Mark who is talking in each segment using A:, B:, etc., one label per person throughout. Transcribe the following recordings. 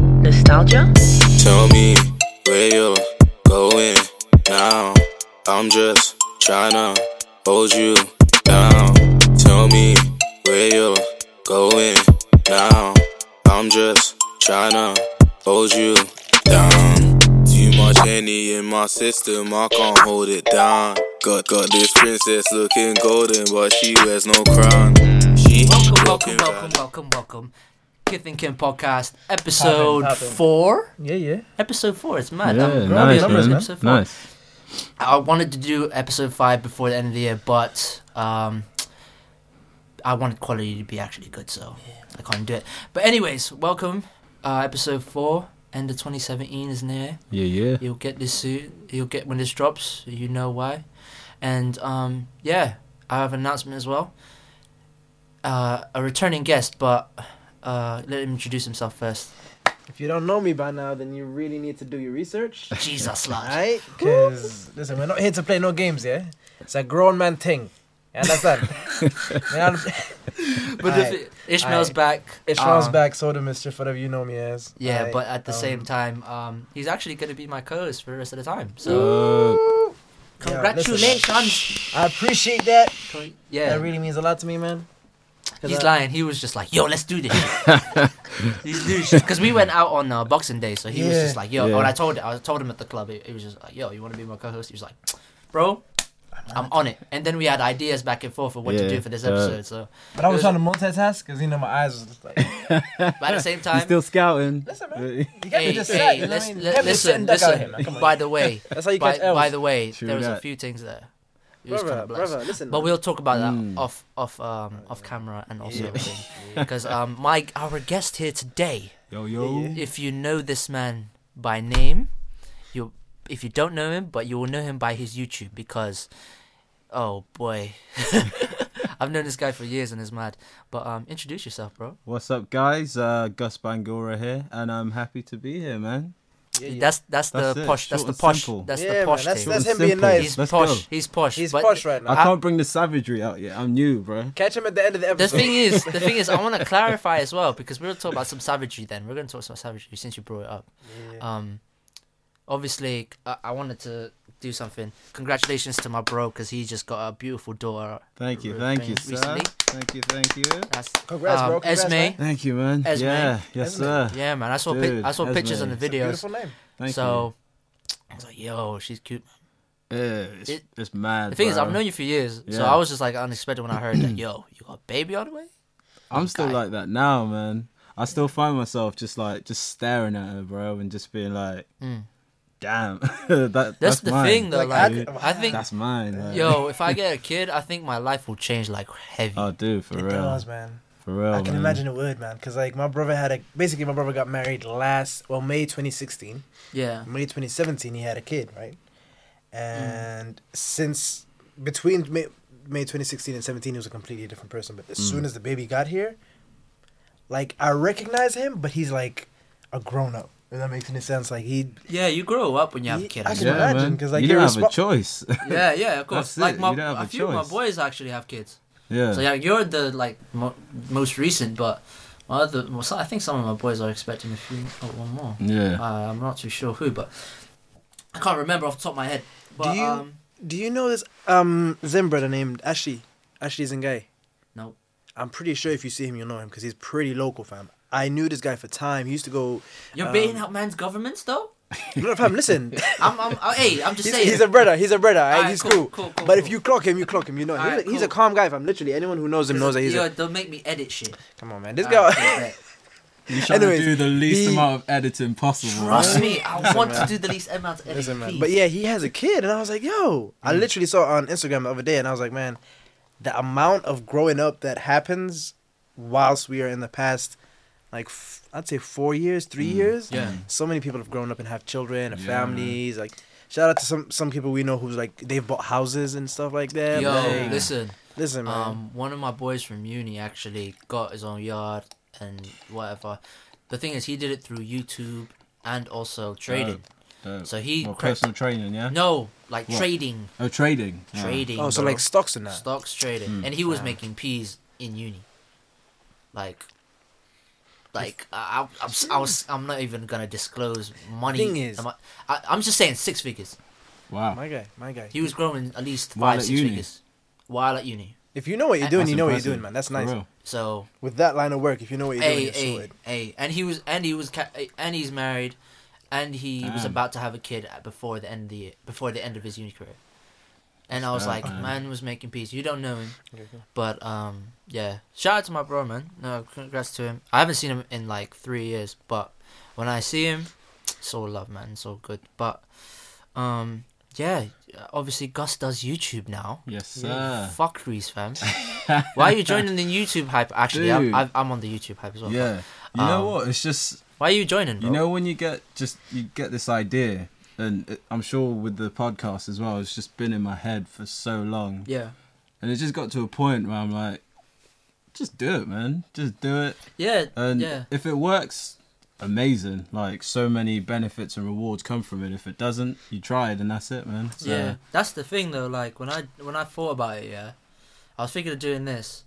A: nostalgia?
B: Tell me where you're going now. I'm just tryna hold you down. Tell me where you're going now. I'm just tryna hold you down. Too much honey in my system, I can't hold it down. Got got this princess looking golden, but she wears no crown. She
C: Welcome, welcome,
B: looking
C: welcome,
B: bad.
C: welcome, welcome. Kith and Kim podcast, episode
D: Haven't, haven't.
C: four.
D: Yeah, yeah.
C: Episode four, it's mad.
E: Yeah,
C: I'm growing
E: nice,
C: up
E: man.
C: to episode four.
E: Nice.
C: I wanted to do episode five before the end of the year, but um, I wanted quality to be actually good, so I can't do it. But anyways, welcome. Uh, episode four, end of 2017 is near.
E: Yeah, yeah.
C: You'll get this soon. You'll get when this drops. You know why. And um, yeah, I have an announcement as well. Uh, a returning guest, but uh, let him introduce himself first.
D: If you don't know me by now, then you really need to do your research.
C: Jesus, lad.
D: Alright? Because, listen, we're not here to play no games, yeah? It's a grown man thing. You understand? We're not- Ah.
C: But if
D: Aight,
C: it- Ishmael's
D: aight.
C: back.
D: Ishmael's
C: um,
D: back, so the mischief, whatever you know me as.
C: Yeah,
D: Aight,
C: but at the
D: um,
C: same time, um, he's actually going to be my co-host for the rest of the time. So
E: Uh,
D: yeah,
C: congratulations.
D: listen, I appreciate that.
C: Con-
D: That
C: Yeah,
D: really means a lot to me, man. 'Cause
C: he's
D: I-
C: lying. He was just like, "Yo, let's do this." Because we went out on uh, Boxing Day, so he was
D: Yeah.
C: just like, "Yo,"
E: Yeah.
C: when I told I told him at the club, he, he was just like, "Yo, you want to be my co-host?" He was like, "Bro." I'm on it, and then we had ideas back and forth of what to
E: Yeah,
C: do for this
E: uh,
C: episode. so,
D: But I was trying to multitask because, you know, my eyes was just like.
C: but at the same
E: he's
C: time,
E: still scouting.
D: Listen,
E: yeah,
D: You can't
C: hey,
D: be just sad,
C: hey,
D: you know what I
C: let's,
D: mean?
C: let,
D: Can't be
C: listen,
D: sitting duck out here,
C: listen.
D: man, come on.
C: By the way,
D: That's how you
C: by,
D: catch L's.
C: by the way,
E: True
C: there was a
E: that.
C: few things there. It was kind
D: brother,
C: of blessed.
D: brother, listen.
C: But
D: man.
C: we'll talk about
E: Mm.
C: that off off um off camera and also
D: Yeah.
C: because um my our guest here today,
E: Yo, yo.
D: Yeah,
C: if you know this man by name, you if you don't know him, but you will know him by his YouTube because oh boy. I've known this guy for years and he's mad. But um introduce yourself, bro.
E: What's up, guys? Uh, Gus Bangora here, and I'm happy to be here, man.
D: yeah, yeah.
C: That's that's,
E: That's
C: the
E: it,
C: posh that's
E: short
C: the
E: and
C: posh
E: simple.
C: that's
D: Yeah,
C: the
D: man,
C: posh
D: that's-
C: thing.
E: Short
D: him
E: and
D: being
E: simple.
D: nice.
C: He's
E: Let's
C: posh.
E: go.
C: He's posh.
D: He's
C: but
D: posh right now.
C: Ah.
E: I can't bring the savagery out yet. I'm new, bro.
D: Catch him at the end of the
C: The
D: episode.
C: thing is, the thing is, I want to clarify as well because we were talking about some savagery. Then we're going to talk about savagery since you brought it up. Um, obviously, I, I wanted to do something. Congratulations to my bro because he just got a beautiful daughter.
E: Thank you,
C: re-
E: thank
C: thing
E: you, sir.
C: recently.
E: Thank you, thank you.
C: That's
D: Congrats,
C: um,
D: bro. Congrats,
C: Esme.
D: man.
E: Thank you, man.
C: Esme.
E: Yeah, yes,
D: Esme.
E: sir.
C: yeah, man. I saw pic-
E: Dude,
C: I saw
E: that's
C: pictures on the
D: It's
E: nice.
D: a Beautiful
C: videos.
D: name.
E: Thank
C: so I was like, yo, she's cute.
E: you. Yeah, it's,
C: it-
E: it's mad.
C: The thing is,
E: bro.
C: I've known you for years, so
E: Yeah.
C: I was just like unexpected when I heard that, yo, you got a baby on the way.
E: I'm still
C: guy.
E: like that now, man. I still find myself just like just staring at her, bro, and just being like,
C: Mm.
E: "Damn, that, that's,
C: That's, the
E: mine.
C: thing, though.
D: Like,
C: Like,
D: I
E: dude.
D: could-
C: I think,
E: that's mine. Like.
C: yo, if I get a kid, I think my life will change like heavy.
E: oh, dude, for
D: It
E: real,
D: does, man.
E: for real.
D: I can
E: man.
D: imagine it would, man. Because, like, my brother had a. Basically, my brother got married last. Well, May 2016.
C: yeah.
D: May 2017, he had a kid, right? And since. Between May, May 2016 and 17, he was a completely different person. But as soon as the baby got here, like, I recognize him, but he's like a grown up. If that makes any sense. Like, he.
C: Yeah, you grow up when you have a
D: Ye-
C: kid.
D: I
C: I
D: can
C: swear.
D: imagine,
E: man.
D: 'cause, like,
E: you
D: you're
E: don't have a
D: respons-
E: choice.
C: yeah, yeah, of course.
E: That's it,
C: Like my,
E: you don't have
C: a,
E: a
C: few of my
E: choice.
C: boys actually have kids.
E: yeah,
C: So yeah, you're the like mo- most recent, but my other, well, so- I think some of my boys are expecting a few, oh, one more.
E: yeah.
C: Uh, I'm not too sure who, but I can't remember off the top of my head. But
D: you-
C: um,
D: Do you know this um Zim brother named Ashley? Ashley Zingay?
C: No.
D: I'm pretty sure if you see him, you'll know him because he's pretty local, fam. I knew this guy for time. He used to go.
C: you're
D: um,
C: baiting out man's governments, though.
D: No, fam, listen.
C: I'm, I'm, oh, hey, I'm just
D: he's,
C: saying.
D: he's a brother. He's a brother. Right?
C: Alright,
D: he's
C: cool,
D: cool.
C: cool, cool,
D: but
C: cool.
D: if you clock him, you clock him. You know, he's,
C: Alright,
D: a- he's a
C: cool.
D: calm guy, fam. Literally, anyone who knows him knows that he's
C: Yo,
D: a.
C: don't make me edit shit. Uh,
D: Come on, man. This
C: Alright,
D: guy.
C: cool, bet.
E: You
D: trying to anyways, do the least he- amount
E: of editing possible.
C: Trust me, I want to do the least amount of editing.
D: Listen, man.
C: please.
D: But yeah, he has a kid, and I was like, yo. I
C: Mm.
D: literally saw it on Instagram the other day, and I was like, man, the amount of growing up that happens whilst we are in the past, like, f- I'd say four years, three years.
C: Mm. Yeah.
D: So many people have grown up and have children and
E: Yeah.
D: families. Like, shout out to some some people we know who's like they've bought houses and stuff like that.
C: Yo,
D: like,
C: listen.
D: listen, man.
C: Um, one of my boys from uni actually got his own yard and whatever. The thing is, he did it through YouTube and also trading. So he
E: well,
C: cra-
E: Uh, personal training, yeah.
C: no, like
E: What?
C: trading,
E: Oh, trading. Yeah. Hmm.
C: trading.
D: oh, so
C: bro.
D: like stocks and that.
C: stocks trading, and he was making peas in uni. Like, Like I, I, I'm, s- I was, I'm not even gonna disclose money.
D: Thing is-
C: am I, I, I'm just saying six figures.
E: Oh, Wow.
D: My guy, my guy.
C: He was growing at least five,
E: While at
C: six
E: uni.
C: figures while at uni.
D: If you know what you're
C: That's
D: doing, you know what
E: impressive,
D: you're doing, man. That's
E: for
D: nice.
E: real.
C: So
D: With that line of work, if you know what you're doing,
C: a
D: you're
C: a
D: sorted.
C: a, and he was, and he was, ca- and he's married, and he was
E: Damn.
C: about to have a kid at- before the end of the year, before the end of his uni career. And I was
E: Fuck,
C: like,
E: man.
C: man was making peace. You don't know him.
D: Okay, cool.
C: But um, yeah, shout out to my bro, man. No, congrats to him. I haven't seen him in like three years, but when I see him, it's all love, man. It's all good. But um, yeah, obviously Gus does YouTube now.
E: Yes, sir.
C: Yeah. Fuckeries, fam. Why are you joining the YouTube hype? Actually, I'm,
E: Dude.
C: I'm I'm on the YouTube hype as well.
E: Yeah. You know
C: Um,
E: what? It's just
C: Why are you joining, bro?
E: you know when you get just you get this idea, and it, I'm sure with the podcast as well, it's just been in my head for so long,
C: Yeah.
E: and it just got to a point where I'm like, just do it, man. Just do it.
C: Yeah.
E: And
C: yeah.
E: if it works, amazing. Like so many benefits and rewards come from it. If it doesn't, you tried and that's it, man. So,
C: Yeah, that's the thing though. Like when I when I thought about it, yeah, I was thinking of doing this,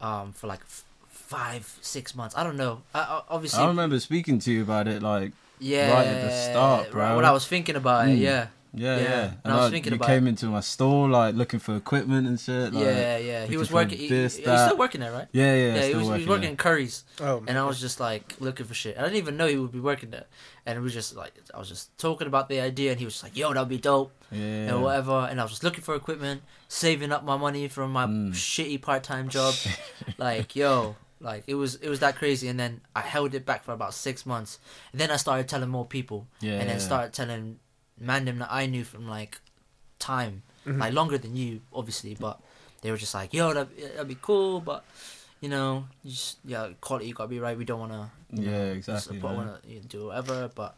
C: um, for like f- five six months. I don't know. I, I obviously,
E: I remember speaking to you about it, like
C: yeah,
E: right at the start, bro.
C: right When I was thinking about it,
E: Mm.
C: yeah,
E: yeah,
C: Yeah,
E: yeah.
C: and I was thinking
E: you
C: about
E: came into my store like looking for equipment and shit. Like,
C: yeah, yeah. He
E: looking
C: was
E: for
C: working. He, he-
E: this,
C: he's
E: that.
C: still working there, right?
E: yeah, yeah.
C: Yeah, he was, he
E: still
C: was
E: working
C: working
E: there.
C: in Curry's,
D: Oh,
C: and I
E: Mm-hmm.
C: was just like looking for shit. I didn't even know he would be working there, and we was just like, I was just talking about the idea, and he was just like, "Yo, that'd be dope,"
E: Yeah.
C: and whatever. And I was just looking for equipment, saving up my money from my
E: Mm.
C: shitty part time job. like yo like it was it was that crazy and then i held it back for about six months and then i started telling more people
E: Yeah.
C: and then started telling mandem that i knew from like time
E: Mm-hmm.
C: like longer than you obviously but they were just like yo that'd, that'd be cool but you know you just yeah quality gotta be right we don't want to
E: Yeah, exactly.
C: support
E: man.
C: want to do whatever but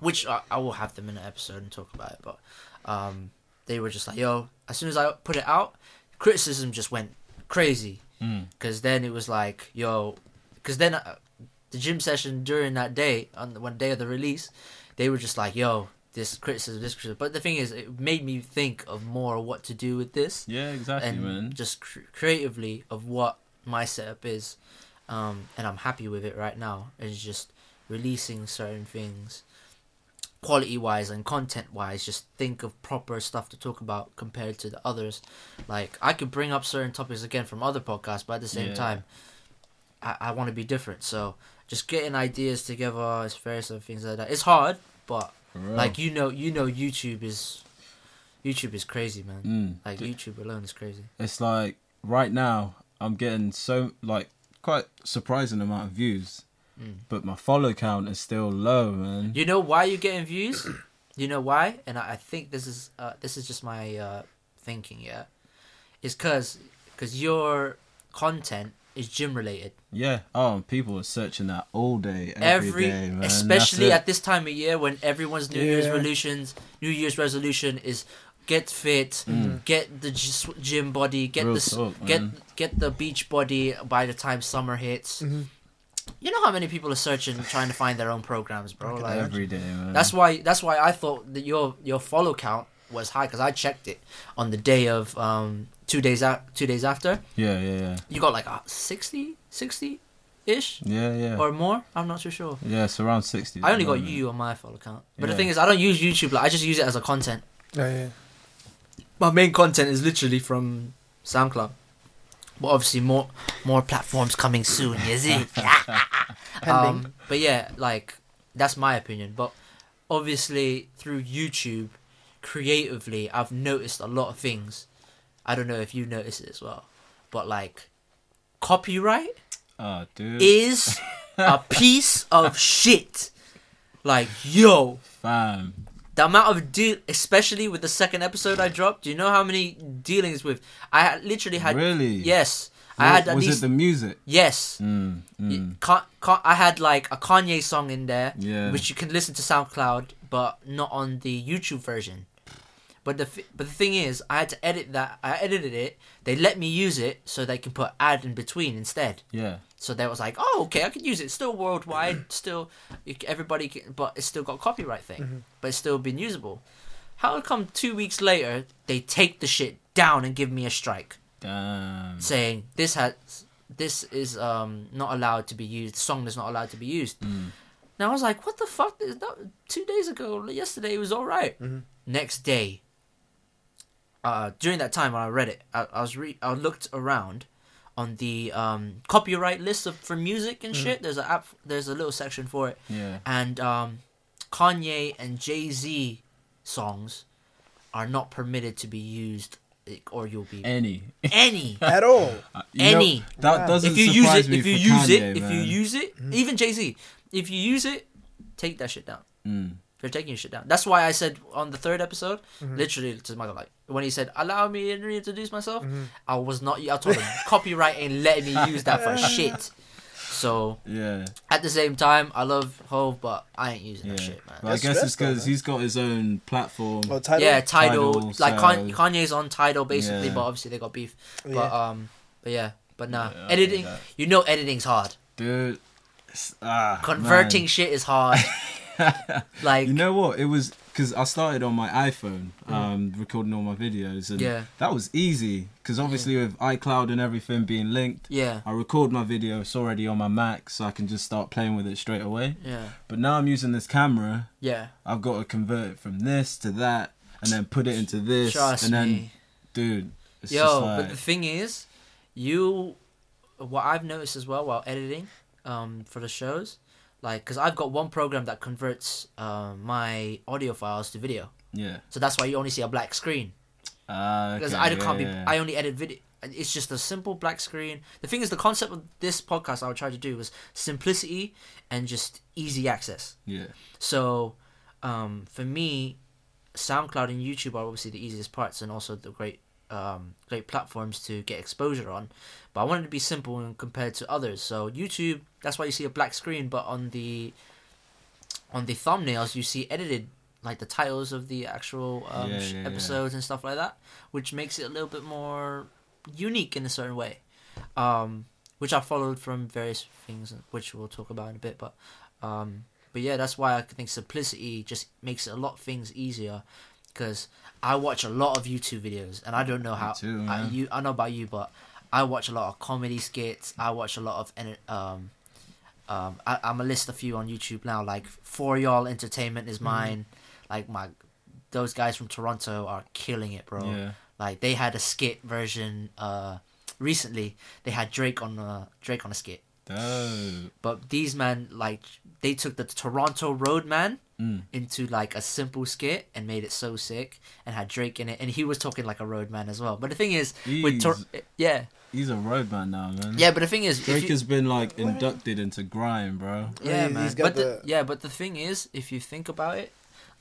C: which I, I will have them in an episode and talk about it but um they were just like yo as soon as i put it out criticism just went crazy
E: Mm.
C: because then it was like yo because then uh, the gym session during that day on the one day of the release they were just like yo this criticism this criticism but the thing is it made me think of more what to do with this
E: Yeah, exactly,
C: and
E: man.
C: just cr- creatively of what my setup is um, and i'm happy with it right now it's just releasing certain things quality wise and content wise just think of proper stuff to talk about compared to the others like i could bring up certain topics again from other podcasts but at the same
E: Yeah.
C: time i, I want to be different so just getting ideas together is various other things like that it's hard but
E: For real.
C: like you know you know youtube is youtube is crazy man
E: Mm.
C: like
E: D-
C: YouTube alone is crazy.
E: it's like right now I'm getting so like quite surprising amount of views,
C: Mm.
E: but my follow count is still low, man.
C: You know why you're getting views? You know why? And I I think this is uh, this is just my uh, thinking. Yeah, is because because your content is gym related.
E: Yeah. Oh, and people are searching that all day,
C: Every,
E: every day, man. That's
C: especially
E: it.
C: at this time of year when everyone's New Year's
D: Yeah.
C: resolutions, New Year's resolution is get fit, get the g- sw- gym body, get
E: Mm. Real
C: the s-
E: talk,
C: get
E: man.
C: get the beach body by the time summer hits. You know how many people are searching trying to find their own programs, bro? Like
E: every day, man.
C: That's why. That's why I thought that your your follow count was high because I checked it on the day of um two days out two days after.
E: yeah, yeah, yeah,
C: You got like uh, 60, 60 ish
E: yeah, yeah.
C: or more. I'm not too sure.
E: yeah, it's around sixty. at
C: I only
E: the
C: got
E: moment.
C: you on my follow count. But the
E: Yeah.
C: thing is, I don't use YouTube. Like I just use it as a content.
D: yeah, yeah.
C: My main content is literally from SoundCloud. But obviously, more more platforms coming soon. You see. Um, but yeah, like that's my opinion. But obviously, through YouTube, creatively, I've noticed a lot of things. I don't know if you notice it as well, but like copyright
E: Oh, dude.
C: is a piece of shit. Like yo,
E: Fam.
C: the amount of deal, especially with the second episode I dropped. Do you know how many dealings with? I had- literally had
E: Really?
C: yes. I
E: Wa-
C: had at
E: was
C: least
E: it the music?
C: yes.
E: Mm,
C: Y-
E: mm.
C: Ka- Ka- I had like a Kanye song in there,
E: Yeah.
C: which you can listen to SoundCloud, but not on the YouTube version. But the f- but the thing is, I had to edit that. I edited it. They let me use it so they can put ad in between instead.
E: Yeah.
C: So they was like, oh, okay, I can use it. It's still worldwide, still everybody, can, but it's still got copyright thing, but it's still been usable. How come two weeks later they take the shit down and give me a strike?
E: Damn.
C: saying this has this is um, not allowed to be used. The song is not allowed to be used.
E: Mm.
C: Now I was like, what the fuck? Is that? Two days ago, yesterday, it was all right.
E: Mm-hmm.
C: Next day, uh, during that time when I read it, I, I was re- I looked around on the um, copyright list of, for music and shit. There's a app. There's a little section for it.
E: Mm. Yeah.
C: And um, Kanye and Jay Z songs are not permitted to be used, like, or you'll be
E: Any.
C: any.
D: at all.
E: You know,
C: Any.
E: that
D: Wow.
E: doesn't
C: if you use
E: surprise
C: it,
E: me
C: if you
E: for
C: use
E: Kanye,
C: it, if you
E: man. Mm-hmm.
C: use it, even Jay Z, if you use it, take that shit down.
E: Mm.
C: They're taking your shit down. That's why I said on the third episode,
E: Mm-hmm.
C: literally to Michael, like when he said, "Allow me to reintroduce myself,"
E: Mm-hmm.
C: I was not. I told him copyright ain't letting me use that for shit. So
E: Yeah.
C: at the same time, I love Hove, but I ain't using
E: Yeah.
C: that shit, man.
E: But I
D: That's
E: guess it's
D: stressful,
E: because
D: man.
E: he's got his own platform.
D: Oh, title.
C: yeah, Tidal.
E: Tidal,
C: like Kan-
E: so-
C: Kanye's on Tidal basically,
E: Yeah.
C: but obviously they got beef. But
D: Yeah.
C: um, but yeah, but nah,
E: Yeah, I get
C: editing.
E: that.
C: You know, editing's hard.
E: Dude. it's- Ah,
C: Converting
E: man.
C: shit is hard. like Mm.
E: You know what? It was because I started on my iPhone, um, recording all my videos, and
C: Yeah.
E: that was easy. Because obviously with iCloud and everything being linked,
C: yeah,
E: I record my video. It's already on my Mac, so I can just start playing with it straight away.
C: yeah,
E: But now I'm using this camera.
C: yeah.
E: I've got to convert it from this to that, and then put it into this,
C: Trust
E: and then,
C: me.
E: dude, it's
C: Yo,
E: just like,
C: but the thing is, you, what I've noticed as well while editing, um, for the shows, like, cause I've got one program that converts um my audio files to video,
E: yeah,
C: so that's why you only see a black screen.
E: uh,
C: Because I can't be, I only edit video. It's just a simple black screen. The thing is, the concept of this podcast I would try to do was simplicity and just easy access.
E: yeah,
C: So, um, for me, SoundCloud and YouTube are obviously the easiest parts, and also the great, um, great platforms to get exposure on. But I wanted to be simple and compared to others. So YouTube, that's why you see a black screen, but on the, on the thumbnails you see edited like the titles of the actual um,
E: Yeah,
C: sh-
E: yeah, yeah.
C: episodes and stuff like that, which makes it a little bit more unique in a certain way. Um, which I followed from various things, which we'll talk about in a bit, but. Um, but yeah, that's why I think simplicity just makes a lot of things easier. Because I watch a lot of YouTube videos, and I don't know how
E: too,
C: I,
E: man.
C: you. I know about you, but I watch a lot of comedy skits. I watch a lot of en- um, um. I, I'm a list a few on YouTube now. Like For Y'all Entertainment
E: Mm-hmm.
C: is mine. Like my those guys from Toronto are killing it, bro.
E: Yeah.
C: Like they had a skit version uh recently. They had Drake on a Drake on a skit.
E: dope.
C: But these men, like, they took the Toronto Roadman
E: Mm.
C: into like a simple skit and made it so sick, and had Drake in it, and he was talking like a roadman as well. But the thing is, with Tor-
E: Jeez.
C: yeah,
E: He's a roadman now, man.
C: yeah, but the thing is, if
E: Drake
C: you-
E: has been like inducted into grime, bro.
C: yeah,
D: He-
C: man.
D: he's
C: but
D: got
C: the,
D: the-
C: yeah, but the thing is, if you think about it,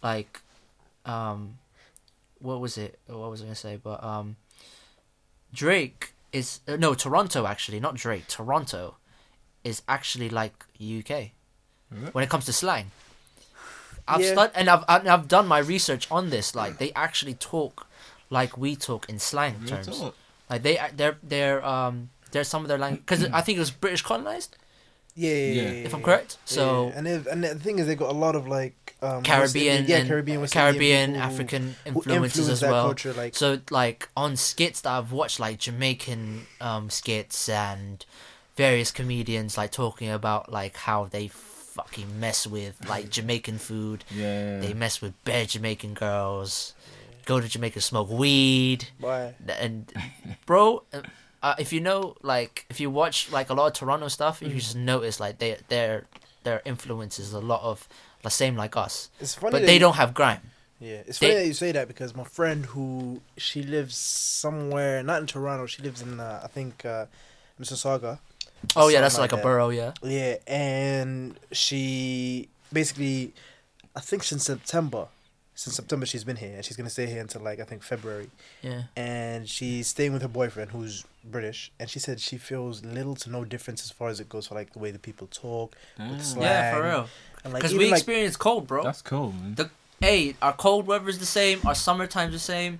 C: like, um, what was it? What was I gonna say? But um, Drake is uh, no Toronto actually, not Drake. Toronto is actually like UK when it comes to slang. I've
D: Yeah.
C: stud- and I've and I've done my research on this. Like they actually talk like we talk in slang
E: Real
C: terms.
E: talk.
C: Like they they're they're um there's some of their language because I think it was British colonized
D: Yeah, yeah,
E: Yeah.
D: Mm. yeah,
C: if I'm correct. So
D: yeah. and if, and the thing is, they got a lot of like um, West
C: Caribbean
D: Indian- yeah,
C: and
D: Caribbean, West
C: Caribbean,
D: Indian people who-
C: African
D: who
C: influences
D: influence
C: as
D: that
C: well.
D: culture, like-
C: so like on skits that I've watched, like Jamaican um, skits and various comedians like talking about like how they fucking mess with like Jamaican food.
E: Yeah,
D: Mm.
C: They mess with bare Jamaican girls. Go to Jamaica, smoke weed
D: Why?
C: and bro uh, uh, if you know like if you watch like a lot of toronto stuff
D: Mm.
C: you just notice like they their their influence is a lot of the same like us
D: It's funny
C: but
D: that
C: they
D: you-
C: don't have grime
D: Yeah, it's
C: They-
D: funny that you say that because my friend who she lives somewhere not in Toronto, she lives in uh, I think uh, Mississauga.
C: oh yeah
D: Something
C: that's like a
D: that.
C: borough yeah
D: Yeah, and she basically, I think since September, since September she's been here, and she's gonna stay here until like I think February.
C: yeah
D: And she's staying with her boyfriend who's British, and she said she feels little to no difference as far as it goes for like the way the people talk, with
E: Damn.
D: the slang,
C: yeah for real
D: and like
C: because
D: even
C: we
D: like
C: experience cold bro
E: that's cool, man.
C: the hey our cold weather's the same our summertime's the same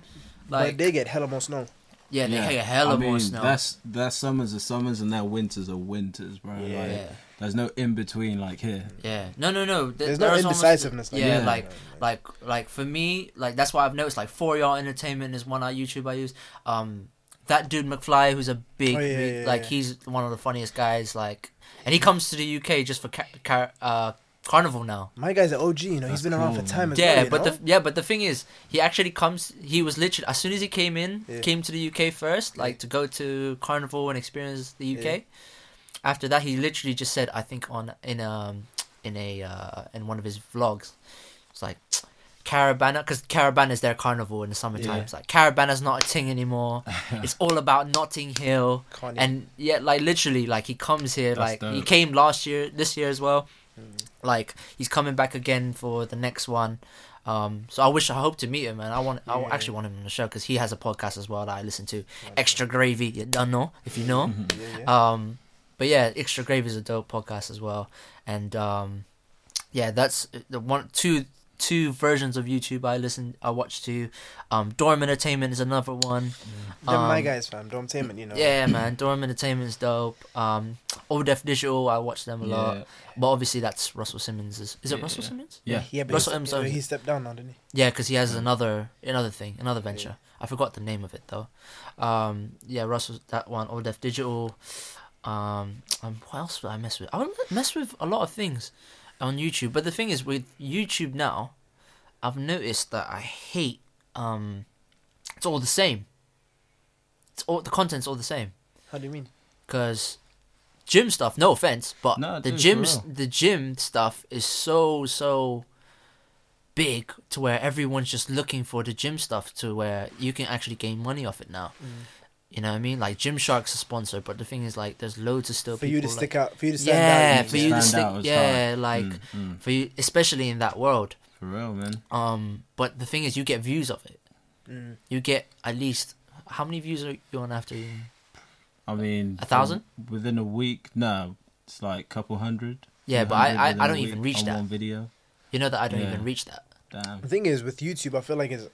C: like
D: but they get hella more snow.
C: yeah they
E: yeah,
C: hang a hell
E: I
C: of
E: mean,
C: more snow
E: That's their summers are summers and their winters are winters, bro.
D: Yeah.
E: Like, there's no in between like here.
C: Yeah. No, no, no. Th-
D: There's
C: there
D: no
C: is almost-
D: indecisiveness, like-
C: yeah,
E: Yeah.
C: like, like, like for me, like that's why I've noticed. Like, for y'all entertainment is one I YouTube I use. Um, that dude McFly, who's a big,
D: Oh, yeah,
C: re-
D: yeah,
C: like
D: yeah.
C: he's one of the funniest guys. Like, and he comes to the UK just for ca- car- uh, carnival now.
D: My guy's an OG, you know.
E: That's
D: he's been around
E: cool,
D: for time
E: man.
D: as well.
C: Yeah,
D: you
C: but
D: know?
C: the yeah, but the thing is, he actually comes. He was literally as soon as he came in,
D: Yeah.
C: came to the UK first, like to go to Carnival and experience the UK. After that, he literally just said, I think on in um in a uh, in one of his vlogs, it's like Caravana because Caravana is their carnival in the summertime.
E: Yeah.
C: It's like Caravana's not a thing anymore. it's all about Notting Hill.
D: Kanye.
C: And yeah, like literally, like he comes here.
E: That's
C: like he
E: dope.
C: came last year, this year as well.
D: Mm.
C: Like he's coming back again for the next one. Um, so I wish, I hope to meet him, and I want, I
D: Yeah.
C: actually want him on the show because he has a podcast as well that I listen to. Extra Gravy, you don't know if you know.
E: Mm-hmm.
D: yeah, yeah.
C: um, but yeah, Extra Gravy is a dope podcast as well, and um, yeah, that's uh, the one, two, two versions of YouTube I listen, I watch to. Um, Dorm Entertainment is another one.
D: Them my
C: um,
D: guys, fam. Dom Taman, you know.
C: Yeah, man, Dorm Entertainment's dope. Um, Old Def Digital, oh, I watch them a lot. But obviously, that's Russell Simmons. Is, is it
E: Yeah.
C: Russell Simmons?
E: Yeah.
D: yeah, but
C: Russell
D: he's-
C: M's own-
D: he stepped down now, didn't he?
C: Yeah, because he has another another thing, another venture. I forgot the name of it though. Um, yeah, Russell, that one, Old Def Digital. oh, Um, um, what else would I mess with? I would mess with a lot of things on YouTube. But the thing is, with YouTube now, I've noticed that I hate. Um, it's all the same. It's all the content's all the same.
D: How do you mean?
C: because gym stuff no offense but
E: No,
C: the
E: dude, for
C: gyms
E: real.
C: the gym stuff is so so big to where everyone's just looking for the gym stuff to where you can actually gain money off it now
D: Mm.
C: you know what i mean like gymshark's a sponsor but the thing is like there's loads of still
D: For
C: people
D: you to
C: like-
D: stick out, for you to stand
C: yeah
D: out.
C: for you to
E: Stand
C: stick
E: out is
C: yeah
E: hard.
C: like
E: Mm, mm.
C: for you especially in that world
E: For real, man.
C: um but the thing is you get views of it
D: Mm.
C: you get at least how many views are you on after you
E: I mean,
C: A thousand?
E: within a week? No, it's like couple hundred.
C: Yeah, but
E: 200
C: I- I-
E: within
C: I
E: a
C: don't even
E: week
C: reach
E: on
C: that.
E: One video.
C: you know that i don't
E: Yeah.
C: even reach that
E: Damn.
D: The thing is, with YouTube, I feel like it's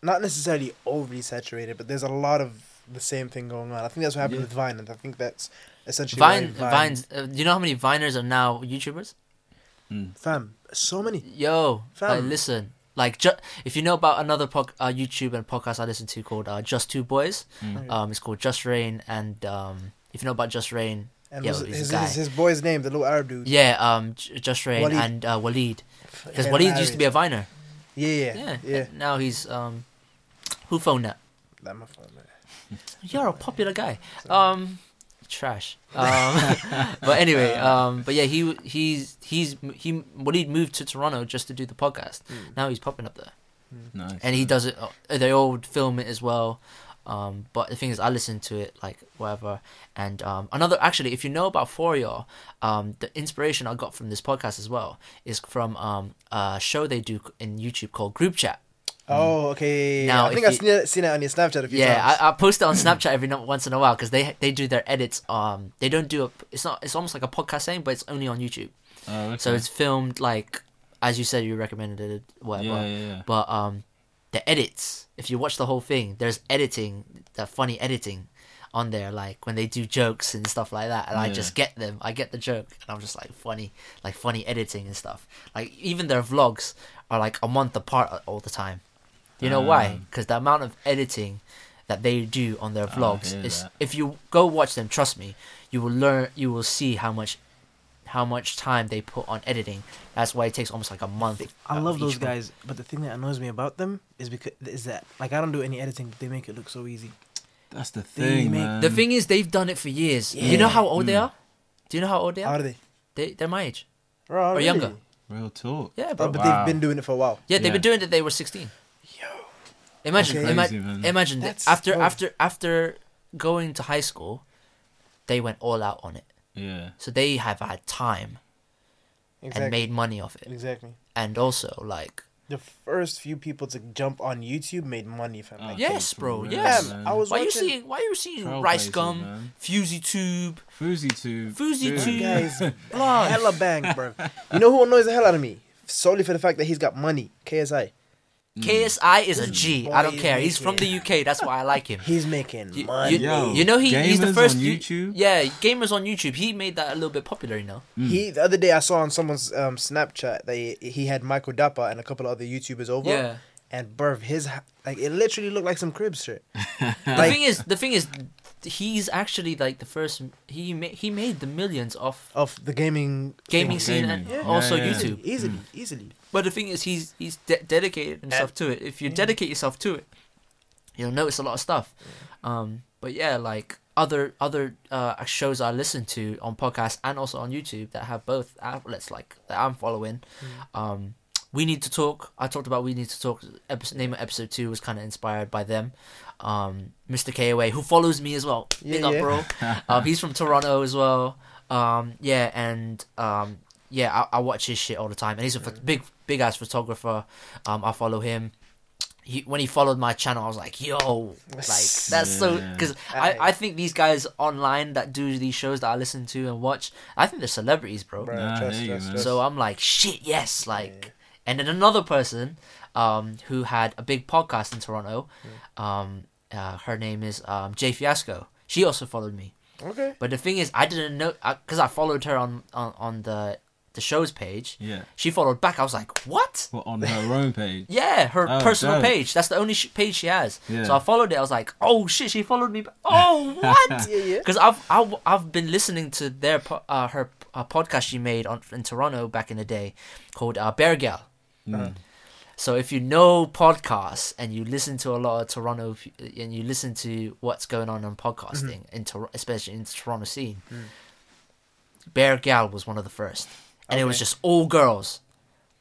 D: not necessarily overly saturated, but there's a lot of the same thing going on. I think that's what happened
E: Yeah.
D: with Vine, and I think that's essentially why
C: Vine, Vines. Uh, do you know how many Viners are now YouTubers?
D: Fam, so many.
C: Yo, like,
D: Fam.
C: listen. Like, ju- if you know about another pod- uh, YouTube and podcast I listen to called uh, Just Two Boys, um, it's called Just Rain. And um, if you know about Just Rain,
D: And
C: Yo,
D: was-
C: he's a
D: his,
C: guy.
D: his, his boy's name, the little Arab dude.
C: yeah, um, J- Just Rain
D: Waleed.
C: and uh, Waleed, because
D: Yeah,
C: Waleed used to be a Viner.
D: Yeah, yeah,
C: Yeah,
D: yeah.
C: and Now he's um, who phoned that?
D: That my phone, man.
C: You're a popular guy. Um, trash. Um, but anyway, um, but yeah, he he's he's he Waleed moved to Toronto just to do the podcast. Now he's popping up there.
E: Nice.
C: and he does it. uh, They all film it as well. Um, but the thing is, I listen to it like whatever. And um, another, actually, if you know about Fourier, um, the inspiration I got from this podcast as well is from um, a show they do in YouTube called Group Chat.
D: Oh, okay. yeah, yeah,
C: Mm. Now,
D: yeah. I think
C: if
D: I've seen it, seen it on your Snapchat a few
C: Yeah,
D: times.
C: I, I post it on Snapchat every no- once in a while because they they do their edits. Um, they don't do a. It's not. It's almost like a podcast thing, but it's only on YouTube.
E: Oh,
C: So
E: okay.
C: it's filmed like, as you said, you recommended it. Whatever.
E: Yeah, yeah, yeah.
C: But um, the edits. If you watch the whole thing, there's editing, the funny editing, on there. Like when they do jokes and stuff like that, and I
E: Yeah.
C: just get them. I get the joke, and I'm just like funny, like funny editing and stuff. Like even their vlogs are like a month apart all the time. You know
E: Ah.
C: why? Because the amount of editing that they do on their vlogs
E: hear
C: is.
E: that.
C: If you go watch them, trust me, you will learn. You will see how much. How much time they put on editing? That's why it takes almost like a month.
D: I
C: out
D: love
C: of
D: those
C: each one.
D: guys, but the thing that annoys me about them is because is that like I don't do any editing, but they make it look so easy.
E: That's the
D: They
E: thing,
D: make-
E: man.
C: The thing is, they've done it for years. You know
D: Yeah.
C: how old they are? Do you know how old they
D: How
C: are?
D: are they?
C: They, they're my age.
D: Bro, already.
C: younger.
E: Real talk.
C: Yeah,
D: Oh,
C: bro.
D: but
E: Wow.
D: they've been doing it for a while.
C: yeah, they've
E: Yeah.
C: been doing it. They were sixteen. Yo. Imagine,
D: Okay.
C: ima-
E: Crazy, man.
C: imagine that.
D: That's-
C: After,
D: oh.
C: after, after going to high school, they went all out on it.
E: Yeah.
C: So they have had time and made money off it,
D: exactly.
C: and also like,
D: The first few people to jump on YouTube made money from
E: Oh,
D: like.
C: yes,
E: for
C: bro,
E: real,
C: yes.
D: Fam,
E: man.
D: I was
C: why are you
D: watching-
C: seeing? Why are you seeing
E: Trailblazers,
C: rice gum,
E: man.
C: fusey tube,
E: Foozy tube.
C: Foozy
E: dude.
C: tube.
D: Guys,
C: blood?
D: hella bang, bro. Ah. You know who annoys the hell out of me? Solely for the fact that he's got money. KSI.
E: Hmm.
C: KSI is a G. I
D: boy
C: don't
D: is
C: care. He's from
D: making-
C: the UK. That's why I like him.
D: He's making
C: You,
D: money.
C: you,
E: Yo,
C: you know he, he's
E: gamers
C: the
E: on
C: first you-
E: YouTube?
C: yeah, gamers on YouTube. He made that a little bit popular, you know.
E: Hmm.
D: He the other day I saw on someone's um, Snapchat that he, he had Michael Dapper and a couple of other YouTubers over.
C: Yeah.
D: and bruv, his h- like it literally looked like some cribs shit.
C: The
D: Like-
C: thing is, the thing is, he's actually like the first. He ma- he made the millions off
D: of the gaming
C: gaming
E: Gaming.
C: scene and
E: Yeah.
C: also
E: Yeah, Hmm. yeah.
C: YouTube.
D: easily, easily.
C: But the thing is, he's he's de- dedicated himself to it. If you dedicate yourself to it, you'll notice a lot of stuff. Um, but yeah, like other other uh, shows I listen to on podcasts and also on YouTube that have both outlets like that I'm following.
D: Mm.
C: Um, we need to talk. I talked about we need to talk. Episode, name of episode two was kind of inspired by them. Um, Mr. KOA, who follows me as well.
D: Yeah,
C: Big up,
D: yeah.
C: bro. um, he's from Toronto as well. Um, yeah, and um, yeah, I, I watch his shit all the time. And he's a ph- big, big ass photographer. Um, I follow him. He, when he followed my channel, I was like, "Yo, like that's so."
E: Yeah.
C: Because I,
D: Aye.
C: I think these guys online that do these shows that I listen to and watch, I think they're celebrities, bro.
D: Bruh,
E: Nah,
D: trust,
E: there you go,
D: trust,
E: man.
D: trust.
C: So I'm like, shit, yes, like. And then another person, um, who had a big podcast in Toronto, um, uh, her name is um, Jay Fiasco. She also followed me.
D: okay,
C: But the thing is, I didn't know because I, followed her on, on on the the show's page.
E: Yeah.
C: She followed back. I was like, what?
E: But on her own page.
C: Yeah, her
E: Oh,
C: personal
E: dope.
C: page. That's the only sh- page she has.
E: Yeah.
C: So I followed it. I was like, oh shit, she followed me. Back. Oh what?
D: Yeah, yeah.
C: Because I've, I've I've been listening to their po- uh, her uh, podcast she made on in Toronto back in the day called uh, Bear Gal.
E: Hmm.
D: Uh.
C: So if you know podcasts and you listen to a lot of Toronto and you listen to what's going on in podcasting
D: Mm-hmm.
C: in Tor- especially in the Toronto scene, Bear Gal was one of the first, and it was
D: Mm. Okay.
C: just all girls,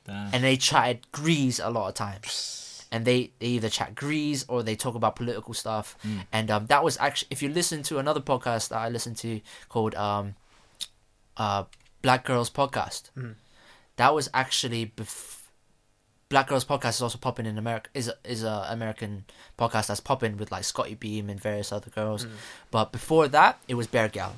E: Damn.
C: and they chatted grease a lot of times, and they, they either chat grease or they talk about political stuff, and um, that was actually if you listen to another podcast that I listened to called um, uh, Black Girls Podcast, that was actually bef- Black Girls Podcast is also popping in America. is a, is a American podcast that's popping with like Scotty Beam and various other girls. But before that, it was Bear Gal,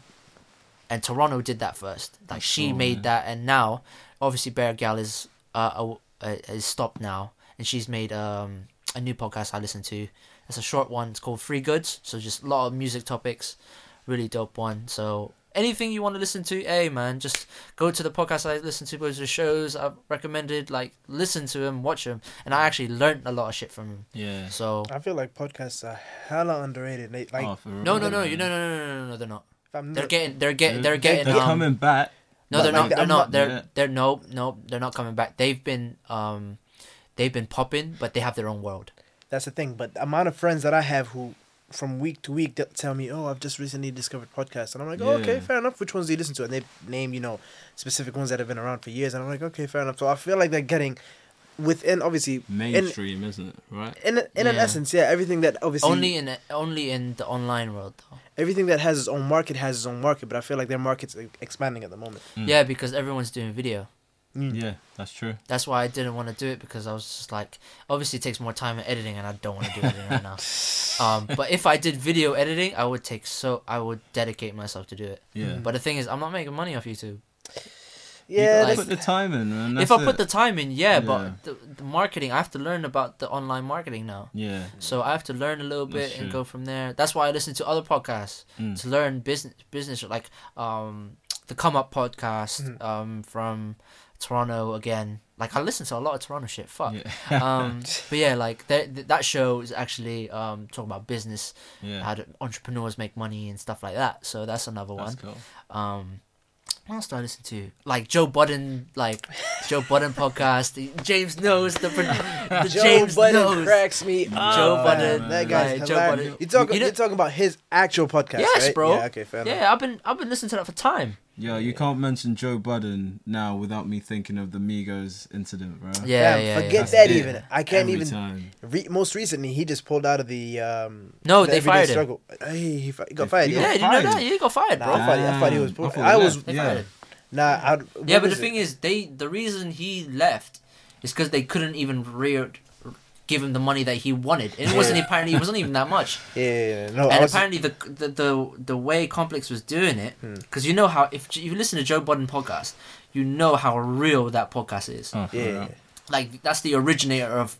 C: and Toronto did that first. Like she
E: cool,
C: made
E: yeah.
C: that, and now obviously Bear Gal is uh, a, a- is stopped now, and she's made um a new podcast I listen to. It's a short one. It's called Free Goods. So just a lot of music topics, really dope one. So anything you want to listen to, hey man, just go to the podcast I listen to, go to the shows I've recommended. Like listen to them, watch them, and I actually learned a lot of shit from them.
E: Yeah.
C: So
D: I feel like podcasts are hella underrated. They, like,
E: Oh, for
C: no, no,
E: real,
C: no,
E: man.
C: you no, no, no, no, no, no, they're not.
D: if I'm
C: They're
D: not-
C: getting, they're getting, they're getting.
E: They're
C: um,
E: coming back.
C: No, they're
D: But,
C: not.
D: like,
C: They're
D: I'm
C: not.
D: not-
E: Yeah.
C: They're they're no, no, they're not coming back. They've been um, they've been popping, but they have their own world.
D: that's the thing. But the amount of friends that I have who, from week to week, that tell me, "Oh, I've just recently discovered podcasts," and I'm like, "Oh, okay,
E: Yeah.
D: fair enough." Which ones do you listen to? And they name, you know, specific ones that have been around for years, and I'm like, "Okay, fair enough." So I feel like they're getting within, obviously, in
E: Mainstream, isn't it? Right.
D: in, in an
C: Yeah.
D: essence, yeah, everything that obviously
C: Only in only in the online world though.
D: everything that has its own market has its own market. But I feel like their market's like, expanding at the moment.
C: Yeah, because everyone's doing video. Mm.
E: Yeah, that's true.
C: That's why I didn't want to do it because I was just like, obviously it takes more time in editing, and I don't want to do editing right now. Um, but if I did video editing, I would take so I would dedicate myself to do it.
E: Yeah.
C: But the thing is, I'm not making money off YouTube.
D: Yeah,
E: you
C: like-
E: put the time in, man.
C: if
E: that's
C: I put
E: it.
C: the time in, yeah,
E: Yeah.
C: But the, the marketing, I have to learn about the online marketing now.
E: yeah,
C: So I have to learn a little
E: That's
C: bit and
E: true.
C: go from there. That's why I listen to other podcasts
E: Mm.
C: to learn business business like um the Come Up podcast um from Toronto again. Like I listen to a lot of Toronto shit. Fuck.
E: yeah,
C: um but yeah like that th- that show is actually um talking about business
E: yeah.
C: how do entrepreneurs make money and stuff like that so that's another
E: That's
C: one
E: cool.
C: um what else do I listen to? Like Joe Budden, like Joe Budden podcast. the- James knows the, pro- the
D: Joe
C: James
D: Budden
C: knows.
D: cracks me.
C: Joe
D: up.
C: Budden,
D: that guy's
C: like, Joe
D: hilarious.
C: Budden.
D: You talking?
C: You
D: You are
C: know-
D: talking about his actual podcast?
C: Yes,
D: right?
C: bro.
D: Yeah, okay, fair enough.
C: Yeah, I've been I've been listening to that for time.
E: Yo, you can't mention Joe Budden now without me thinking of the Migos incident, bro.
C: Yeah,
D: Damn,
C: yeah. yeah.
D: forget
E: That's
D: that
E: it.
D: even. I can't
E: Every
D: even.
E: Time.
D: Re- most recently, he just pulled out of the. Um,
C: No,
D: the
C: they
D: Everyday
C: fired him.
D: struggle. him. Hey, he, fi- he got
E: They-
D: fired.
E: he
D: Yeah.
C: Yeah,
E: got
C: you know
E: fired.
C: that? You got fired, bro.
D: Nah, I thought he- I thought he was
E: Damn,
D: pro-
E: thought
D: I
E: he
D: was-
E: left.
C: They
E: Yeah.
C: fired.
D: Nah, I, what
C: Yeah, but the
D: is it?
C: thing is, they the reason he left is because they couldn't even re- give him the money that he wanted. And it wasn't apparently it wasn't even that much.
D: yeah, yeah, yeah, no, I
C: And
D: was,
C: apparently the, the the the way Complex was doing it,
D: Hmm.
C: because you know how if you listen to Joe Budden podcast, you know how real that podcast is.
E: Oh, for
D: yeah, yeah,
E: real.
C: Like that's the originator of,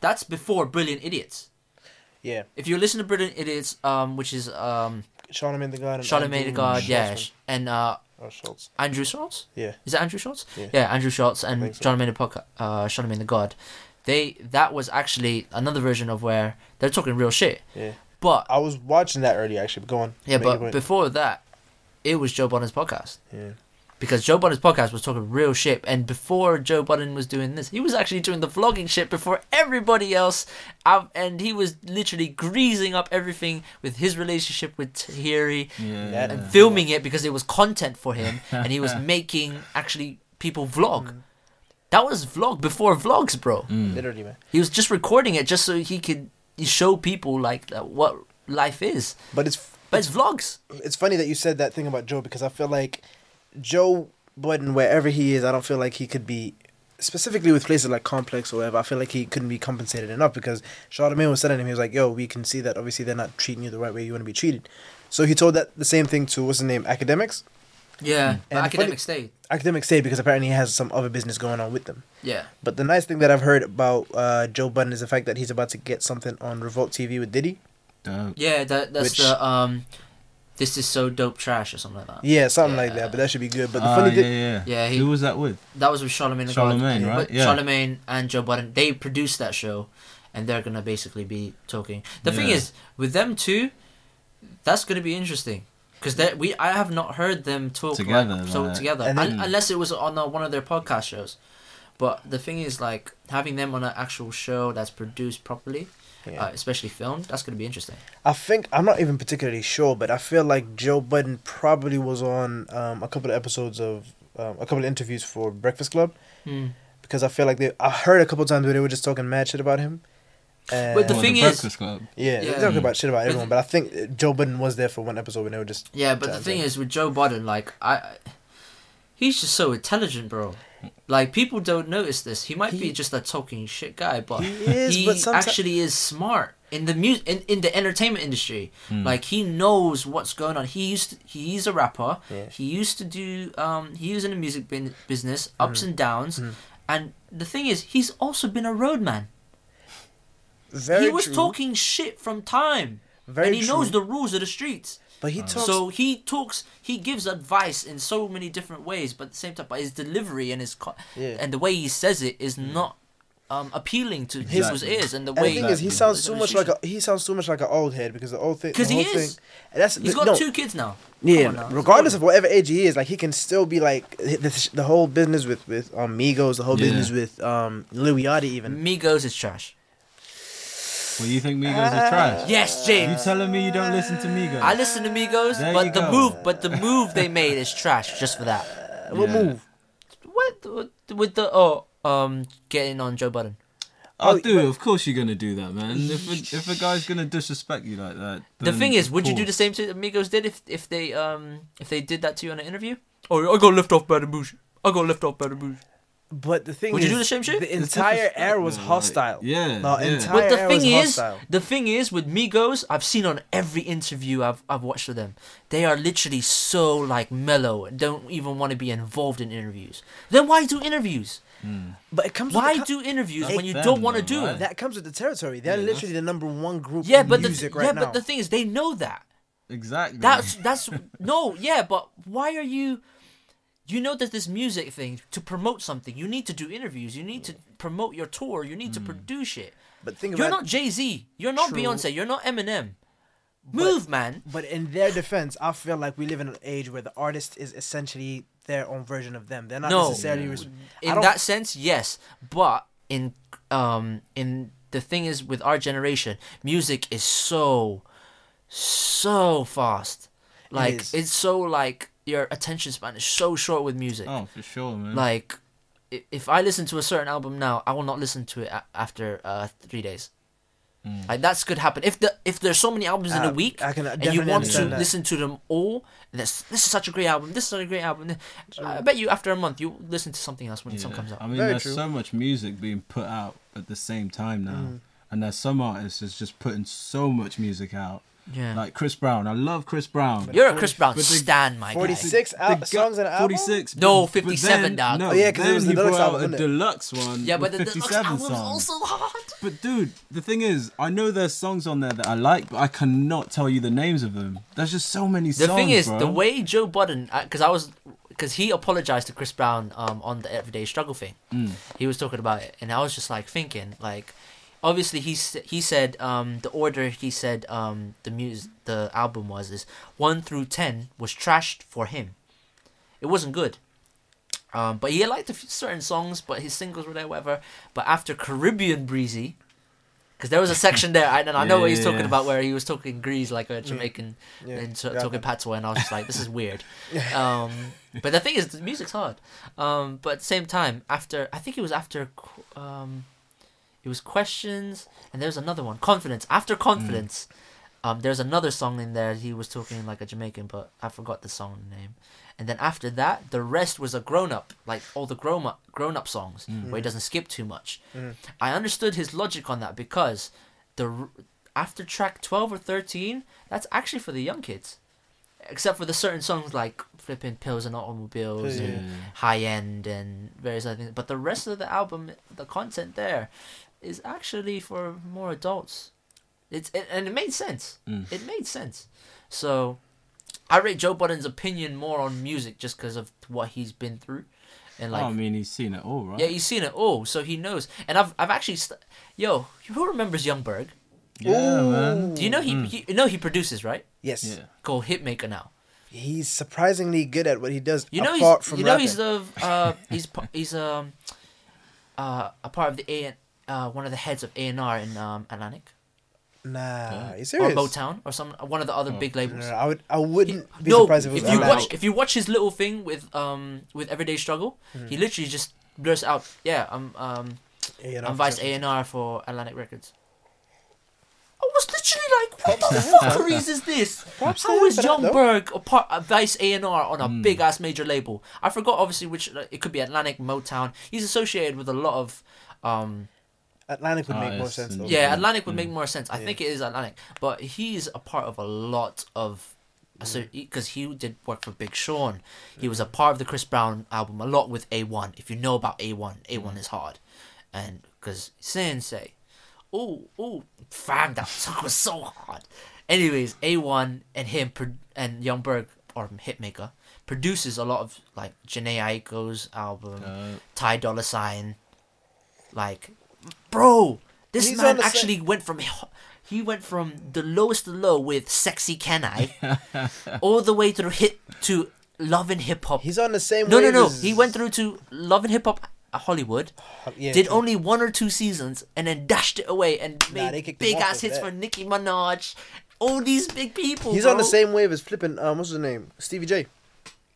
C: that's before Brilliant Idiots.
D: yeah.
C: If you listen to Brilliant Idiots, um, which is um,
D: Charlemagne the God. and
C: Charlemagne the
D: Andrew
C: God,
D: Schultz
C: yeah,
D: one.
C: and uh,
D: Oh, Schultz.
C: Andrew Schultz.
D: Yeah.
C: Is that Andrew Schultz?
D: Yeah.
C: Andrew Schultz and
D: think so.
C: Charlemagne the Poca- uh, Charlemagne the God. They that was actually another version of where they're talking real shit.
D: Yeah.
C: But
D: I was watching that earlier, actually. But go on.
C: yeah,
D: Make your
C: but
D: point.
C: before that, it was Joe Budden's podcast
E: Mm.
D: yeah.
C: because Joe Budden's podcast was talking real shit, and before Joe Budden was doing this, he was actually doing the vlogging shit before everybody else, um, and he was literally greasing up everything with his relationship with Tahiri
D: Mm.
E: Yeah.
D: That-
C: and filming it because it was content for him, and he was making actually people vlog.
D: Mm.
C: That was vlog before vlogs, bro.
D: Literally, man.
C: He was just recording it just so he could show people like uh, what life is,
D: But it's
C: but it's vlogs.
D: it's funny that you said that thing about Joe because I feel like Joe Budden, wherever he is, I don't feel like he could be specifically with places like Complex or whatever. I feel like he couldn't be compensated enough because Charlemagne was telling him he was like, "Yo, we can see that obviously they're not treating you the right way you want to be treated." So he told that the same thing to what's his name, academics.
C: Yeah,
D: Mm. And
C: academic
D: funny-
C: state.
D: Academics stayed because apparently he has some other business going on with them.
C: Yeah.
D: But the nice thing that I've heard about uh, Joe Budden is the fact that he's about to get something on Revolt TV with Diddy.
E: Dope.
C: Yeah, that that's
D: Which-
C: the um, this is so dope trash or something like that.
D: Yeah, something like
C: Yeah.
D: that. But that should be good. But the
E: Ah,
D: funny
E: yeah,
D: thing,
E: yeah,
C: Yeah, he-
E: Who was that with?
C: That was with Charlemagne.
E: Charlemagne, right?
C: But
E: Yeah.
C: Charlemagne and Joe Budden, they produced that show, and they're gonna basically be talking. The thing
E: Yeah.
C: is, with them two, that's gonna be interesting because that we I have not heard them talk together,
E: Together,
C: like, so
E: like-
C: together,
D: And
E: then-
C: un- unless it was on uh, one of their podcast shows. But the thing is, like having them on an actual show that's produced properly,
D: Yeah.
C: uh, especially filmed, that's gonna be interesting.
D: I think I'm not even particularly sure, but I feel like Joe Budden probably was on um, a couple of episodes of um, a couple of interviews for Breakfast Club because I feel like they I heard a couple of times where they were just talking mad shit about him. And
C: But The
E: Or
C: thing
E: Oh, the
C: is-
E: Breakfast Club.
D: yeah,
C: Yeah.
D: they talk about shit about
C: But
D: everyone,
C: the-
D: but I think uh, Joe Budden was there for one episode when they were just
C: Yeah, but the
D: Sounds
C: thing
D: like-
C: is with Joe Budden, like I, I- he's just so intelligent, bro. Like people don't notice this. He might be
D: He-
C: just a talking shit guy, but
D: He is,
C: he
D: but someti-
C: actually is smart in the mu- in, in the entertainment industry.
D: Hmm.
C: Like he knows what's going on. He used to, he's a rapper.
D: Yeah.
C: He used to do um he was in the music bin- business,
D: Hmm.
C: ups and downs. And the thing is, he's also been a roadman.
D: very
C: he was
D: true,
C: talking shit from time.
D: Very
C: and he knows
D: true.
C: the rules of the streets.
D: but he talks
C: So he talks, he gives advice in so many different ways, but at the same time, but his delivery and his co-
D: Yeah.
C: and the way he says it is not um, appealing to people's
E: Mm. Exactly.
C: ears. And the
D: And
C: way
D: the thing is, he
E: Exactly.
D: sounds too much like a he sounds too much like an old head because the old thing.
C: 'Cause
D: the
C: he
D: whole
C: is.
D: Thing, that's
C: he's got
D: no,
C: two kids now. Come
D: Yeah,
C: on now.
D: regardless of whatever age he is, like he can still be like the, the whole business with with um, Migos, the whole
E: Yeah.
D: business with um Lil Yachty even.
C: Migos is trash.
E: Well, you think Migos
D: Ah.
E: are trash?
C: Yes,
E: You
C: James.
E: telling me you don't listen to Migos?
C: I listen to Migos,
E: Uh, There you
C: but the
E: go.
C: move, but the move they made is trash. Just for that.
D: What
E: Yeah.
D: move?
C: What with the oh um getting on Joe Budden?
E: I do. Oh, Of course, you're gonna do that, man. If a, if a guy's gonna disrespect you like that,
C: The
E: then
C: thing is,
E: of
C: would you do
E: course.
C: the same to Amigos did if if they um if they did that to you on an interview? Or I got left off by the bush. I got left off by the bush.
D: But the thing
C: Would you
D: is,
C: do the same shit?
D: The
E: It's
D: entire era was
E: disrespectful, like,
D: hostile.
E: yeah,
D: the
E: yeah.
D: entire
C: But the
D: era
C: thing
D: was
C: is,
D: hostile.
C: the thing is with Migos, I've seen on every interview I've I've watched with them, they are literally so like mellow and don't even want to be involved in interviews. Then why do interviews?
D: But it comes.
C: Why
D: with the,
C: do interviews
E: That's
C: when you
E: them,
C: don't want to do
E: though, right?
C: it?
D: that comes with the territory? They're
E: that's-
D: literally the number one group.
C: Yeah,
D: in
C: but the
D: music
C: th-
D: right
C: yeah,
D: now.
C: but the thing is, they know that.
E: exactly.
C: That's that's no, yeah, but why are you? You know that this music thing to promote something, you need to do interviews, you need to promote your tour, you
D: Mm.
C: need to produce it.
D: But think
C: You're
D: about-
C: not Jay Z, you're not
D: True.
C: Beyonce, you're not Eminem. Move, man.
D: But in their defense, I feel like we live in an age where the artist is essentially their own version of them. They're not
C: No.
D: necessarily. res- I
C: In
D: don't-
C: that sense, yes, but in um in the thing is with our generation, music is so so fast. Like
D: is.
C: it's so like your attention span is so short with music.
E: oh, for sure, man.
D: Mm.
C: like i- if i listen to a certain album now i will not listen to it a- after uh, three days like that's could happen if the if there's so many albums in a
D: Mm. Uh,
C: week
D: I can
C: and you
D: definitely
C: want to
D: understand that.
C: listen to them all and this, this is such a great album this is such a great album i bet you after a month you listen to something else when
E: Yeah.
C: something comes out
E: I mean,
D: Very
E: there's
D: true.
E: so much music being put out at the same time now,
C: Mm.
E: and there's some artists that's just putting so much music out.
C: Yeah.
E: Like Chris Brown, I love Chris Brown.
C: you're a chris brown
E: but the-
C: stan my guy
D: 46 al- songs in an album?
E: Forty-six.
C: No,
E: but- but
C: 57,
E: then-
C: dog.
E: No,
D: Oh, yeah, 'cause it
E: then
D: was the
E: he
D: deluxe
E: brought out
D: album,
E: a
D: wasn't it?
E: deluxe one.
C: yeah but
E: with
C: the deluxe
E: 57
C: album's
E: songs.
C: also hard
E: But dude, the thing is, I know there's songs on there that I like, but I cannot tell you the names of them. There's just so many
C: The
E: songs.
C: thing is,
E: bro.
C: the way Joe Budden, because I was because he apologized to Chris Brown um, on the Everyday Struggle thing.
E: Mm.
C: He was talking about it, and I was just like thinking, like, obviously he s- he said um, the order he said um, the mus the album was is one through ten was trashed for him. It wasn't good. Um, but he liked a few certain songs, but his singles were there, whatever. But after Caribbean Breezy, because there was a section there, I, and I know what he's
E: Yeah.
C: talking about, where he was talking Grease like a Jamaican
D: Yeah,
C: and t-
D: got
C: talking
D: that.
C: patois, and I was just like, this is weird. um, but the thing is, the music's hard. Um, but at the same time, after I think it was after, qu- um, it was questions, and there was another one, confidence. After
D: Mm.
C: confidence, um, there's another song in there. He was talking like a Jamaican, but I forgot the song name. And then after that, the rest was a grown up, like all the grown up grown up songs, where he doesn't skip too much. I understood his logic on that because the r- after track twelve or thirteen, that's actually for the young kids, except for the certain songs like flipping pills and automobiles
D: Yeah.
C: and high end and various other things. But the rest of the album, the content there, is actually for more adults. It's it, and it made sense.
E: Mm.
C: It made sense. So I rate Joe Budden's opinion more on music just because of what he's been through, and like
E: oh, I mean, uh, he's seen it all, right?
C: yeah, he's seen it all, so he knows. And I've I've actually, st- yo, who remembers Youngberg?
E: Yeah, man.
C: Do you know he, he you know he produces right?
D: Yes.
E: Yeah.
C: Called hitmaker now.
D: He's surprisingly good at what he does.
C: You know
D: apart
C: he's
D: from
C: you know
D: rapping.
C: he's the uh he's pa- he's um uh a part of the A uh one of the heads of A and R in um Atlantic
D: Nah, you
C: or
D: serious?
C: Motown or some one of the other big
D: No,
C: labels.
D: no, I would. I wouldn't be
C: no,
D: surprised if it was
C: if you
D: Atlantic.
C: watch if you watch his little thing with um with Everyday Struggle, he
D: Hmm.
C: literally just blurts out, yeah, I'm um
D: you know,
C: I'm vice
D: so-
C: A and R for Atlantic Records. I was literally like, what the fuckeries is this?
D: Props to
C: How
D: him
C: is
D: for that, though.
C: Youngberg a part a Vice A and R on a big ass major label? I forgot obviously which like, it could be Atlantic, Motown. He's associated with a lot of um
D: Atlantic would
E: Ah,
D: make more
E: yes,
D: sense.
E: and-
D: though.
C: yeah, Atlantic would make more sense. I think it is Atlantic, but he's a part of a lot of so because he did work for Big Sean, he was a part of the Chris Brown album a lot with A One. If you know about A One, A One is hard, and because Sensei, oh oh, fam, that song was so hard. Anyways, A One and him pro- and Youngberg or Hitmaker produces a lot of like Janae Aiko's album,
E: Uh,
C: Ty Dolla Sign, like, bro, this
D: He's on
C: man
D: the sa-
C: actually went from he went from the lowest of low with "Sexy Can I," all the way through hit to "Love and Hip Hop."
D: He's on the same.
C: No, no,
D: wave
C: no.
D: as-
C: He went through to "Love and Hip Hop" Hollywood,
D: Yeah,
C: did
D: true.
C: only one or two seasons, and then dashed it away and
D: Nah, they
C: made
D: kicked him
C: big
D: off
C: ass
D: with
C: hits
D: that.
C: for Nicki Minaj. All these big people.
D: He's on the
C: bro.
D: same wave as flipping. Um, what's his name? Stevie J.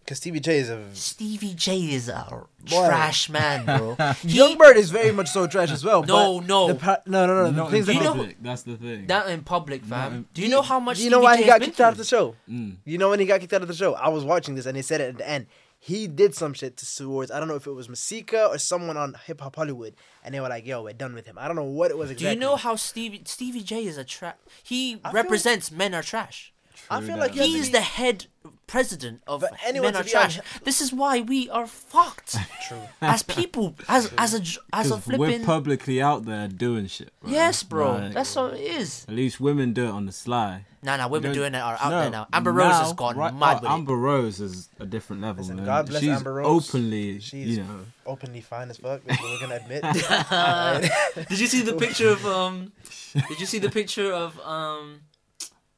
D: Because Stevie J is a
C: Stevie J is a
D: Boy.
C: trash man, bro. He-
D: Youngbird is very much so trash as well.
C: No,
D: but
C: no.
D: the pa- no, no, no, no.
E: not
D: The things
E: in
D: that
C: you know-
E: public. That's the thing.
C: Not in public, fam.
E: in-
C: Do you know how much
D: you know
C: Stevie
D: why
C: J
D: he
C: has
D: got
C: been
D: kicked out of
C: through?
D: the show.
C: Mm.
D: You know when he got kicked out of the show? I was watching this and they said it at the end. He did some shit to towards I don't know if it was Masika or someone on Hip Hop Hollywood, and they were like, "Yo, we're done with him." I don't know what it was
C: Do
D: exactly.
C: you know how Stevie Stevie J is a trash? He
D: feel-
C: represents men are trash.
D: I feel like
C: He
D: to
C: is
D: be-
C: the head president of
D: For anyone
C: men
D: to
C: are
D: be
C: trash.
D: on-
C: This is why we are fucked. True. As people, as as a j- as a
E: 'Cause we're
C: flipping.
E: publicly out there doing shit. Bro.
C: Yes, bro.
E: Like,
C: That's all it is.
E: At least women do it on the sly.
C: Nah, nah. Women
E: Don't-
C: doing it are out
E: No,
C: there now. Amber Rose has
E: now,
C: gone
E: right-
C: mad
E: oh,
C: with it.
E: Amber Rose is a different level,
D: Listen,
E: man.
D: God bless
E: She's
D: Amber Rose.
E: openly,
D: She's
E: you know,
D: openly fine as fuck. That's what we're gonna admit. Alright.
C: Did you see the picture of um? did you see the picture of um?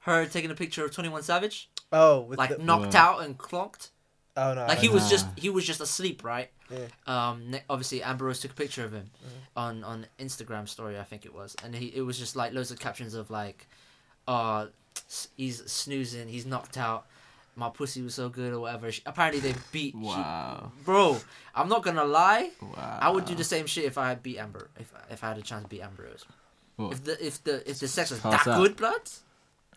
C: Her taking a picture of Twenty One Savage,
D: Oh, with
C: like
D: the,
C: knocked
E: Wow.
C: out and clocked.
D: oh no,
C: like
D: I
C: he
D: don't
C: was
E: Nah.
C: just he was just asleep, right?
D: Yeah.
C: Um, ne- obviously Amber Rose took a picture of him on on Instagram story, I think it was, and he it was just like loads of captions of like, uh, s- he's snoozing, he's knocked out, my pussy was so good or whatever. She, apparently they beat. she-
E: wow,
C: bro, I'm not gonna lie.
E: wow.
C: I would do the same shit if I had beat Amber. If if I had a chance to beat Amber Rose.
E: What?
C: If the if the if the sex was
E: Pass
C: that
E: out.
C: good, blood.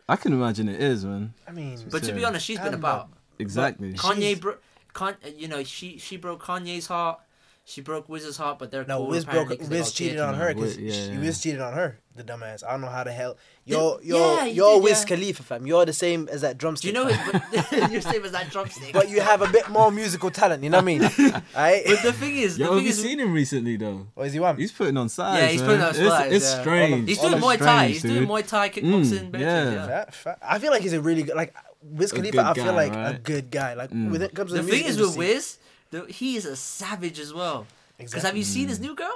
E: I can imagine it is, man.
D: know. I mean,
C: But to be
E: Sure.
C: honest, she's been
D: Amber.
C: about.
E: Exactly.
C: Kanye
D: She's-
C: broke, Con- you know, she she broke Kanye's heart. She broke Wiz's heart, but they're
D: No,
C: cool.
D: Wiz
C: apparently,
D: broke.
C: 'cause they
D: Wiz
C: got
D: cheated
C: kids.
D: on her because
E: Wiz- yeah, yeah.
D: Wiz cheated on her. The dumbass. I don't know how the hell. Yo,
C: Yeah,
D: yo,
C: he
D: yo,
C: did,
D: Wiz
C: yeah.
D: Khalifa, fam. You're the same as that
C: Do
D: drumstick.
C: you know
D: fam.
C: it? Your same as that drumstick.
D: But you have a bit more musical talent. You know what I mean?
C: But
D: Alright.
C: the thing is,
E: Yo,
C: the
E: have
C: thing
E: you
C: is,
E: seen him recently though?
D: What is he want?
E: He's putting on size.
C: Yeah, he's putting
E: man.
C: on
E: It's-
C: size,
E: It's,
C: yeah.
E: strange.
C: he's doing
E: It's
C: Muay Thai.
E: strange,
C: He's doing
E: dude.
C: Muay Thai kickboxing.
E: Mm,
C: basically, yeah.
E: yeah.
D: Fat, fat. I feel like he's a really good. Like Wiz
E: A
D: Khalifa,
E: good
D: I feel
E: guy,
D: like a
E: right? Mm.
D: good guy. Like when it comes to
C: The
D: the,
C: thing
D: music
C: is with
D: industry-
C: Wiz, the, he is a savage as well. Because have you seen
E: Hmm.
C: his new girl?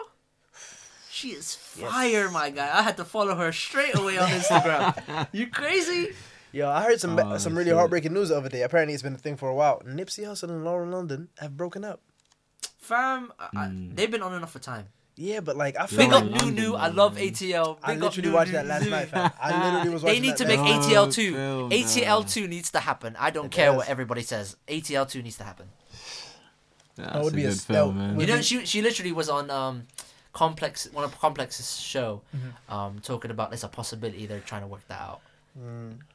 C: She is fire, my guy. I had to follow her straight away on Instagram. you crazy?
D: Yo, I heard some
E: Oh,
D: some really
E: shit.
D: heartbreaking news the other day. Apparently, it's been a thing for a while. Nipsey Hussle and Lauren London have broken up.
C: Fam, I- I,
E: Hmm.
C: they've been on and off for time.
D: Yeah, but like I feel
C: Big
D: like
C: up
E: Lauren
C: New New. I
E: London,
C: love ATL. Big
D: I
C: up
D: literally
C: Nunu,
D: watched that last
C: Nunu.
D: night. Fam. I literally was
C: They
D: watching.
C: need to
D: that
C: make
D: last
E: Oh,
C: ATL two.
E: Phil, nah.
C: ATL two needs to happen. I don't care what
D: does.
C: everybody says. ATL two needs to happen.
E: That's
D: would
E: a
D: be a
E: good
D: s- that
E: film,
D: would-
E: man.
C: You
D: Would
C: know,
D: you-
C: she she literally was on um, complex one of complex's show, um, talking about there's a possibility they're trying to work that out.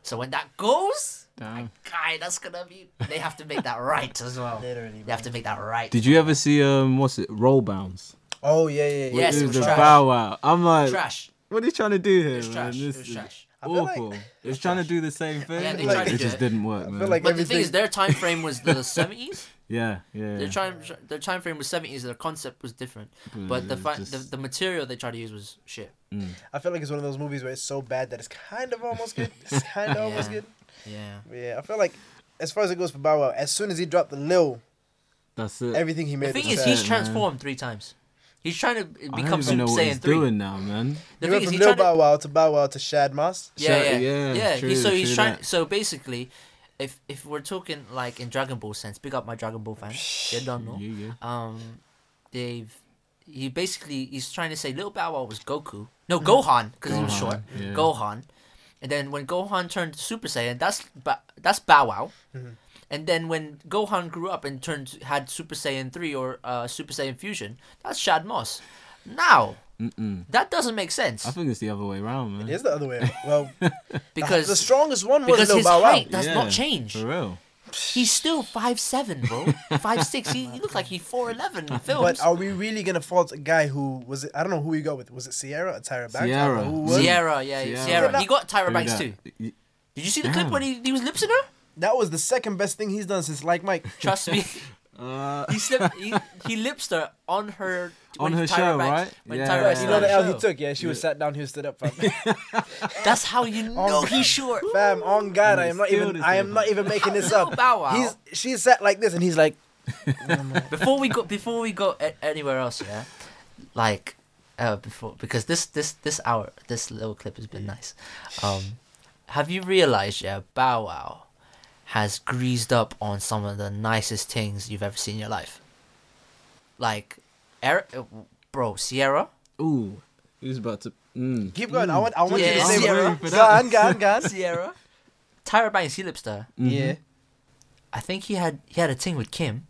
C: So when that goes,
E: Damn.
C: guy, that's gonna be. They have to make that right as well.
D: Literally,
C: they have to make that right.
E: Did you ever see um what's it? Roll bounce.
D: Oh yeah, yeah, yeah.
C: Yes, it
E: it
C: was
E: was a
C: trash.
E: bow wow. I'm like,
C: trash.
E: what are you trying to do here,
C: It was
E: man?
C: trash.
E: This
C: It was
E: is
C: trash.
D: I feel like-
E: awful. it's trying to do the same thing.
C: Yeah, they
E: like,
C: tried to
E: it
C: do
E: just
C: it.
E: didn't work, man.
D: feel like
C: But the thing
D: everything-
C: is, their time frame was the seventies.
E: yeah, yeah.
C: Their time, their time frame was seventies. Their concept was different, but the,
E: Mm,
C: fi-
E: just-
C: the the material they tried to use was shit.
D: I feel like it's one of those movies where it's so bad that it's kind of almost good. It's kind of almost
C: Yeah.
D: good.
C: Yeah.
D: Yeah, I feel like as far as it goes for Bow Wow, as soon as he dropped the Lil,
E: That's it.
D: everything he
C: The
D: made.
C: thing
D: was
C: is,
D: bad.
C: he's
E: man.
C: transformed three times. He's trying to
E: I
C: become
E: don't even
C: Super
E: know what he's
C: Saiyan three.
E: doing now, man.
C: The
D: he
C: thing
D: went
C: is,
D: from
C: he's
D: Lil
C: trying to
D: Bow Wow to Bow Wow to Shad Moss.
C: yeah,
E: Shout-
C: yeah,
E: yeah,
C: yeah.
E: true,
C: he's, so he's
E: true
C: trying.
E: that.
C: So basically, if if we're talking like in Dragon Ball sense, pick up my Dragon Ball fans. They don't know.
E: Yeah, yeah.
C: Um, they've he basically he's trying to say Little Bow Wow was Goku, no Gohan because he was
E: Mm. Gohan,
C: short.
E: yeah.
C: Gohan, and then when Gohan turned Super Saiyan, that's ba- that's Bow Wow.
E: Mm-hmm.
C: And then when Gohan grew up and turned had Super Saiyan three or uh, Super Saiyan fusion, that's Shad Moss. Now
E: Mm-mm.
C: that doesn't make sense
E: I think it's the other way around, man.
D: It's the other way. around. Well, the-
C: because
D: the strongest one was
C: because
D: Lil
C: his
D: Bow Wow.
C: height does not
E: Yeah,
C: change.
E: For real.
C: He's still five seven, bro. Five six. He, he looks like he's four eleven in films.
D: But are we really gonna fault a guy who was it? I don't know who he got with. Was it Sierra or Tyra Banks? I don't know
E: Ciara.
D: Who was?
C: Sierra, yeah, Sierra.
E: Ciara.
C: He got Tyra
E: Do
C: Banks
E: that.
C: too.
E: Y-
C: Did you see the clip
E: Damn.
C: when he, he was lipsing her?
D: That was the second best thing he's done since Like Mike.
C: Trust me,
E: Uh,
C: he slipped. He, he lipsed her on her
E: On
C: when
E: her
C: Tyra
E: show,
C: Banks,
E: right?
C: When
E: Yeah.
C: Tyra
E: Right,
C: Banks
D: You
C: was
D: know
C: on
D: the
C: her
D: L he
C: show.
D: took. Yeah, she was sat down. He was stood up. Fam,
C: That's how you know he's short.
D: fam on God,
E: And
D: I
E: it's
D: am not
E: still
D: even.
E: the
D: I
E: same
D: am not
E: height.
D: even making this
C: Lil
D: up.
C: Bow Wow.
D: He's she sat like this, and he's like,
C: Before we got before we go a- anywhere else, yeah, like uh, before because this this this hour this little clip has been nice. Um, have you realized, yeah, Bow Wow has greased up on some of the nicest things you've ever seen in your life, like, Eric, uh, bro, Sierra,
E: ooh, he's about to. Mm.
D: keep going. I want. I want
C: Yeah,
D: you to say.
C: Sierra.
D: Go on, go on, go on.
C: Sierra, Tyra Banks, he lips there.
D: Yeah.
C: I think he had he had a ting with Kim.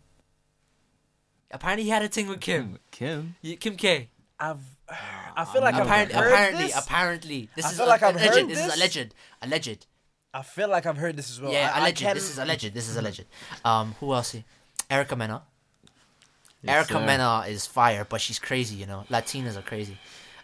C: Apparently, he had a ting with
D: Mm-hmm.
C: Kim.
E: Kim.
C: Yeah, Kim K.
D: I've. I feel like I've
C: Apparently,
D: heard
C: apparently,
D: this.
C: apparently, this
D: I
C: is
D: feel
C: a-
D: like I've
C: alleged.
D: heard
C: this is
D: this.
C: alleged. Alleged.
D: I feel like I've heard this as well.
C: yeah,
D: I, I
C: alleged.
D: can-
C: This is alleged. This is alleged. Um, who else? Erica Mena.
E: Yes,
C: Erica
E: sir.
C: Mena is fire, but she's crazy. You know, Latinas are crazy.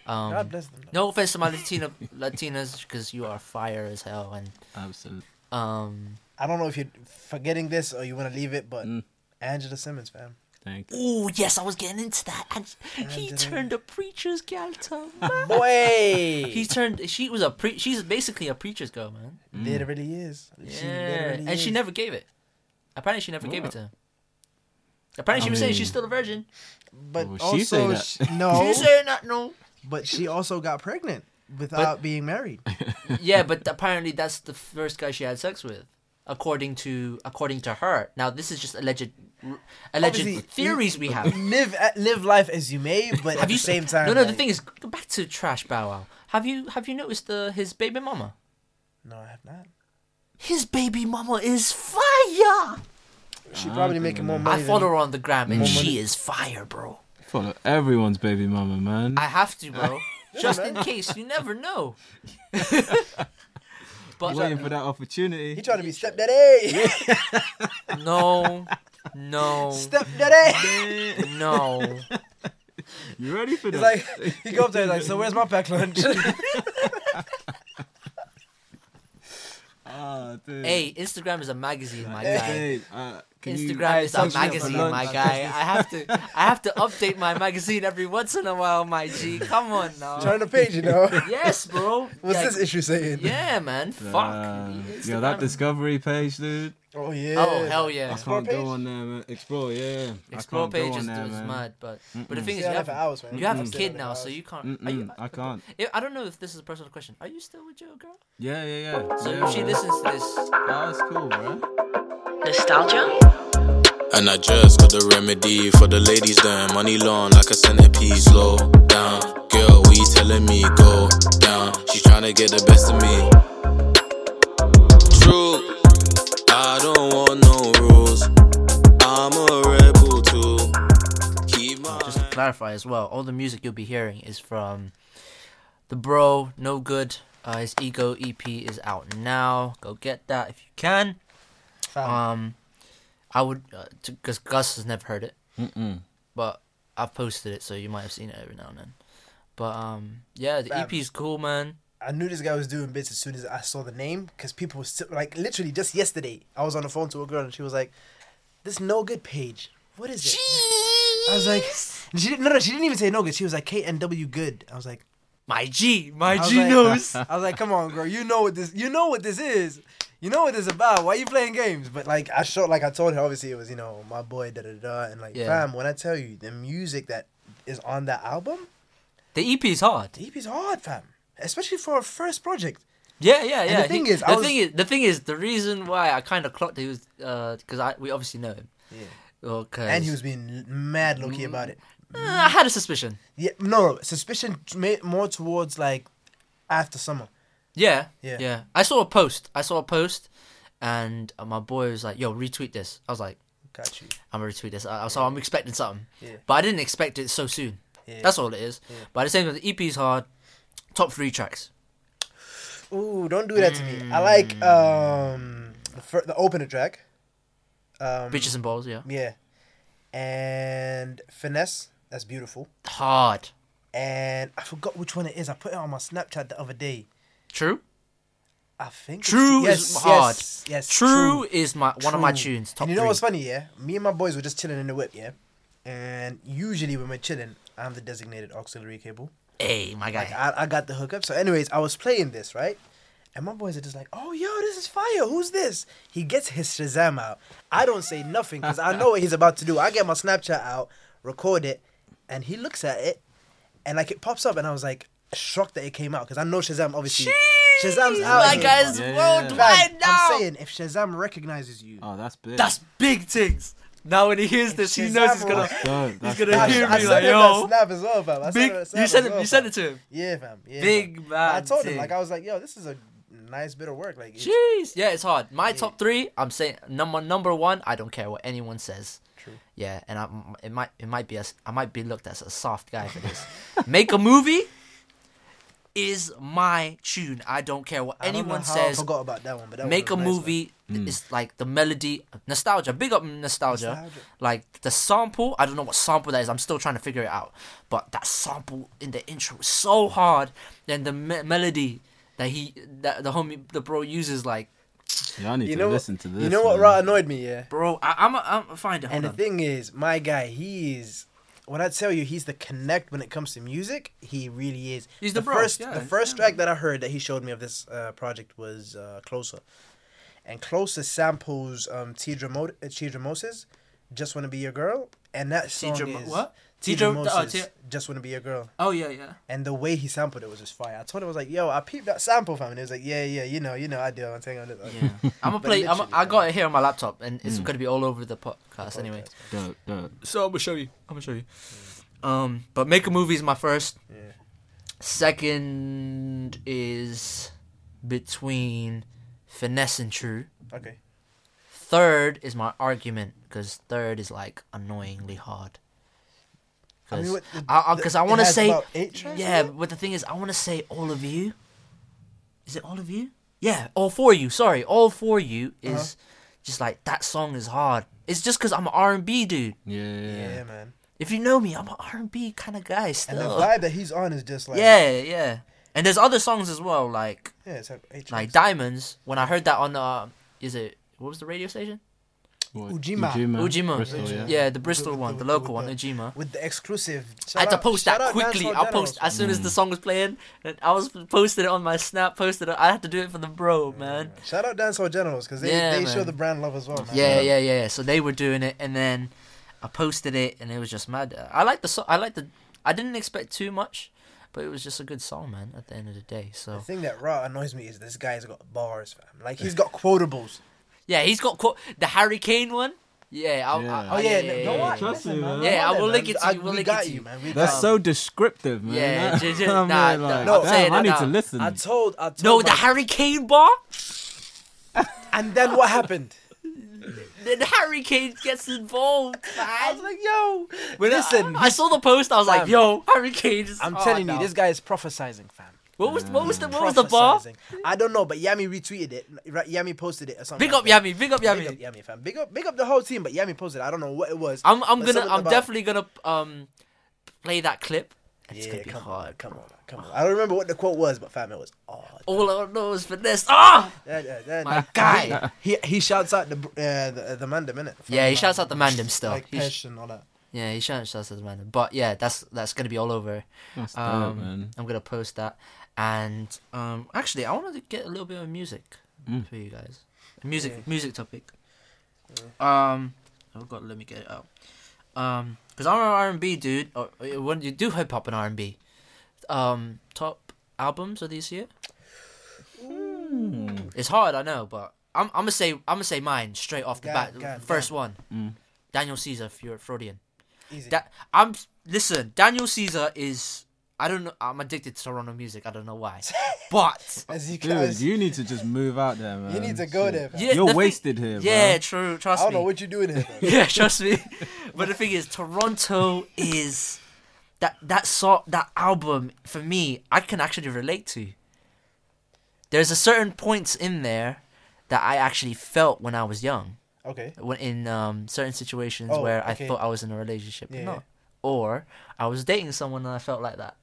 C: Um,
D: God bless them.
C: no offense to my Latina Latinas, because you are fire as hell. And
E: Absolutely.
C: um,
D: I don't know if you're forgetting this or you want to leave it, but
C: Mm.
D: Angela Simmons, fam.
E: Thank you.
C: oh yes, I was getting into that. And he
D: Angela.
C: turned a preacher's gal to man.
D: Boy,
C: He turned. She was a pre. She's basically a preacher's girl, man.
D: There really is. She
C: Yeah,
D: literally
C: Mm. and she
D: is.
C: never gave it. Apparently, she never gave it
E: What?
C: to him. Apparently, she
E: I
C: was saying
E: mean-
C: she's still a virgin.
D: But
E: Well,
D: also,
E: she say that.
D: she- no.
C: She's saying that no.
D: but she also got pregnant without being married.
C: yeah, but apparently that's the first guy she had sex with, according to according to her. Now this is just alleged alleged
D: Obviously,
C: theories we have.
D: live eh, live life as you may, but at
C: Have
D: the
C: you
D: same time,
C: No, no. The
D: like-
C: thing is, go back to Trash Bow Wow. Have you have you noticed the his baby mama?
D: No, I have not.
C: His baby mama is fire.
D: She probably making more money.
C: I
D: than-
C: follow her on the gram and she is fire, bro.
E: Follow everyone's baby mama, man.
C: I have to, bro. Just in case, you never know. but
E: Waiting for that opportunity.
D: He trying to be step daddy,
C: no, no,
D: step daddy.
C: no.
E: You ready for
D: He's
E: that?
D: like he go up there like, so where's my pack lunch?
E: ah, dude.
C: hey, Instagram is a magazine, my guy.
E: Ah, Hey, uh, Can you-
C: Instagram is our
E: Something for
C: magazine,
E: lunch.
C: my guy. I have to, I have to update my magazine every once in a while, my G. Come on now.
D: Turn the page, you know.
C: Yes, bro.
D: What's
C: yeah,
D: this issue saying?
C: Yeah, man.
E: Uh,
C: Fuck.
E: yeah, that
C: Instagram.
E: discovery page, dude.
D: Oh yeah.
C: Oh hell yeah.
E: I
D: Explore
E: can't go
D: page?
E: on there, man. Explore, yeah.
C: Explore
E: I can't go
C: page
E: on
C: is,
E: there,
C: is
E: man.
C: mad, but but the
E: Mm-mm.
C: thing is, you
D: Stay on it
C: have,
D: for hours, man. Mm.
C: you have a
D: Stay on it
C: kid
D: for
C: now,
D: hours.
C: so you can't. Are you,
E: Mm-mm, I can't.
C: I- I don't know if this is a personal question. Are you still with your girl?
E: Yeah, yeah, yeah.
C: So
E: yeah,
C: if she
E: man.
C: listens to this,
E: Oh, that's cool, bro.
A: Nostalgia?
B: And I just got the remedy for the ladies, then money long like a centipede. Slow down, girl, what you telling me? Go down. She tryna get the best of me. True, I don't want no rules. I'm a rebel too. Keep my
C: just to clarify as well, all the music you'll be hearing is from the bro No Good. Uh, his Ego EP is out now. Go get that if you can.
D: Found
C: Um, I would because Gus has never heard it,
E: Mm-mm.
C: but I've posted it, so you might have seen it every now and then. But um, yeah, the
D: Fam.
C: EP is cool, man.
D: it. I knew this guy was doing bits as soon as I saw the name because people were still like literally just yesterday. I was on the phone to a girl and she was like, "This no good page. What is it?" I was like, and she didn't, no, no, she didn't even say no good. She was like K N W good. I was like,
C: My G, my
D: I was
C: G
D: like-
C: knows.
D: I was like, come on, girl, you know what this, you know what this is, you know what this is about. Why you playing games? But like, I showed, like I told her, obviously it was you know my boy, da da da, and like,
C: Yeah.
D: fam, when I tell you the music that is on that album,
C: the EP is hard.
D: the EP is hard, fam, especially for a first project.
C: Yeah, yeah,
D: And
C: yeah.
D: the thing
C: He-
D: is,
C: the
D: I was-
C: thing is, the thing is, the reason why I kind of clocked he was because I we obviously know him.
D: Yeah.
C: Well, 'cause-
D: And he was being mad low key about it.
C: Uh, I had a suspicion.
D: Yeah, no, suspicion ma- more towards like after summer.
C: Yeah,
D: Yeah.
C: yeah, yeah. I saw a post. I saw a post, and uh, my boy was like, "Yo, retweet this." I was like,
D: Got you.
C: "I'm gonna retweet this." I, I- so I'm expecting something,
D: Yeah.
C: but I didn't expect it so soon.
D: Yeah.
C: That's all it is. But at the same time, the EP is hard. Top three tracks.
D: Ooh, don't do that to me. I
C: Mm.
D: like um the, fir- the opener track. Um,
C: Bitches and balls, yeah.
D: Yeah. And finesse, that's beautiful.
C: Hard.
D: And I forgot which one it is. I put it on my Snapchat the other day.
C: True.
D: I think it's-
C: True is hard.
D: Yes, yes,
C: True, is my one of my
D: True.
C: tunes. Top
D: and you know
C: three.
D: what's funny? Yeah, me and my boys were just chilling in the whip. Yeah, and usually when we're chilling, I'm the designated auxiliary cable.
C: Hey, my guy.
D: Like I, I got the hookup. So, anyways, I was playing this right, and my boys are just like, "Oh, yo, this is fire! Who's this?" He gets his Shazam out. I don't say nothing because I know what he's about to do. I get my Snapchat out, record it, and he looks at it, and like it pops up, and I was like shocked that it came out because I know Shazam obviously. Shazam's
C: Jeez,
D: out.
C: My
D: here.
C: guy's
E: Yeah, yeah, yeah.
D: Fam,
C: worldwide now.
D: I'm saying if Shazam recognizes you,
E: Oh, that's big.
C: That's big things. Now when he hears this, he knows he's gonna.
D: Shazam-
E: dope. That's
C: gonna
E: dope.
D: I,
C: hear
D: I
C: me
D: sent
C: like,
D: him
C: yo,
D: that snap as well, fam. I sent
C: Big.
D: him that snap
C: You
D: as
C: sent it.
D: well,
C: You sent
D: fam.
C: it to him.
D: Yeah, fam. Yeah,
C: Big
D: fam.
C: man
D: I told him
C: thing.
D: like I was like, yo, this is a nice bit of work. Like, it's
C: Jeez. Yeah, it's hard. My top three. I'm saying number number one. I don't care what anyone says.
D: True.
C: Yeah, and I, it might it might be as I might be looked as a soft guy for this. Make a movie is my tune. I don't care what
D: I don't know
C: anyone
D: how I
C: says.
D: forgot about that one, but that
C: Make a
D: one was nice,
C: movie is like the melody nostalgia. Big up nostalgia.
D: Mm. Nostalgia.
C: Like the sample. I don't know what sample that is. I'm still trying to figure it out. But that sample in the intro is so hard. Then the me- melody that he that the homie the bro uses like
E: Yeah, I need
D: man. You
E: to
D: know,
E: listen to this.
D: you know what
E: man.
D: Ra annoyed me, yeah.
C: bro. I, I'm a, I'm a find it. Hold
D: And the
C: on.
D: thing is, my guy, he is. When I tell you he's the connect when it comes to music, he really is.
C: He's the bro,
D: first.
C: yeah,
D: the first
C: yeah.
D: track that I heard that he showed me of this uh, project was uh, "Closer," and "Closer" samples um, Tidra Mo- uh, Tidra Moses, "Just Wanna Be Your Girl," and that song
C: Tidra Mo-
D: is
C: what?
D: Tidra,
C: Tidra- oh,
D: Moses,
C: Ti-
D: "Just Wanna Be Your Girl."
C: Oh yeah, yeah.
D: And the way he sampled it was just fire. I told him I was like, "Yo, I peeped that sample, fam," and he was like, "Yeah, yeah, you know, you know, I do." I'm saying, I'm like,
C: Yeah. I'm gonna
D: But
C: play. I'm. A,
D: literally, Mm.
C: I got it here on my laptop, and it's gonna be all over the podcast anyway.
E: Dope, dope.
C: So I'm gonna show you. I'm gonna show you. Um, but make a movie is my first.
D: Yeah.
C: Second is between finesse and true.
D: Okay.
C: Third is my argument because third is like annoyingly hard.
D: I mean,
C: Because
D: what the-
C: I,
D: the-
C: because I
D: it
C: want to
D: has
C: say
D: about eight tracks
C: yeah,
D: on it?
C: but the thing is, I want to say all of you. Is it all of you? Yeah, all for you. Sorry, all for you is
D: Uh-huh.
C: just like that song is hard. It's just because I'm an R and B dude.
E: Yeah, yeah,
D: Yeah,
E: yeah.
D: man.
C: If you know me, I'm an R and B kind of guy
D: And the
C: still.
D: vibe that he's on is just like
C: yeah, yeah. And there's other songs as well, like
D: yeah, it's like, eight
C: like
D: tracks.
C: diamonds. When I heard that on uh, is it what was the radio station?
E: What,
D: Ujima.
C: Ujima.
E: Bristol,
C: yeah.
E: yeah.
C: the Bristol one, the local one, Ujima.
D: with the exclusive.
C: I had to post
D: shout
C: that
D: out
C: quickly.
D: Dancehall
C: I'll post
D: Generals.
C: as soon as the song was playing. And I was posting it on my snap. Posted it. I had to do it for the bro, man.
D: Shout out Dancehall Generals because they,
C: Yeah,
D: they show
C: man.
D: the brand love as well. Man.
C: Yeah, yeah, yeah, yeah. So they were doing it, and then I posted it, and it was just mad. I like the song. I like the. I didn't expect too much, but it was just a good song, man. At the end of the day,
D: The
C: so
D: thing that raw annoys me is this guy's got bars, fam. Like he's got quotables.
C: yeah, he's got qu- the Harry Kane one. Yeah. I, I,
E: Yeah.
C: I,
D: Oh yeah, no,
E: yeah,
D: no, I-
E: yeah. Trust
D: listen,
E: me,
D: man, I
E: man.
C: Yeah,
D: want
C: I will
D: man.
C: link it to
D: I-
C: you, we'll
D: we
C: link
D: got
C: it to
D: you,
C: you.
D: man. We
E: That's
D: got
E: so
D: you.
E: descriptive, man.
C: Um, Yeah,
E: That-
C: ju- ju-
E: I'm
C: nah,
E: really like,
C: no, say
E: damn, I
C: that
E: need
C: now.
E: to listen.
D: I told, I told.
C: No, the
D: my-
C: Harry Kane bar.
D: And then what happened?
C: Then Harry Kane gets involved,
D: I was
C: man.
D: like, yo,
C: When I-
D: listen.
C: I, saw the post. I was like,
D: Fam.
C: "Yo, Harry Kane." Is,
D: I'm
C: oh,
D: telling you,
C: no.
D: this guy is prophesizing, fam.
C: What was what was the what was the bar?
D: Prophesizing. I don't know, but Yami retweeted it. Ra- Yami posted it or something.
C: Big up
D: like
C: Yami. Big up
D: that.
C: Yami.
D: Big up Yami, fam. Big up, big up the whole team, but Yami posted. it. I don't know what it was.
C: I'm I'm
D: but
C: gonna
D: something
C: I'm
D: about-
C: definitely gonna um play that clip. And it's gonna be
D: come on,
C: hard.
D: come on, man, come on. I don't remember what the quote was, but fam, it was odd.
C: All I know is finesse. Ah!
D: That, that, that-
C: My
D: that-
C: guy.
D: He he shouts out the br- uh, the, the man the minute.
C: Yeah, he shouts out the Mandem still.
D: Like
C: He sh-
D: Pesh and all that.
C: yeah, he shouts shouts out the Mandem. But yeah, that's that's gonna be all over.
E: That's dope,
C: Um,
E: man.
C: I'm gonna post that. And um, actually, I wanted to get a little bit of music
E: Mm.
C: for you guys. Music music topic. Um, oh god, let me get it out. Um, because I'm an R&B dude. Or, uh, when you do hip hop and R&B, um, top albums of this year.
D: Hmm.
C: It's hard, I know, but I'm I'm gonna say I'm gonna say mine straight off the
D: God,
C: bat.
D: God,
C: First
D: God.
C: one,
E: Mm.
C: Daniel Caesar, Fur- Freudian.
D: Easy.
C: Da- I'm listen. Daniel Caesar is. I don't know. I'm addicted to Toronto music. I don't know why, but
D: As you
E: Dude,
D: guys,
E: you need to just move out there, man.
D: you need to go
E: Shit.
D: there. Fam.
C: yeah,
E: You're
C: the thing-
E: wasted here, bro.
C: Yeah, true.
D: I
C: Trust
D: don't
C: me.
D: know what you're doing here. fam.
C: yeah, trust me. But the thing is, Toronto is that that sort that album for me. I can actually relate to. There's a certain points in there that I actually felt when I was young.
D: okay.
C: when in um, certain situations
D: Oh,
C: where
D: okay.
C: I thought I was in a relationship, but
D: Yeah.
C: not, or I was dating someone and I felt like that.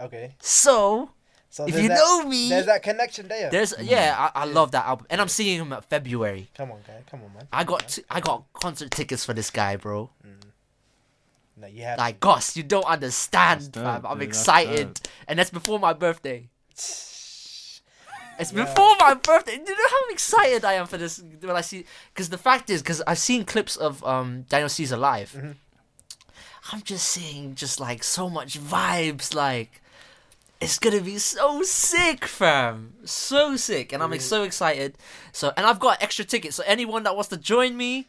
D: Okay.
C: So
D: So
C: If
D: there's
C: you
D: that-
C: know me-
D: there's that mm, connection there.
C: there's yeah, I, I love that album, and I'm seeing him at February.
D: Come on, guy. Come on, man.
C: I got t- I got concert tickets for this guy, bro.
D: No, you have.
C: Like, gosh, you don't understand,
E: That's dope,
C: fam. I'm
E: dude, that's
C: excited,
E: dope.
C: and that's before my birthday. It's before my birthday. Do you know how excited I am for this when I see? Because the fact is, because I've seen clips of um, Daniel Caesar live.
E: Mm-hmm.
C: I'm just seeing just like so much vibes. Like it's gonna be so sick, fam. So sick, and I'm like, so excited. So and I've got extra tickets. So anyone that wants to join me,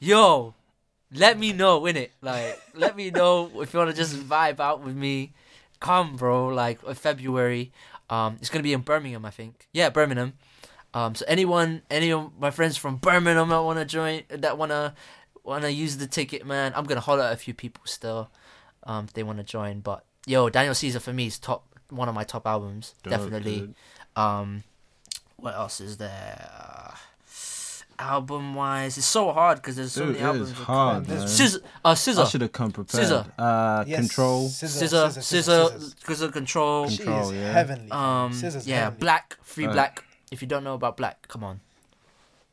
C: yo, let me know in it. Like let me know if you want to just vibe out with me. Come, bro. Like uh, February. Um, it's gonna be in Birmingham, I think. Yeah, Birmingham. Um, so anyone, any of my friends from Birmingham that wanna join, that wanna wanna use the ticket, man, I'm gonna holler at a few people still. Um, if they wanna join, but yo, Daniel Caesar for me is top one of my top albums,
E: Dope,
C: definitely.
E: dude.
C: Um, what else is there? Uh, album wise, it's so hard because there's so
E: Dude,
C: many
E: it
C: albums.
E: is hard,
D: There's
E: man.
C: Scissor, uh,
E: I
C: Scissor,
E: should have come prepared.
C: Scissor.
E: Uh, Control.
C: Scissor, Scissor, Scissor Control.
D: She
E: Control,
D: is
E: yeah.
D: heavenly.
C: Um,
D: Scissor's
C: yeah,
D: heavenly.
C: Black, Free
E: Right.
C: Black. If you don't know about Black, come on.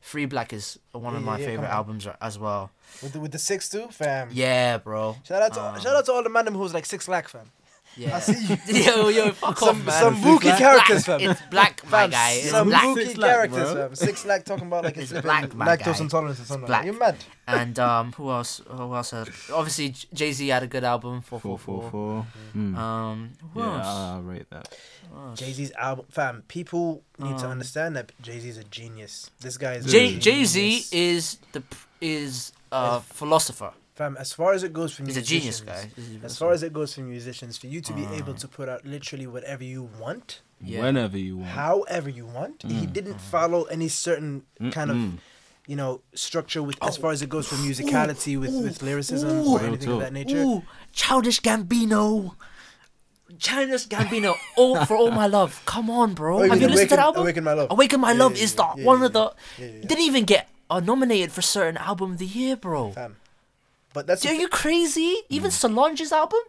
C: Free Black is one of
D: Yeah,
C: my
D: yeah, yeah,
C: favorite
D: come on.
C: albums ra- as well.
D: with the, with the six two fam.
C: Yeah, bro.
D: Shout out to
C: Um,
D: shout out to all the man them who's like six lakh fam.
C: Yeah.
D: I see you.
C: yo, yo, fuck
D: Some-
C: off, man.
D: some
C: It's
D: Wookiee
C: black.
D: characters, fam.
C: It's black, my
D: Fam,
C: guy. It's
D: some
C: black.
D: Mookie
E: Six lakh,
D: characters
E: bro.
D: fam. Six lakh talking about like
C: It's
D: it's flipping
C: black, my
D: lactose
C: guy.
D: intolerance or something.
C: black.
D: Like. You're mad.
C: And um, who else? Who else? Had, obviously, Jay Z had a good album. Four
E: Four
C: Four
E: four
C: Four.
E: four. Mm.
C: Um, who
E: yeah,
C: else?
E: I'll rate that.
C: Oh,
D: Jay Z's album fam. People need to understand that Jay Z's a genius. This guy is a
C: Um, Jay Jay Z
D: genius.
C: is the pr- is a philosopher.
D: fam. As far as it goes for
C: He's a genius
D: musicians,
C: guy. Um.
D: As far as it goes for musicians, for you to be able to put out literally whatever you want,
C: Yeah.
E: Whenever you want.
D: however you want. He didn't follow any certain kind of, you know, structure with as far as it goes for musicality with with lyricism or
E: Real
D: anything of
E: talk.
D: that nature.
C: Ooh, childish Gambino. Childish Gambino, all for all my love. Come on, bro.
D: Oh, you
C: Have you
D: mean
C: listened to that
D: Awaken-
C: album?
D: Awaken My Love.
C: Awaken My
D: Yeah,
C: Love
D: yeah,
C: is the
D: yeah, yeah,
C: one
D: yeah,
C: of the.
D: yeah, yeah.
C: Didn't even get uh, nominated for certain album of the year, bro.
D: Fam. Um, But that's the
C: Are
D: thi-
C: you crazy? Even
D: Mm.
C: Solange's album.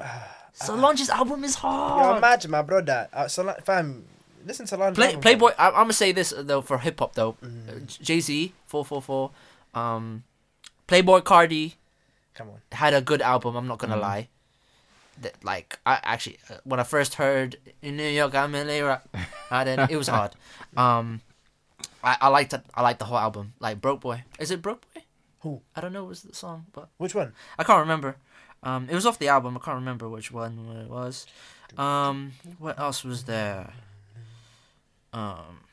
D: Ah,
C: Solange's album is
D: Yo,
C: hard.
D: imagine my brother. Uh, Solan- fam, listen to Lon. Mm.
C: Play, Playboy. I, I'm gonna say this uh, though for hip hop though. Jay Z, four four four. Um, Playboy Cardi
D: Come on.
C: had a good album. I'm not gonna lie. That like I actually uh, when I first heard in New York I'm in LA, right? I didn't- it was hard. Um, I I liked it. I liked the whole album. Like Broke Boy. Is it Broke Boy?
D: Who?
C: I don't know. What was the song? But
D: Which one?
C: I can't remember. Um, it was off the album. I can't remember which one it was. Um, what else was there? Um,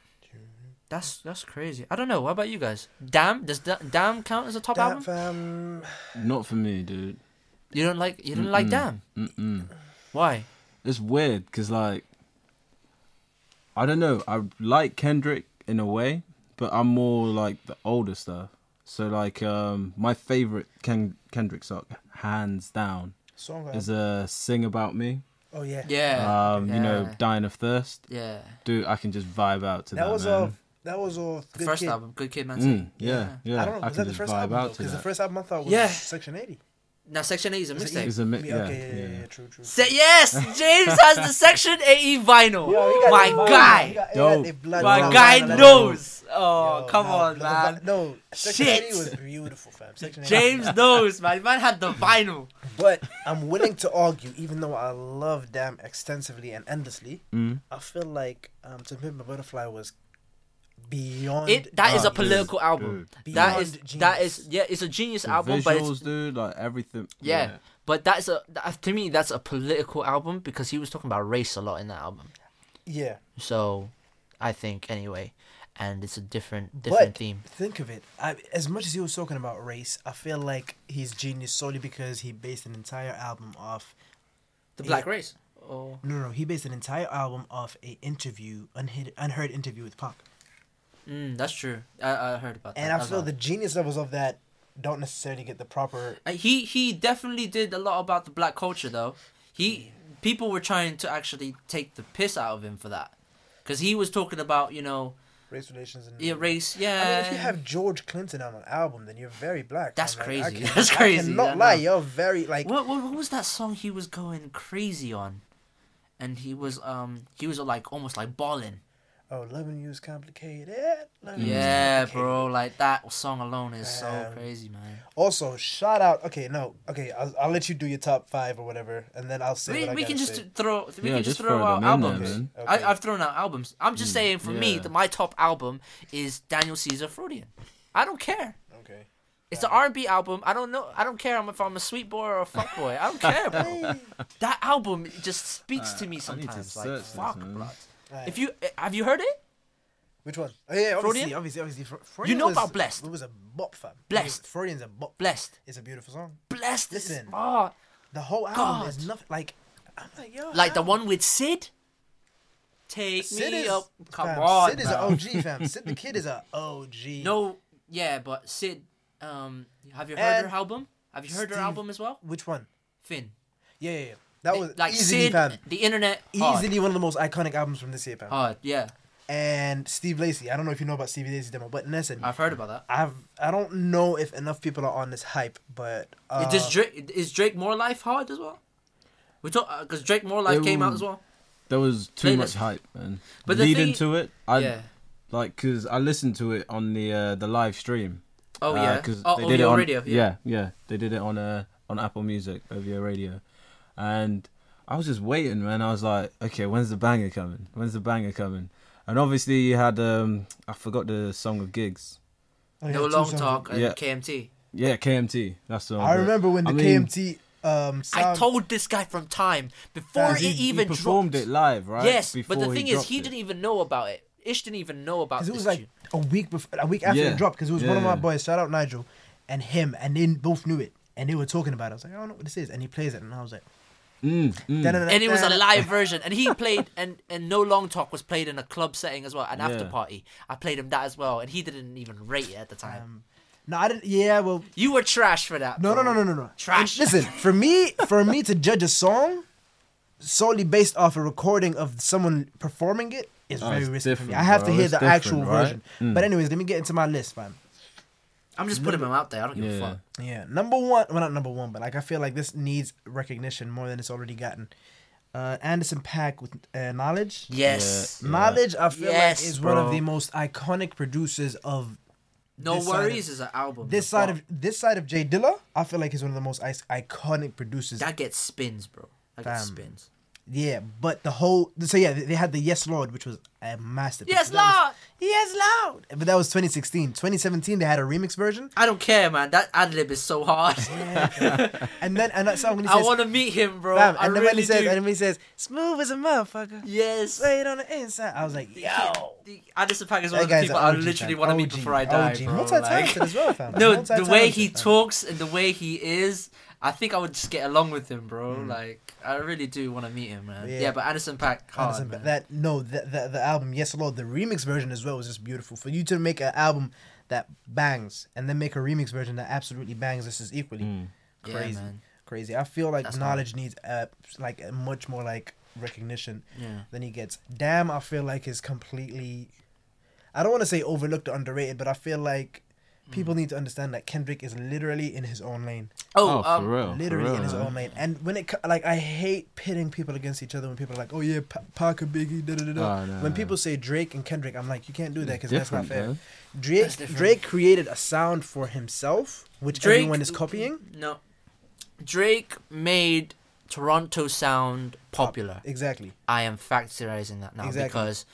C: that's that's crazy. I don't know. What about you guys? Damn, does da- Damn count as a top
D: That
C: album?
D: fam.
E: Not for me, dude.
C: You don't like you don't like
E: Mm-mm.
C: Damn.
E: Mm-mm.
C: Why?
E: It's weird because like I don't know. I like Kendrick in a way, but I'm more like the older stuff. So like um my favorite Ken- Kendrick song, hands down,
D: Song.
E: is a "Sing About Me."
D: oh yeah.
C: Yeah.
E: Um, you know,
C: Yeah.
E: dying of thirst.
C: yeah.
E: Dude, I can just vibe out to that.
D: That was
E: man.
D: off. That was off.
C: The
D: Good
C: first
D: Kid.
C: album, Good Kid, Man City.
E: Mm, yeah, yeah.
D: I don't know.
E: I
D: Was that
E: can
D: the
E: just
D: first
E: vibe
D: album?
E: out to
D: Because the
E: that.
D: first album I thought was
C: Yeah.
D: Section 80.
C: Now Section 8 is a
D: Is it
C: mixtape.
E: It's a mi-
D: Yeah,
E: yeah,
D: okay, yeah, yeah,
E: yeah,
D: yeah,
E: yeah.
D: true, true.
C: Say yes, James has the Section 80 vinyl.
D: Yo, he got
C: My
D: the vinyl. He
C: guy,
D: got- he got the
E: Dope.
D: blood
C: my
D: vinyl.
C: guy
D: Yo,
C: knows. Oh,
D: no,
C: come
D: no,
C: on,
D: the
C: man.
D: vi- No, Section
C: Shit.
D: 80 was beautiful, fam. Section 80
C: James knows, man. Man had the vinyl.
D: But I'm willing to argue, even though I love Damn extensively and endlessly,
E: Mm.
D: I feel like um, To Pimp a Butterfly was beyond.
C: It that is
E: Ah,
C: a political album.
D: dude.
C: That
D: Beyond
C: is that
D: genius.
C: is yeah. It's a genius
E: The
C: album,
E: visuals,
C: but it's,
E: dude, like everything.
C: yeah, But that's a that, to me that's a political album because he was talking about race a lot in that album.
D: Yeah,
C: So, I think anyway, and it's a different different
D: but
C: theme.
D: think of it. I, as much as he was talking about race, I feel like he's genius solely because he based an entire album off.
C: The
D: black
C: race. Oh.
D: No, no, he based an entire album off a interview, unhid, unheard interview with Pac.
C: Mm, that's true. I, I heard about that.
D: And I
C: That was
D: feel
C: on-
D: the genius levels of that don't necessarily get the proper.
C: Uh, he he definitely did a lot about the black culture though. He people were trying to actually take the piss out of him for that, because he was talking about you know
D: Race relations and
C: yeah, race. Yeah.
D: I mean, if you have George Clinton on an album, then you're very black.
C: That's
D: I'm like,
C: crazy.
D: I
C: That's crazy. Yeah,
D: I cannot
C: no.
D: lie. You're very like.
C: what, what what was that song he was going crazy on? And he was um he was like almost like balling.
D: Oh, loving you is complicated. Loving you is
C: Yeah,
D: complicated.
C: bro. Like that song alone is so
D: Mm. Um,
C: crazy, man.
D: Also, shout out. Okay, no. Okay, I'll, I'll let you do your top five or whatever, and then I'll say.
C: We,
D: what I
C: we
D: gotta
C: can just
D: say.
C: throw we
E: Yeah,
C: can just
E: just
C: throw
E: throw
C: out
E: them in there,
C: albums.
E: man. Mm.
D: Okay.
C: I, I've thrown out albums. I'm just saying for me
E: yeah.
C: that my top album is Daniel Caesar Freudian. I don't care.
D: Okay.
C: It's an R&B album. I don't know. I don't care if I'm a sweet boy or a fuck boy. I don't care, bro. that album just speaks to me
E: I need to
C: sometimes.
E: search
C: Like
E: this,
C: fuck,
E: man.
C: bro.
D: Alright.
C: If you eh, have you heard it?
D: Which one? Oh, yeah, obviously,
C: Freudian?
D: obviously, obviously. Fro-
C: You
D: Freudian
C: know
D: was-
C: about Blessed.
D: It was a bop, fam.
C: Blessed.
D: Freudian's a bop.
C: Blessed.
D: It's a beautiful song.
C: Blessed. Listen.
D: Listen.
C: Oh,
D: The whole album
C: God.
D: is nothing like. I'm like yo.
C: like the
D: how-
C: one with Sid. Take
D: Sid
C: me
D: is,
C: up. Come
D: fam,
C: on.
D: Sid is an OG, fam. Sid the kid is an OG.
C: No, yeah, but Sid. Um, have you heard
D: And
C: her album? Have you heard her
D: Steve-
C: album as well?
D: Which one?
C: Finn.
D: Yeah, yeah, yeah. That was
C: like
D: easily,
C: Sid,
D: fam.
C: the internet. Hard.
D: Easily one of the most iconic albums from this year, fam.
C: Hard, yeah.
D: And Steve Lacy. I don't know if you know about Steve Lacy's demo, but listen,
C: I've heard about that.
D: I've I don't know if enough people are on this hype, but uh,
C: Does Drake, is Drake More Life hard as well? We talk because Drake More Life
E: It
C: came out
E: will-
C: as well.
E: There was too
C: Playlist.
E: much hype, man.
C: But
E: But
C: the
E: leading
C: thing-
E: to it, I
C: yeah.
E: like because I listened to it on the uh, the live stream.
C: Oh yeah.
E: because
C: oh,
E: uh, they
C: on
E: did it
C: your
E: on
C: radio. Yeah.
E: yeah, yeah, they did it on uh, on Apple Music over your radio, and I was just waiting, man. I was like, okay, when's the banger coming? When's the banger coming? And obviously you had um, I forgot the song of gigs.
D: oh, yeah,
C: No
D: two
C: long
D: songs.
C: talk and
E: Yeah.
C: KMT.
E: Yeah, KMT. That's the. one,
D: I
E: but-
D: remember when the
E: I mean,
D: KMT um sound,
C: I told this guy from time before
D: Fam,
C: it
D: he- he
C: even
E: he performed
C: dropped.
E: it live, right?
C: Yes, but
E: Before
C: the thing
E: he
C: is,
E: dropped
C: he
E: it.
C: didn't even know about it. Ish didn't even know about
D: because
C: this
D: it was like
C: tune.
D: a week before a week after
E: Yeah.
D: it dropped because it was one of
E: Yeah.
D: my boys shout out Nigel and him and they both knew it and they were talking about it I was like I don't know what this is and he plays it and I was like
E: Mm, mm.
C: and it was a live version. And he played, and, and No Long Talk was played in a club setting as well, an after
E: Yeah.
C: party. I played him that as well, and he didn't even rate it at the time.
D: um, no I didn't yeah well
C: you were trash for that.
D: No, no,
C: bro.
D: no, no, no, no.
C: Trash.
D: And Listen, for me, for me to judge a song solely based off a recording of someone performing it is
E: Oh,
D: very
E: it's
D: risky for me.
E: different,
D: I have to
E: bro.
D: hear
E: It's
D: the
E: different,
D: actual
E: right? Mm.
D: version. But anyways, let me get into my list, man.
C: I'm just putting him out there. I don't give a
E: Yeah.
C: fuck.
D: Yeah, number one. Well, not number one, but like I feel like this needs recognition more than it's already gotten. Uh, Anderson Pack with uh, knowledge.
C: Yes.
E: Yeah.
D: Knowledge, I feel
C: Yes,
D: like, is one
C: bro.
D: of the most iconic producers of
C: No
D: this side
C: Worries
D: of-
C: is an album.
D: This
C: but
D: side of this side of Jay Dilla, I feel like he's one of the most ice- iconic producers.
C: that gets spins, bro. That gets
D: Fam.
C: spins.
D: yeah, but the whole so yeah, they they had the Yes Lord, which was a masterpiece.
C: Yes,
D: That
C: Lord.
D: was- yes Lord. But that was 2016. 2017, they had a remix version,
C: I don't care, man. That ad lib is so hard.
D: and then and that's when he
C: I
D: says,
C: want to meet him, bro.
D: fam,
C: I
D: and then
C: really
D: when he says,
C: do.
D: and then he says, smooth as a motherfucker,
C: yes.
D: play it on the inside. I was like, yo.
C: The- Anderson Paak is
D: That
C: one of the
D: guy's
C: people
D: an
C: I
D: OG,
C: literally
D: fam.
C: want to meet
D: OG,
C: before I die,
D: OG.
C: bro.
D: Multi-talented
C: like-
D: as well, fam.
C: no, the way
D: Multi-talented,
C: he
D: fam.
C: talks and the way he is, I think I would just get along with him, bro. Like, I really do want to meet him, man. Yeah,
D: Yeah.
C: but Anderson Pack, hard,
D: Honestly,
C: man.
D: but that no, the, the the album Yes Lord, the remix version as well was just beautiful. For you to make an album that bangs and then make a remix version that absolutely bangs, this is equally
C: Yeah,
D: crazy,
C: man.
D: crazy. I feel like
C: That's
D: knowledge needs uh like uh, much more like recognition
C: Yeah.
D: than he gets. Damn, I feel like is completely. I don't want to say overlooked or underrated, but I feel like people
C: Hmm.
D: need to understand that Kendrick is literally in his own lane
C: Oh,
E: Oh, for
C: um,
E: real.
D: literally
E: for real,
D: in his
E: man.
D: own lane. And when it co- like I hate pitting people against each other when people are like, oh yeah, Pa- Parker Biggie, da da da da.
E: Oh, no,
D: when
E: no.
D: people say Drake and Kendrick, I'm like, you can't do that because that's not
E: Different,
D: fair.
E: though.
D: Drake
C: That's different.
D: Drake created a sound for himself, which
C: Drake-
D: everyone is copying.
C: No. Drake made Toronto sound popular.
D: Exactly.
C: I am factorizing that now
D: Exactly. Mm-hmm.
C: because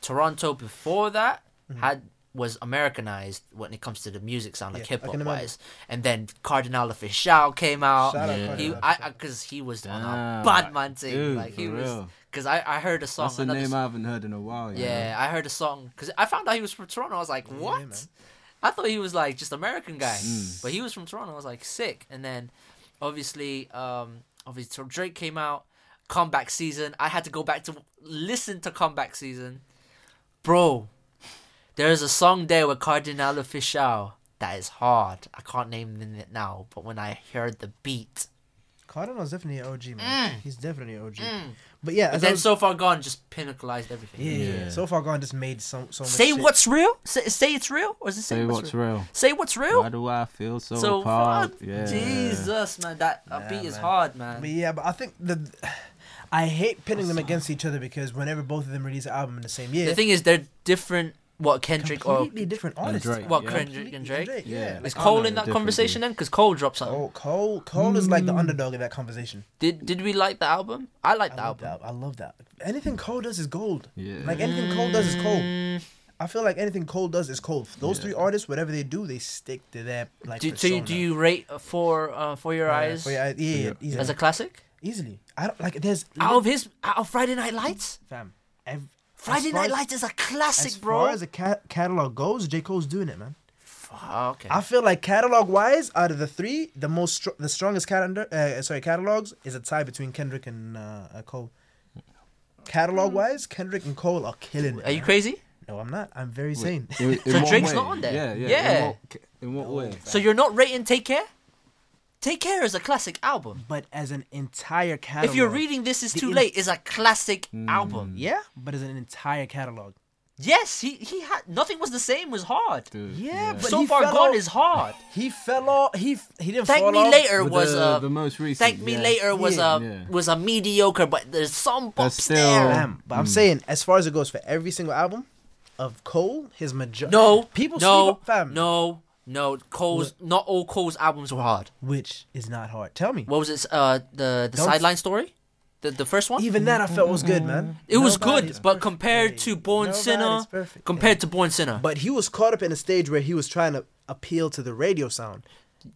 C: Toronto before that had was Americanized when it comes to the music sound, like
D: Yeah, I
C: hip hop
D: can imagine.
C: wise. And then Cardinal Official came out.
D: Shout out
E: Yeah.
C: He,
D: Cardinal
C: I, because he was on a
E: Damn,
C: bad man team.
E: dude,
C: like he
E: for
C: was,
E: real.
C: because I, I heard a song.
E: That's a
C: another
E: name
C: song-
E: I haven't heard in a while. you
C: yeah, I heard a song because I found out he was from Toronto. I was like, what?
D: man.
C: I thought he was like just American guy, but he was from Toronto. I was like, sick. And then, obviously, um, obviously Drake came out. Comeback season. I had to go back to listen to comeback season, bro. There is a song there with Cardinal Official that is hard. I can't name it now, but when I heard the beat,
D: Cardinal's definitely an OG man. He's definitely an OG. But yeah,
C: and
D: as
C: Mm.
D: I
C: then
D: was-
C: so far gone just pinnacleized everything.
D: yeah, yeah, yeah.
E: Yeah.
D: so far gone just made so so much.
C: Say
D: shit.
C: what's real. Say, say it's real, or is it say,
E: Say
C: what's,
E: what's
C: real?
E: real.
C: Say what's real.
E: Why do I feel so,
C: so far,
E: apart? Yeah.
C: Jesus, man, that uh,
D: Nah,
C: beat is
D: man.
C: hard, man.
D: But yeah, but I think the. I hate pitting them against each other because whenever both of them release an album in the same year,
C: The thing is, they're different. What Kendrick or
D: completely different artists.
E: Drake,
C: What,
E: yeah.
C: Kendrick and Drake?
D: Completely
E: Yeah.
D: Like,
C: is
E: I
C: Cole
E: know,
C: in that
E: different
C: conversation then? Because Cole drops something.
D: Oh, Cole. Cole is
C: Mm.
D: like the underdog in that conversation.
C: Did Did we like the album? I like
D: I
C: the
D: love
C: album.
D: that. I love that. Anything Cole does is gold.
E: Yeah.
D: Like anything Cole does is Cole.
C: Mm.
D: I feel like anything Cole does is Cole. Those three artists, whatever they do, they stick to their like.
C: Do, so you, do
D: persona.
C: you rate uh, for uh, For Your
D: Yeah,
C: Eyes
D: for your eyes- Yeah, yeah,
E: Yeah.
D: easily.
C: as a classic?
D: easily. I don't like. There's
C: Out of his out of Friday Night Lights,
D: fam. ev-
C: Friday
D: as far
C: Night
D: as-
C: Lights is a
D: As
C: classic,
D: far
C: bro.
D: as a ca- catalog goes, J Cole's doing it, man.
C: Ah, okay.
D: I feel like catalog wise, out of the three, the most str- the strongest calendar, uh, sorry, catalogs is a tie between Kendrick and uh, uh, Cole. Catalog wise, Kendrick and Cole are killing it.
C: Are you
D: man.
C: crazy?
D: No, I'm not. I'm very sane.
E: In, in
C: So
E: what
C: Drake's
E: way?
C: not on there?
E: Yeah, yeah.
C: Yeah.
E: In what, c- in what way?
C: So you're not rating Take Care? Take Care is a classic album.
D: but as an entire catalog,
C: If you're reading This Is
D: The
C: Too
D: in-
C: Late is a classic
E: Hmm.
C: album.
D: yeah, but as an entire catalog,
C: Yes, he he had nothing was the same was hard.
E: Dude,
D: yeah. But
C: so
D: he
C: far
D: fell
C: gone
D: off-
C: is hard.
D: he fell off. He f- he didn't fall
C: Thank
D: off.
C: me later
E: With
C: was
E: the,
C: a
E: the most recent.
C: Thank me
E: yeah.
C: later was uh,
D: Yeah.
C: a
E: Yeah.
C: was a mediocre, but there's some
E: That's
C: bops
E: still-
C: there.
D: Damn, but I'm saying as far as it goes for every single album of Cole, his majority.
C: No,
D: people
C: no,
D: sleep on- fam.
C: no, no. Cole's not all Cole's albums were hard.
D: which is not hard. Tell me.
C: What was it? Uh, the the
D: Don't-
C: sideline story, the the first one.
D: Even that I felt was good, man.
C: it was
D: Nobody's
C: good, but
D: perfect,
C: compared
D: yeah.
C: to Born
D: Nobody's
C: Sinner,
D: perfect,
C: compared to Born Sinner,
D: yeah. But he was caught up in a stage where he was trying to appeal to the radio sound,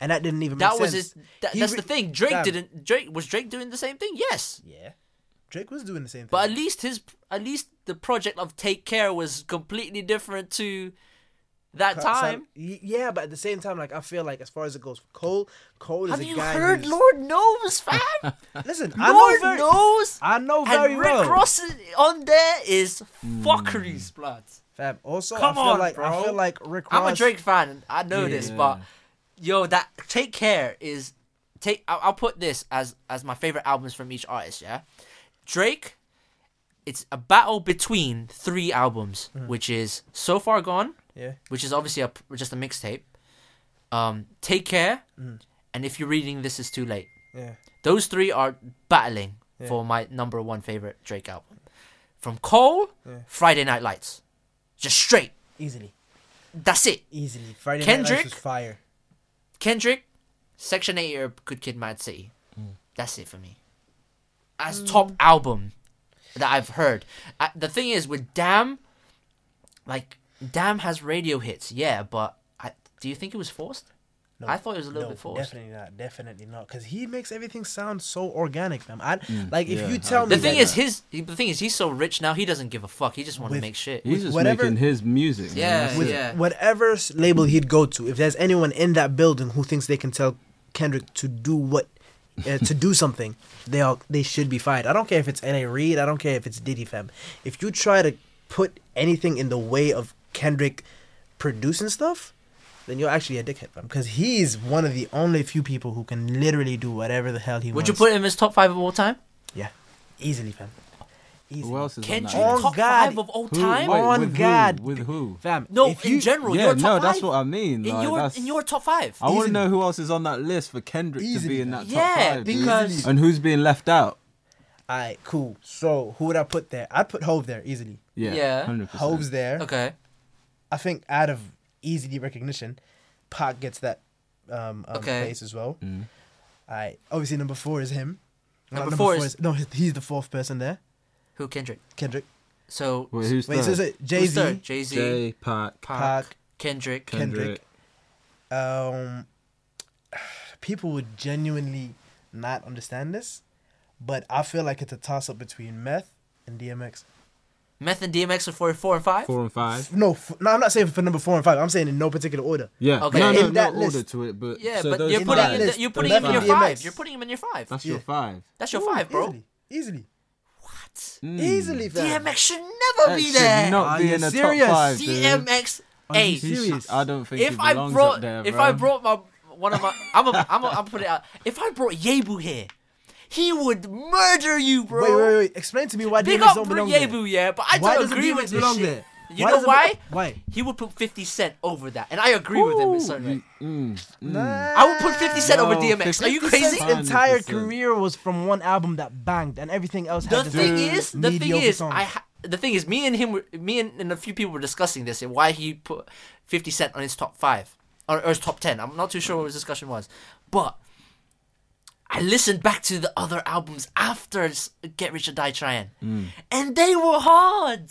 D: and that didn't even.
C: that
D: make
C: was
D: sense.
C: his. That,
D: He
C: that's
D: re-
C: the thing. Drake
D: Fam,
C: didn't. Drake was Drake doing the same thing. Yes,
D: Yeah, Drake was doing the same thing.
C: But at least his, at least the project of Take Care was completely different to that
D: So-
C: time.
D: y- yeah, but at the same time, like I feel like as far as it goes, for Cole, Cole is
C: Have
D: a
C: you
D: guy.
C: heard
D: who's-
C: Lord Knows, fam?
D: Listen, I know
C: Lord
D: very,
C: Knows.
D: I know very
C: And Rick
D: well.
C: Ross is- on there is fuckeries, blood.
D: Fam, also,
C: Come
D: I feel
C: on,
D: like I
C: bro.
D: feel like Rick Ross.
C: I'm a Drake fan. and I know this,
E: Yeah.
C: but yo, that Take Care is take. I'll, I'll put this as as my favorite albums from each artist. Yeah, Drake. It's a battle between three albums,
D: Hmm.
C: which is So Far Gone,
D: Yeah,
C: which is obviously a, just a mixtape. Um, Take care, and if you're reading this, is too late.
D: yeah.
C: Those three are battling for my number one favorite Drake album. From Cole, Friday Night Lights, just straight.
D: Easily.
C: That's it.
D: Easily. Friday Night
C: Kendrick?
D: Lights was fire.
C: Kendrick, Section 8 or Good Kid, Mad City.
E: Mm.
C: That's it for me. As
D: Mm.
C: top album that I've heard. Uh, the thing is with Damn, like Damn has radio hits, yeah, but I, do you think it was forced?
D: No,
C: I thought it was a little bit forced.
D: Definitely not. Definitely not. Because he makes everything sound so organic, man. I, like if
E: Mm, yeah,
D: you
E: I
D: tell me
C: The thing
D: that-
C: is, his the thing is, he's so rich now. He doesn't give a fuck. He just want to
D: With-
C: make shit.
E: He's just
D: Whatever-
E: making his music. man,
C: Yeah,
E: that's
D: with
E: it.
D: whatever s- label he'd go to, if there's anyone in that building who thinks they can tell Kendrick to do what, uh, to do something, they all they should be fired. I don't care if it's N.A. Reid. I don't care if it's Diddy Fam. If you try to put anything in the way of Kendrick producing stuff, then you're actually a dickhead, fam. Because he's one of the only few people who can literally do whatever the hell he
C: Would
D: wants.
C: you put him as top five of all
E: Oh,
C: time?
D: Yeah, easily, fam. Easily.
E: Who else is
C: Kendrick,
E: on that?
D: Oh,
E: list?
C: top
D: God.
C: five of all
E: Who-
C: time?
E: wait,
D: On
E: with who?
D: God.
E: With who?
D: fam?
C: no,
D: if
C: in
D: you-
C: general,
E: yeah,
C: you're top
E: no,
C: five.
E: that's what I mean.
C: in
E: like,
C: your
E: that's-
C: in your top five.
E: I want to
D: Easily.
E: know who else is on that list for Kendrick to
D: Easily.
E: be in that top
C: Yeah,
E: five. dude.
C: because-
E: and who's being left out?
D: Alright, cool. So who would I put there? I'd put Hove there easily.
E: Yeah,
C: Yeah.
E: 100%.
D: Hove's there.
C: okay.
D: I think out of easily recognition, Pac gets that um, um
C: Okay.
D: place as well.
E: Mm.
D: Alright, obviously number four is him. Not
C: Number four is-
D: no, he's- he's the fourth person there.
C: Who Kendrick?
D: Kendrick.
C: So
E: Wait, who's
D: Wait, so is
E: third?
D: it Jay Z,
C: Jay Z,
E: Jay,
C: Park,
E: Pac,
D: Park,
C: Kendrick.
D: Ken-
E: Kendrick.
D: um, people would genuinely not understand this, but I feel like it's a toss up between Meth and DMX.
C: Meth and DMX are four, four and five.
E: Four and five.
D: No, f- no, I'm not saying for number four and five. I'm saying in no particular order.
E: Yeah.
C: Okay.
E: No,
C: In
E: no,
D: that
E: not
D: list-
E: order to it, but
C: Yeah,
E: so
C: but
E: those
C: you're
D: in
C: putting
D: that
C: him in
D: list,
C: the, you're putting
D: those
C: him in your
D: five.
C: five.
D: DMX.
C: You're putting him in your five.
E: That's
C: That's,
E: your
D: Yeah.
E: five.
C: your
D: Ooh,
C: five, bro.
D: Easily, easily,
C: What?
D: easily fam.
C: DMX should never
E: That
C: be
E: should
C: there.
E: not
D: Are
E: be
D: you
E: in the
D: serious?
E: top five, dude.
C: DMX
D: Are you
C: eight.
E: He should-
D: serious?
E: I don't think
C: if
E: he
C: I
E: belongs
C: brought
E: up there,
C: if
E: bro.
C: I brought my one of my I'm a, I'm a, I'll put it out. If I brought Yebu here, he would murder you, bro.
D: Wait, wait, wait! Explain to me why
C: Big
D: DMX
C: up
D: don't
C: for
D: belong there.
C: Yebu, yeah, but I
D: Why
C: don't
D: doesn't
C: agree
D: DMX
C: with this
D: belong
C: shit.
D: there?
C: You
D: Why
C: know
D: doesn't-
C: why?
D: why?
C: He would put 50 Cent over that, and I agree with him in certain way.
D: Nah.
C: I would put 50 Cent over
E: No,
C: DMX. Are you
D: 50
C: crazy?
D: Cent's entire
E: 100%.
D: career was from one album that banged, and everything else
C: The
D: had just
C: thing
D: like,
C: is, the thing
D: mediocre
C: is,
D: songs.
C: I ha- the thing is, me and him, were, me and, and a few people were discussing this and why he put Fifty Cent on his top five or, or his top ten. I'm not too sure what his discussion was, but I listened back to the other albums after s- Get Rich or Die Trying, and they were hard.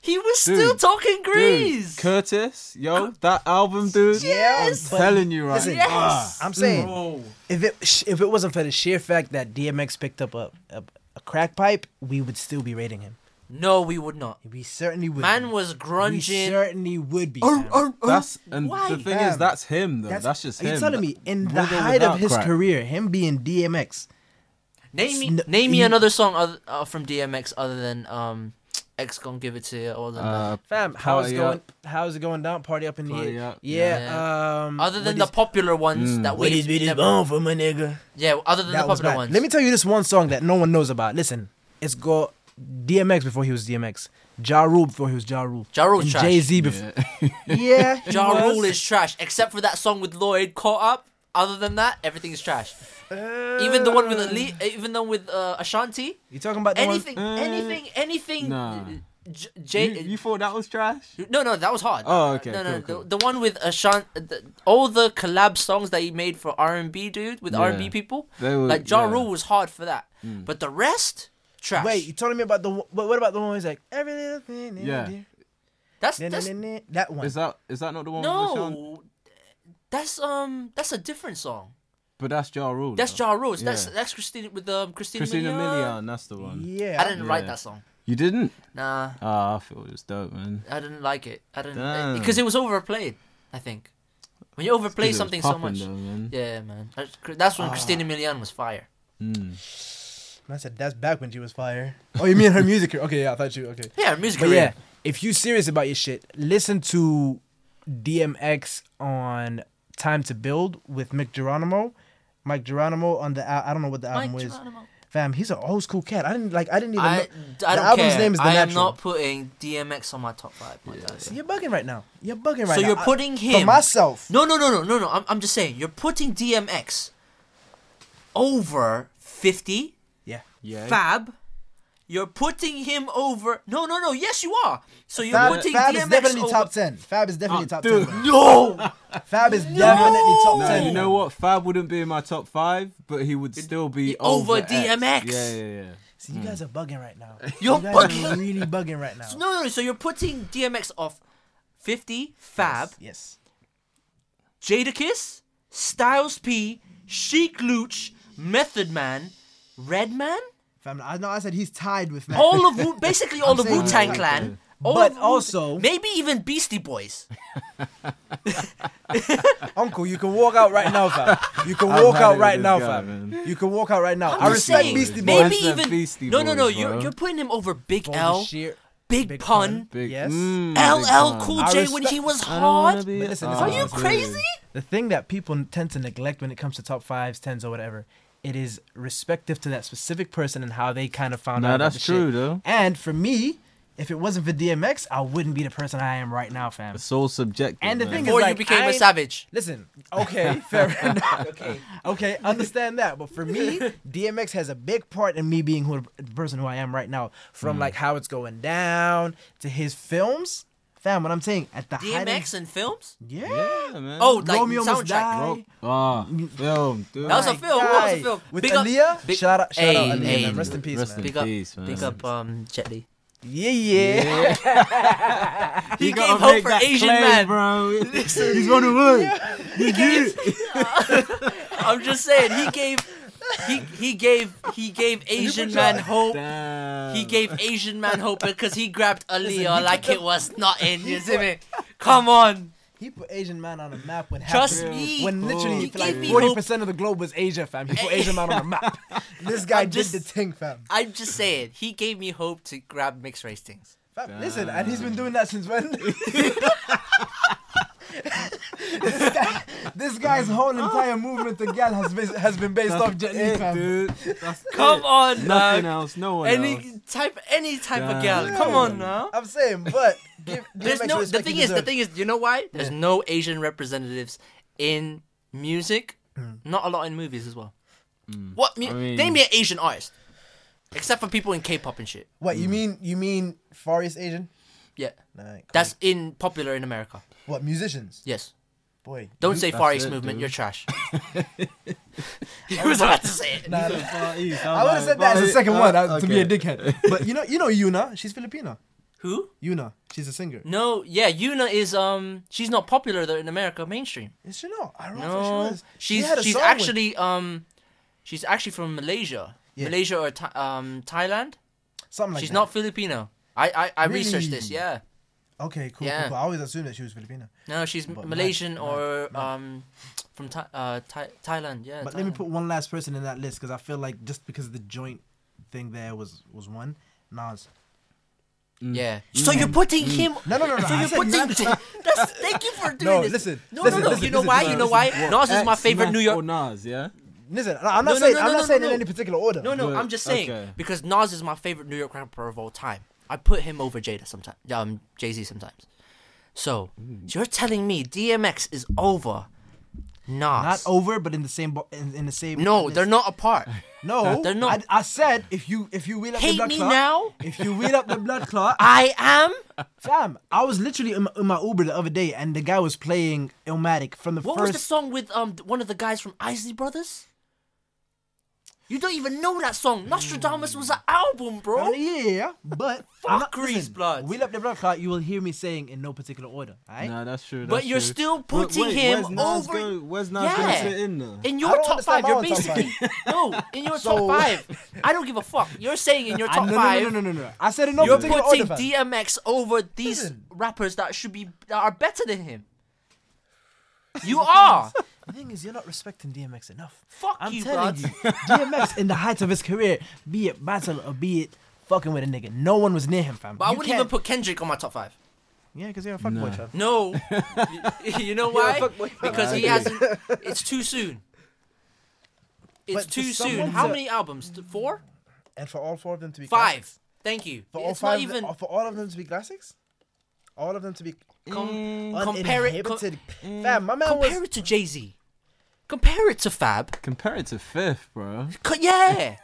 C: He was still
E: Dude,
C: talking
E: Dude,
C: grease.
E: Curtis, yo, that album, dude.
D: Yes.
E: I'm telling you right
D: Listen,
E: now.
C: Yes.
D: I'm saying if it sh- if it wasn't for the sheer fact that DMX picked up a, a a crack pipe, we would still be rating him.
C: no, we would not.
D: We certainly would.
C: Man
D: be.
C: was
D: We
C: grunging.
D: certainly would be.
E: Oh,
C: Arr,
D: fam.
C: arr, arr.
E: That's and
C: Oh, Why?
E: the thing
D: Fam,
E: is that's him though. That's, just
D: are
E: him.
D: you telling me in the
E: With or
D: height of
E: without
D: his
E: crack.
D: career, him being DMX,
C: Name me,
D: Sn-
C: name me
D: you-
C: another song other, uh, from DMX other than um, X Gon' Give It To You. Other than,
E: Uh,
D: fam, how's
E: Party
D: it going?
E: Up.
D: How's it going down? Party up in
E: Party
D: the air.
E: up,
D: Yeah.
C: yeah.
D: Um,
C: other than
D: what
C: the
D: is- Hmm.
C: popular ones that
D: what
C: we
D: is with his
C: never-
D: bone for my nigga?
C: yeah, other than the
D: That was
C: popular
D: bad.
C: ones.
D: Let me tell you this one song that no one knows about. Listen, it's go DMX before he was DMX, Ja Rule before he was Ja Rule,
C: Ja Rule
D: and
C: trash.
D: Jay Z before.
E: yeah.
D: Yeah, he
C: Ja
D: was.
C: Rule is trash, except for that song with Lloyd caught up. Other than that, everything is trash. even the one with Ali, even the one with uh, Ashanti.
D: You talking about the
C: Anything,
E: Uh,
C: anything, anything.
E: nah.
C: J-
E: you,
C: J-
E: you thought that was trash?
C: No, no, that was hard.
E: Oh, okay,
C: No, no,
E: cool, cool.
C: The, the one with Ashan, the, all the collab songs that he made for R and B, dude, with
E: Yeah.
C: R and B people.
E: They were-
C: like Ja
E: yeah. Hmm.
C: Rule was hard for that, but the rest, trash.
D: one? Wait, you telling me about the one- what? What about the one who's like every little thing? in
E: Yeah.
D: there,
C: that's
D: na- na-
C: that's
D: na- na- That one.
E: Is that is that not the one with Sean?
C: no, that's um, that's a different song.
E: But that's Ja Rule.
C: That's
E: though.
C: Ja Rule. That's
E: Yeah.
C: that's Christina with um Christina,
E: Christina
C: Milian.
E: Milian, that's the one.
D: Yeah.
C: I didn't write
E: Yeah.
C: that song.
E: You didn't?
C: Nah,
E: Ah, I feel it was dope, man.
C: I didn't like it. I didn't
E: Damn.
C: because it was overplayed. I think when you overplay
E: Dude, it was
C: something so
E: popping
C: much,
E: though, man.
C: yeah, man. That's- That's
D: Ah.
C: when Christina Milian was fire.
D: I said that's back when she was fire. Oh, you mean her music? career. Okay, yeah, I thought you. Okay.
C: Yeah, music
D: But
C: career.
D: yeah, if you serious about your shit, listen to DMX on Time to Build with Mick Geronimo. Mike Geronimo on the al- I don't know what the album
C: Mike
D: was.
C: Geronimo.
D: Fam, he's an old school cat. I didn't like I didn't even
C: I,
D: know.
C: I don't
D: the album's
C: care.
D: name is The
C: I am
D: Natural.
C: not putting DMX on my top five. my guy.
D: See, you're bugging right now. You're bugging right
C: So
D: now.
C: you're
D: I-
C: putting
D: for
C: him
D: myself.
C: No, no, no, no, no, no. I'm, I'm just saying you're putting DMX over fifty
D: Yeah.
E: Yeah.
C: Fab, You're putting him over. No, no, no. Yes, you are. So you're
D: Fab,
C: putting
D: Fab is
C: DMX
D: definitely
C: over. Ah,
D: top ten. Fab is definitely
E: Oh,
D: top
E: dude.
D: ten. bro.
C: No.
D: Fab is definitely top
E: No,
D: ten.
E: you know what? Fab wouldn't be in my top five, but he would still be
C: over
E: over,
C: DMX.
E: X. Yeah, yeah, yeah.
D: See, you guys are bugging right now.
C: You're
D: you guys
C: bugging.
D: Are really bugging right now.
C: No, no, no. So you're putting DMX off 50, Fab,
D: Yes.
C: Jadakiss, Styles P, Sheik Luch, Method Man, Redman,
D: Fam, I know I said he's tied with Mac.
C: all of Wu- basically all
D: I'm
C: the
D: saying
C: Wu Tang
D: Wu-Tang.
C: Clan, all
D: But
C: of Wu-
D: also-
C: maybe even Beastie Boys.
D: Uncle, you can walk out right now, fam. You can
E: I'm
D: walk
E: mad
D: out
E: at
D: right
E: this
D: now,
E: guy,
D: fam.
E: man.
D: You can walk out right now.
C: I'm
D: I
C: just
D: respect
C: saying,
D: Beastie Boys.
C: Maybe
E: That's the
C: even
E: Beastie
C: no, no, no.
E: Boys,
C: You're
E: bro.
C: you're putting him over Big
D: Boulder
C: L,
D: Shear-
C: Big,
D: Big
C: Pun,
D: Pun. Yes.
C: LL
E: mm, big
C: Cool
D: I
C: J when
D: respect-
C: he was
E: I don't wanna
C: hard.
E: be-
D: But listen,
E: Ah,
D: listen,
C: Are you
E: dude.
C: crazy?
D: The thing that people tend to neglect when it comes to top fives, tens, or whatever, it is respective to that specific person and how they kind of found
E: Nah,
D: out. about
E: that's
D: the
E: true,
D: shit.
E: though.
D: And for me, if it wasn't for DMX, I wouldn't be the person I am right now, fam.
E: It's all subjective.
D: And the
E: man.
D: thing is,
C: Before you
D: like,
C: became
D: I
C: a
D: ain't-
C: savage.
D: Listen, okay, fair enough.
C: Okay.
D: Okay, understand that. But for me, DMX has a big part in me being who the person who I am right now. From
E: Mm.
D: like how it's going down to his films, fam. What I'm saying at the height
C: DMX and films?
D: of, yeah,
E: yeah, man.
C: Oh, like
D: Romeo Must
C: soundtrack.
D: Die.
E: Ro- ah, film, dude.
C: That was a
D: My
C: film, that was a
D: guy.
C: film.
D: With
C: Big up-
D: Aaliyah,
C: big-
D: shout out, shout out
C: Hey,
D: Aaliyah,
C: hey.
D: man. Rest in peace,
E: Rest
D: man.
E: in
C: Big up,
E: peace, man.
C: big up, um, Jet Li.
D: Yeah, yeah.
C: He,
E: You
C: gave
E: gotta
C: hope
E: make
C: for
E: that
C: Asian
E: claim,
C: man.
E: bro. He's one of us. He gave,
C: I'm just saying, he gave, he he gave he gave Asian man hope. He gave Asian man hope because he grabbed Aaliyah like it was nothing. You see me? Come on.
D: He put Asian man on the map when half
C: Trust
D: the-
C: me.
D: when literally
C: He
D: like
C: gave me
D: forty percent of the globe was Asia, fam. He put Asian man on the map. This guy
C: I'm just-
D: did the thing, fam.
C: I'm just saying, he gave me hope to grab mixed race things.
D: Fam, Listen, and he's been doing that since when? this, guy, this guy's whole entire movement to gal has been, has been based off Jet Li,
E: it,
D: fam.
E: dude. That's
C: Come
E: it.
C: on,
E: Nothing
C: now.
E: else. No one
C: Any
E: else.
C: type, any type of
E: Damn.
C: girl. Come on now.
D: I'm saying, but give,
C: There's
D: DMX
C: no. The
D: respect he
C: thing is, the
D: deserves.
C: thing is, you know why? There's no Asian representatives in music. Not a lot in movies as well. What? Mu-
E: I mean-
C: name me an Asian artist, except for people in K-pop and shit.
D: What you mean? You mean Far East Asian?
C: Yeah,
D: Nah, come
C: that's in popular in America.
D: on. what musicians?
C: Yes.
D: Boy,
C: Don't say Far
E: Mm, That's
C: East
E: it,
C: movement.
E: dude.
C: You're trash. I was about to say it.
D: Nah,
E: So Far East, I'm
D: I would have
E: like,
D: said that as a
E: Far
D: second
E: East,
D: one
E: uh,
D: uh, to be a
E: okay.
D: dickhead. But you know, you know Yuna, she's Filipino.
C: Who?
D: Yuna, she's a singer.
C: No. Yeah, Yuna is um. She's not popular though in America mainstream.
D: Is she not? I don't know. if
C: No,
D: she was. She
C: she's
D: had a
C: she's
D: song with-
C: actually um, she's actually from Malaysia,
D: Yeah.
C: Malaysia or Tha- um Thailand.
D: something like
C: she's
D: that.
C: not Filipino. I I, I researched this.
D: Really?
C: Yeah,
D: Okay, cool,
C: Yeah.
D: cool, cool. I always assumed that she was Filipino.
C: no, she's
D: But
C: Malaysian
D: mad,
C: or
D: mad, mad.
C: um, from Tha- uh Thai- Thailand. Yeah,
D: But let me
C: Thailand.
D: put one last person in that list because I feel like just because the joint thing there was was one. Nas.
C: Yeah.
D: Mm.
C: Mm. So you're putting him.
D: No, no, no, no.
C: So
D: I
C: you're
D: said
C: putting.
D: Nas.
C: That's, thank you for doing
D: No,
C: this.
D: listen,
C: No,
D: listen,
C: no, no.
D: listen,
C: you know
D: listen,
C: why? you
D: listen,
C: know why? Nas is my
E: X,
C: favorite
E: Nas
C: New
E: or
C: York.
E: Nas, yeah.
D: Listen, no, I'm not
C: No, no,
D: saying
C: no,
D: I'm
C: no, no,
D: not saying
C: no.
D: in any particular order.
C: No, no.
E: But-
C: I'm just saying
E: okay.
C: because Nas is my favorite New York rapper of all time. I put him over Jada sometimes. Um, Jay Z sometimes. So
E: Mm.
C: you're telling me DMX is over Nas?
D: Not over, but in the same bo- in, in the same.
C: no,
D: list.
C: they're not apart.
D: No,
C: They're not.
D: I, I said if you if you wheel up the
C: Hate
D: blood
C: me
D: clot,
C: now?
D: if you wheel up the blood clot,
C: I am.
D: Fam, I was literally in my, in my Uber the other day, and the guy was playing Illmatic from the
C: What was
D: first.
C: the song with um one of the guys from Isley Brothers? You don't even know that song. Nostradamus was
E: Mm.
C: an album,
D: Uh,
C: bro.
D: yeah, yeah, yeah, but
C: Fuck
D: I'm not-
C: Grease
D: listen,
C: Bloods.
D: Wheel up the blood clot. You will hear me saying in no particular order. Alright.
E: No, that's true.
C: But
E: that's
C: you're
E: true.
C: still
E: But
C: putting
E: wait,
C: him
E: where's Nas
C: over-
E: Go, where's Nas gonna
C: Yeah.
E: sit in there?
C: In
D: I
C: your
D: don't
C: top
D: understand
C: five, you're
D: my own top
C: basically no. In your top
D: So-
C: five, I don't give a fuck. You're saying in your
D: I-
C: top
D: no,
C: five,
D: no, no, no, no, no, no. I said in no
C: you're
D: particular order.
C: putting
D: fam.
C: DMX over these
D: Listen.
C: rappers that should be that are better than him. You are.
D: the thing is, you're not respecting DMX enough.
C: Fuck
D: I'm
C: you,
D: telling
C: blood.
D: you, DMX in the height of his career, be it battle or be it fucking with a nigga, no one was near him, fam.
C: But I
D: You
C: wouldn't
D: can't-
C: even put Kendrick on my top five.
D: Yeah, because you're a fuckboy, fam.
C: No, you, you know why? Because he
E: I
C: hasn't. It's too soon. It's
D: But
C: too
D: for
C: soon.
D: someone
C: How
D: to-
C: many albums? Th- Four,
D: And for all four of them to be
C: five. Thank you.
D: For all
C: It's
D: five, oh,
C: not even
D: for all of them to be classics, all of them to be
C: com- compare it. co-
D: uninhibited. Fam, my man was
C: compare it to Jay Z. Compare it to Fab.
E: Compare it to Fifth, bro.
C: Co- yeah.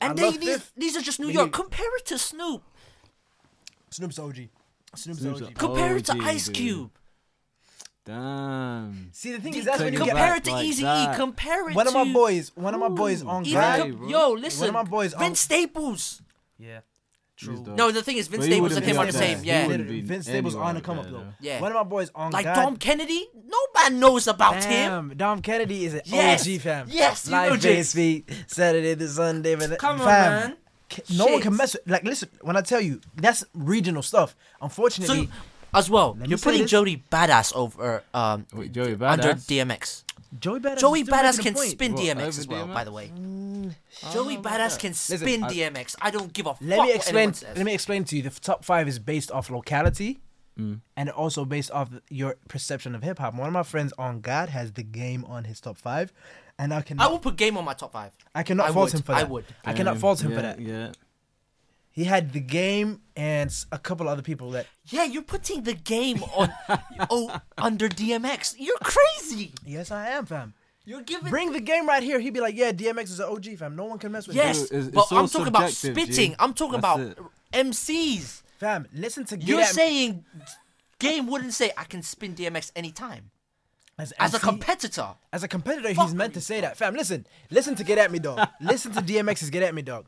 C: And
D: I
C: they,
D: love
C: these,
D: Fifth.
C: these are just New
D: But
C: York.
D: he-
C: Compare it to Snoop.
D: Oh, Snoop's OG. Snoop's,
E: Snoop's
D: OG.
E: OG.
C: Compare it to
E: OG,
C: Ice
E: dude.
C: Cube.
E: Damn.
D: See, the thing
C: Dude,
D: is, that's
E: Take
D: when you
E: it
D: get
E: back.
C: compare it to
E: like
C: Easy E.
E: that.
C: Compare it
D: One
C: to
D: of my boys, one of my boys on
C: Even
E: Right,
D: grad.
E: Hey, bro.
C: yo, listen.
D: my boys um, Oh. are-
C: Vince Staples.
D: Yeah.
E: True.
C: No, the thing is, Vince
E: he
C: Staples and
E: wouldn't
C: him
E: be
C: are
E: up
C: the
E: there.
C: same.
E: He
C: Yeah,
E: wouldn't be
D: Vince Staples
E: anywhere
D: on a
E: up
D: come up
E: there,
D: though.
E: though.
C: Yeah.
D: One of my boys on
C: like
D: God.
C: Dom Kennedy. Nobody knows about him.
D: Damn, Dom Kennedy is an
C: Yes.
D: OG fam.
C: Yes, you
D: Live
C: know
D: face
C: this.
D: feet, Saturday to Sunday. But
C: Come on,
D: fam,
C: man.
D: ca- No one can
C: Shit.
D: mess with. Like, listen, when I tell you, that's regional stuff.
C: So,
D: Unfortunately,
C: as well,
D: Let me
C: you're
D: say
C: putting
D: this.
C: Jody Badass over um
E: Wait, Joey Badass.
C: under DMX.
D: Joey Badass. is
C: Joey
D: still
C: Badass
D: making a
C: can
D: point.
C: spin
E: What,
C: DMX
E: over
C: as well,
E: DMX?
C: by the way.
D: Mm, oh
C: Joey Badass can spin
E: I-
C: DMX. I don't give a
D: Let
C: fuck
D: me
C: what anyone
D: explain.
C: says.
D: Let me explain to you. The f- top five is based off locality,
C: Mm.
D: and also based off your perception of hip hop. One of my friends on God has the game on his top five, and I can
C: I will put Game on my top five.
D: I cannot
C: I
D: fault
C: would,
D: him for
C: I
D: that.
C: would.
D: I cannot fault him for that.
E: Yeah.
D: He had the game and s- a couple other people that.
C: Yeah, you're putting the game on oh under DMX. You're crazy.
D: Yes, I am, fam.
C: You're giving
D: Bring the game right here. He'd be like, "Yeah, DMX is an OG, fam. No one can mess with him."
C: yes,
E: Dude, it's-
C: but
E: it's all
C: I'm talking about
E: subjective, G.
C: spitting. I'm talking about
E: That's it.
C: MCs.
D: fam. Listen to
C: You're
D: Get At Me
C: saying Game wouldn't say I can spin DMX anytime
D: as,
C: as a
D: MC
C: competitor.
D: as a competitor.
C: Fuck
D: He's meant
C: you.
D: to say that, fam. Listen, listen to Get At Me, dog. listen to DMX's Get At Me, dog.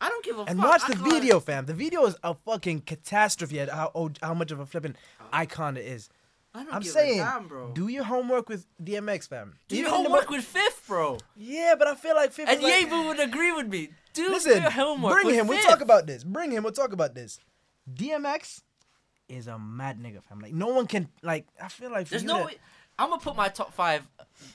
C: I don't give a
D: And
C: fuck.
D: watch
C: I
D: the
C: can't-
D: video, fam. The video is a fucking catastrophe at how old, how much of a flipping icon it is.
C: I don't
D: I'm
C: give a
D: saying,
C: damn, bro.
D: do your homework with DMX, fam.
C: Do your
D: Even in the
C: homework
D: mo-
C: with Fifth, bro.
D: Yeah, but I feel like 50.
C: And Yebu would agree with me. Do
D: Listen,
C: your homework.
D: bring
C: with
D: him. We'll
C: Fifth.
D: talk about this. Bring him. We'll talk about this. DMX is a mad nigga, fam. Like no one can. Like I feel like for
C: There's
D: you
C: no.
D: to-
C: way I'm gonna put my top five.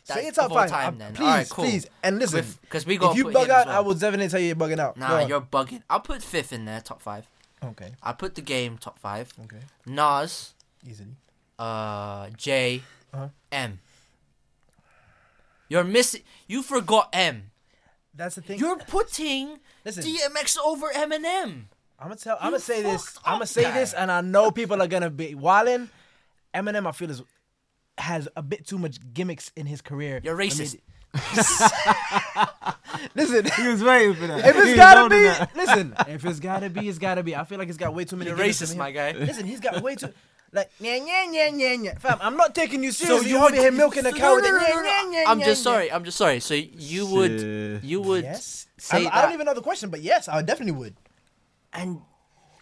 D: Say your top five.
C: Time
D: I-
C: then.
D: Please,
C: All right, cool.
D: please. And listen,
C: With- 'cause we gonna
D: if you
C: put
D: bug
C: him as
D: out,
C: well.
D: I will definitely tell you you're bugging out. Go
C: Nah,
D: on.
C: you're bugging. I'll put fifth in there, top five.
D: okay.
C: I put the game top five.
D: Okay,
C: Nas,
D: easily.
C: uh, J,
D: Uh-huh.
C: M. You're missing. You forgot M.
D: That's the thing.
C: You're putting
D: Listen.
C: DMX over Eminem.
D: I'm gonna tell. I'm gonna say this.
C: fucked
D: I'm
C: up,
D: gonna say
C: guy.
D: this, and I know people are gonna be wildin'. Eminem, I feel is has a bit too much gimmicks in his career.
C: You're
D: I mean,
C: racist.
D: listen,
E: He was waiting for that.
D: if
E: He was
D: it's gotta
E: holding that.
D: be, listen, if it's gotta be, it's gotta be. I feel like it's got way too many.
C: You're
D: gimmicks in
C: racist,
D: him.
C: my guy.
D: Listen, he's got way too. Like yeah yeah yeah yeah yeah, fam. I'm not taking you seriously.
C: you
D: you over
C: would-
D: here milking a
C: so-
D: cow.
C: no,
D: with
C: no,
D: the
C: no,
D: yeah,
C: no, no.
D: yeah, yeah,
C: I'm
D: yeah,
C: just
D: yeah.
C: sorry. I'm just sorry. So you would
E: Shit.
C: you would
D: Yes,
C: say
D: I'm-
C: that.
D: I don't even know the question, but yes, I definitely would.
C: and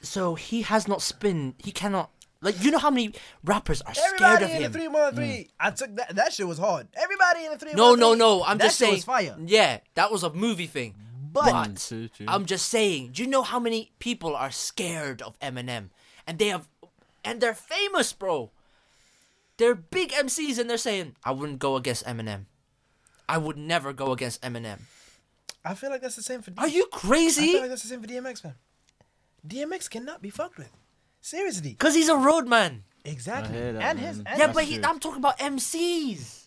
C: so he has not spin. He cannot. Like you know how many rappers are scared
D: Everybody
C: of
D: in
C: him. Mm.
D: the three one three. I took that. That shit was hard. Everybody in the three.
C: no, no, no. I'm
D: that
C: just
D: shit
C: saying.
D: Was fire.
C: Yeah, that was a movie thing. But
E: Mm, true, true.
C: I'm just saying. Do you know how many people are scared of Eminem? And they have, and they're famous, bro. They're big MCs, and they're saying, "I wouldn't go against Eminem. I would never go against Eminem."
D: I feel like that's the same for. D-
C: Are you
D: I
C: crazy?
D: feel like that's the same for DMX, man. DMX cannot be fucked with. Seriously.
C: Because he's a roadman.
D: Exactly.
E: I hear that,
D: and his.
E: man.
D: And
C: Yeah,
E: That's
C: but he,
E: true.
C: I'm talking about MCs.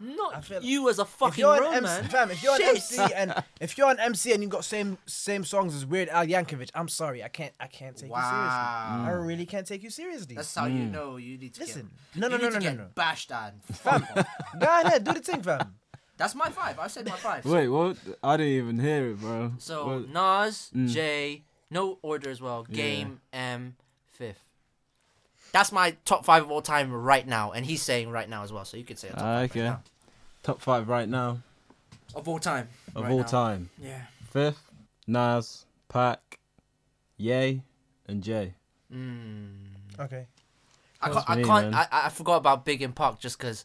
C: Not
D: feel-
C: you as a
D: If
C: fucking
D: you're an
C: roadman.
D: MC, fam, if you're an
C: Shit.
D: MC and if you're an MC and you got same same songs as Weird Al Yankovic, I'm sorry, I can't I can't take you seriously. I really can't take you seriously.
C: That's how you know you need to
D: Listen,
C: Get,
D: no, no,
C: you
D: no,
C: need
D: no,
C: to
D: no,
C: get
D: no.
C: Bashed on.
D: fam. Go ahead, do the thing, fam.
C: That's my five. I said my five.
E: Wait, what? I didn't even hear it, bro.
C: So
E: What- Mm.
C: Nas, Jay, no order as well. Game M fifth. That's my top five of all time right now, and he's saying right now as well. So you could say your top
E: Ah,
C: five right
E: okay.
C: now.
E: Top five right now
C: of all time.
E: Uh, of
C: right
E: all
C: now.
E: time.
C: Yeah.
E: Fifth, Nas, Pac, Yay, and Jay.
D: Okay.
C: I can't. I,
E: me,
C: can't
E: man.
C: I, I forgot about Big and Park just because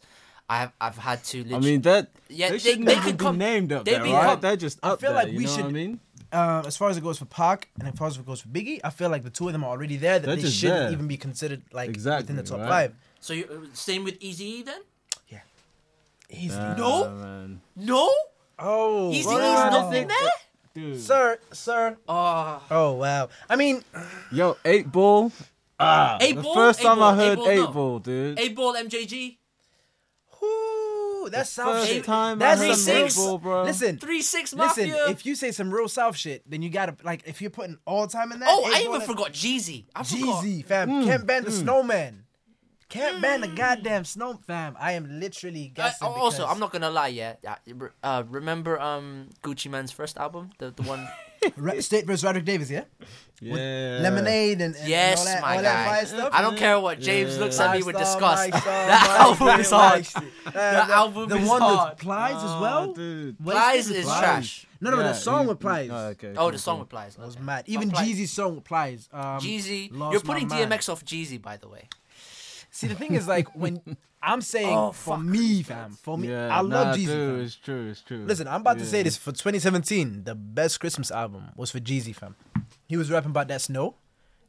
C: I've I've had to. Literally,
E: I mean that.
C: Yeah,
E: Yeah,
C: they-
E: they, shouldn't
C: they
E: even
C: could
E: be
C: come-
E: named up
C: they'd
E: there,
C: be
E: right?
C: come-
E: They're just up
D: I feel
E: there.
D: like
E: you
D: we
E: know
D: should-
E: What I mean,
D: Um, as far as it goes for Park and as far as it goes for Biggie, I feel like the two of them are already there that
E: They're
D: they
E: just
D: shouldn't
E: there.
D: even be considered like within the
E: Exactly,
D: top
E: right?
D: five.
C: so you same with Easy then?
D: Easily.
C: No?
E: Ah, man.
C: No,
D: Oh,
C: Easy E's
D: wow.
C: not in there.
E: dude.
D: Sir, sir.
C: Oh,
D: Oh wow. I mean,
E: Yo, eight ball. Ah,
C: Eight
E: the
C: Ball?
E: first
C: Eight
E: time
C: Ball,
E: I heard
C: Eight
E: eight
C: Ball,
E: ball,
C: no.
E: dude.
C: A ball MJG,
D: whoo, that sounds
E: First
D: shit.
E: time
D: That's
E: I
C: Three
E: heard
D: some
C: some
D: real-
E: eight
C: six.
E: ball, bro.
D: Listen,
C: three six mafia.
D: listen. If you say some real South shit, then you gotta like if you're putting all time in that.
C: oh,
D: ain't
C: I even
D: gonna-
E: Hmm,
C: forgot Jeezy. I forgot.
D: Jeezy, fam, can't ban the snowman. Can't ban the goddamn snow, fam. I am literally
C: Uh,
D: guessing.
C: Hmm. also,
D: because-
C: I'm not gonna lie. Yeah, yeah, re- uh, remember um, Gucci Man's first album, the the one.
D: Ra- State versus Roderick Davis, yeah?
E: Yeah.
D: Lemonade and, and
C: yes,
D: all that,
C: my
D: all
C: guy.
D: that fire stuff.
C: I don't care what James
E: Yeah.
C: looks at me with
D: Five star,
C: disgust.
D: five star,
C: that
D: five
C: album
D: star,
C: is
D: five
C: hard.
D: star. Uh,
C: That album
D: the
C: is
D: one
C: hard.
D: with Plies as
E: Oh,
D: well.
E: dude.
C: Plies
D: Wasted
C: is
D: Plies.
C: trash.
D: No, no, no,
E: Yeah,
D: the song
E: you-
D: with Plies.
E: Oh, okay,
C: Oh,
E: cool,
C: the song
E: cool.
C: with Plies.
D: That was
C: okay.
D: mad.
C: Not
D: Even
C: Plies.
D: Jeezy's song with Plies. Um,
C: Jeezy,
D: Lost
C: you're
D: My
C: putting
D: Mind.
C: DMX off Jeezy, by the way.
D: See, the thing is, like, when I'm saying
C: Oh,
D: for
C: fuck.
D: me, fam, for me,
E: Yeah,
D: I love
E: nah,
D: Jeezy.
E: Dude,
D: fam.
E: it's true. It's true.
D: Listen, I'm about to
E: Yeah.
D: say this for 2017. The best Christmas album was for Jeezy, fam. He was rapping about that snow,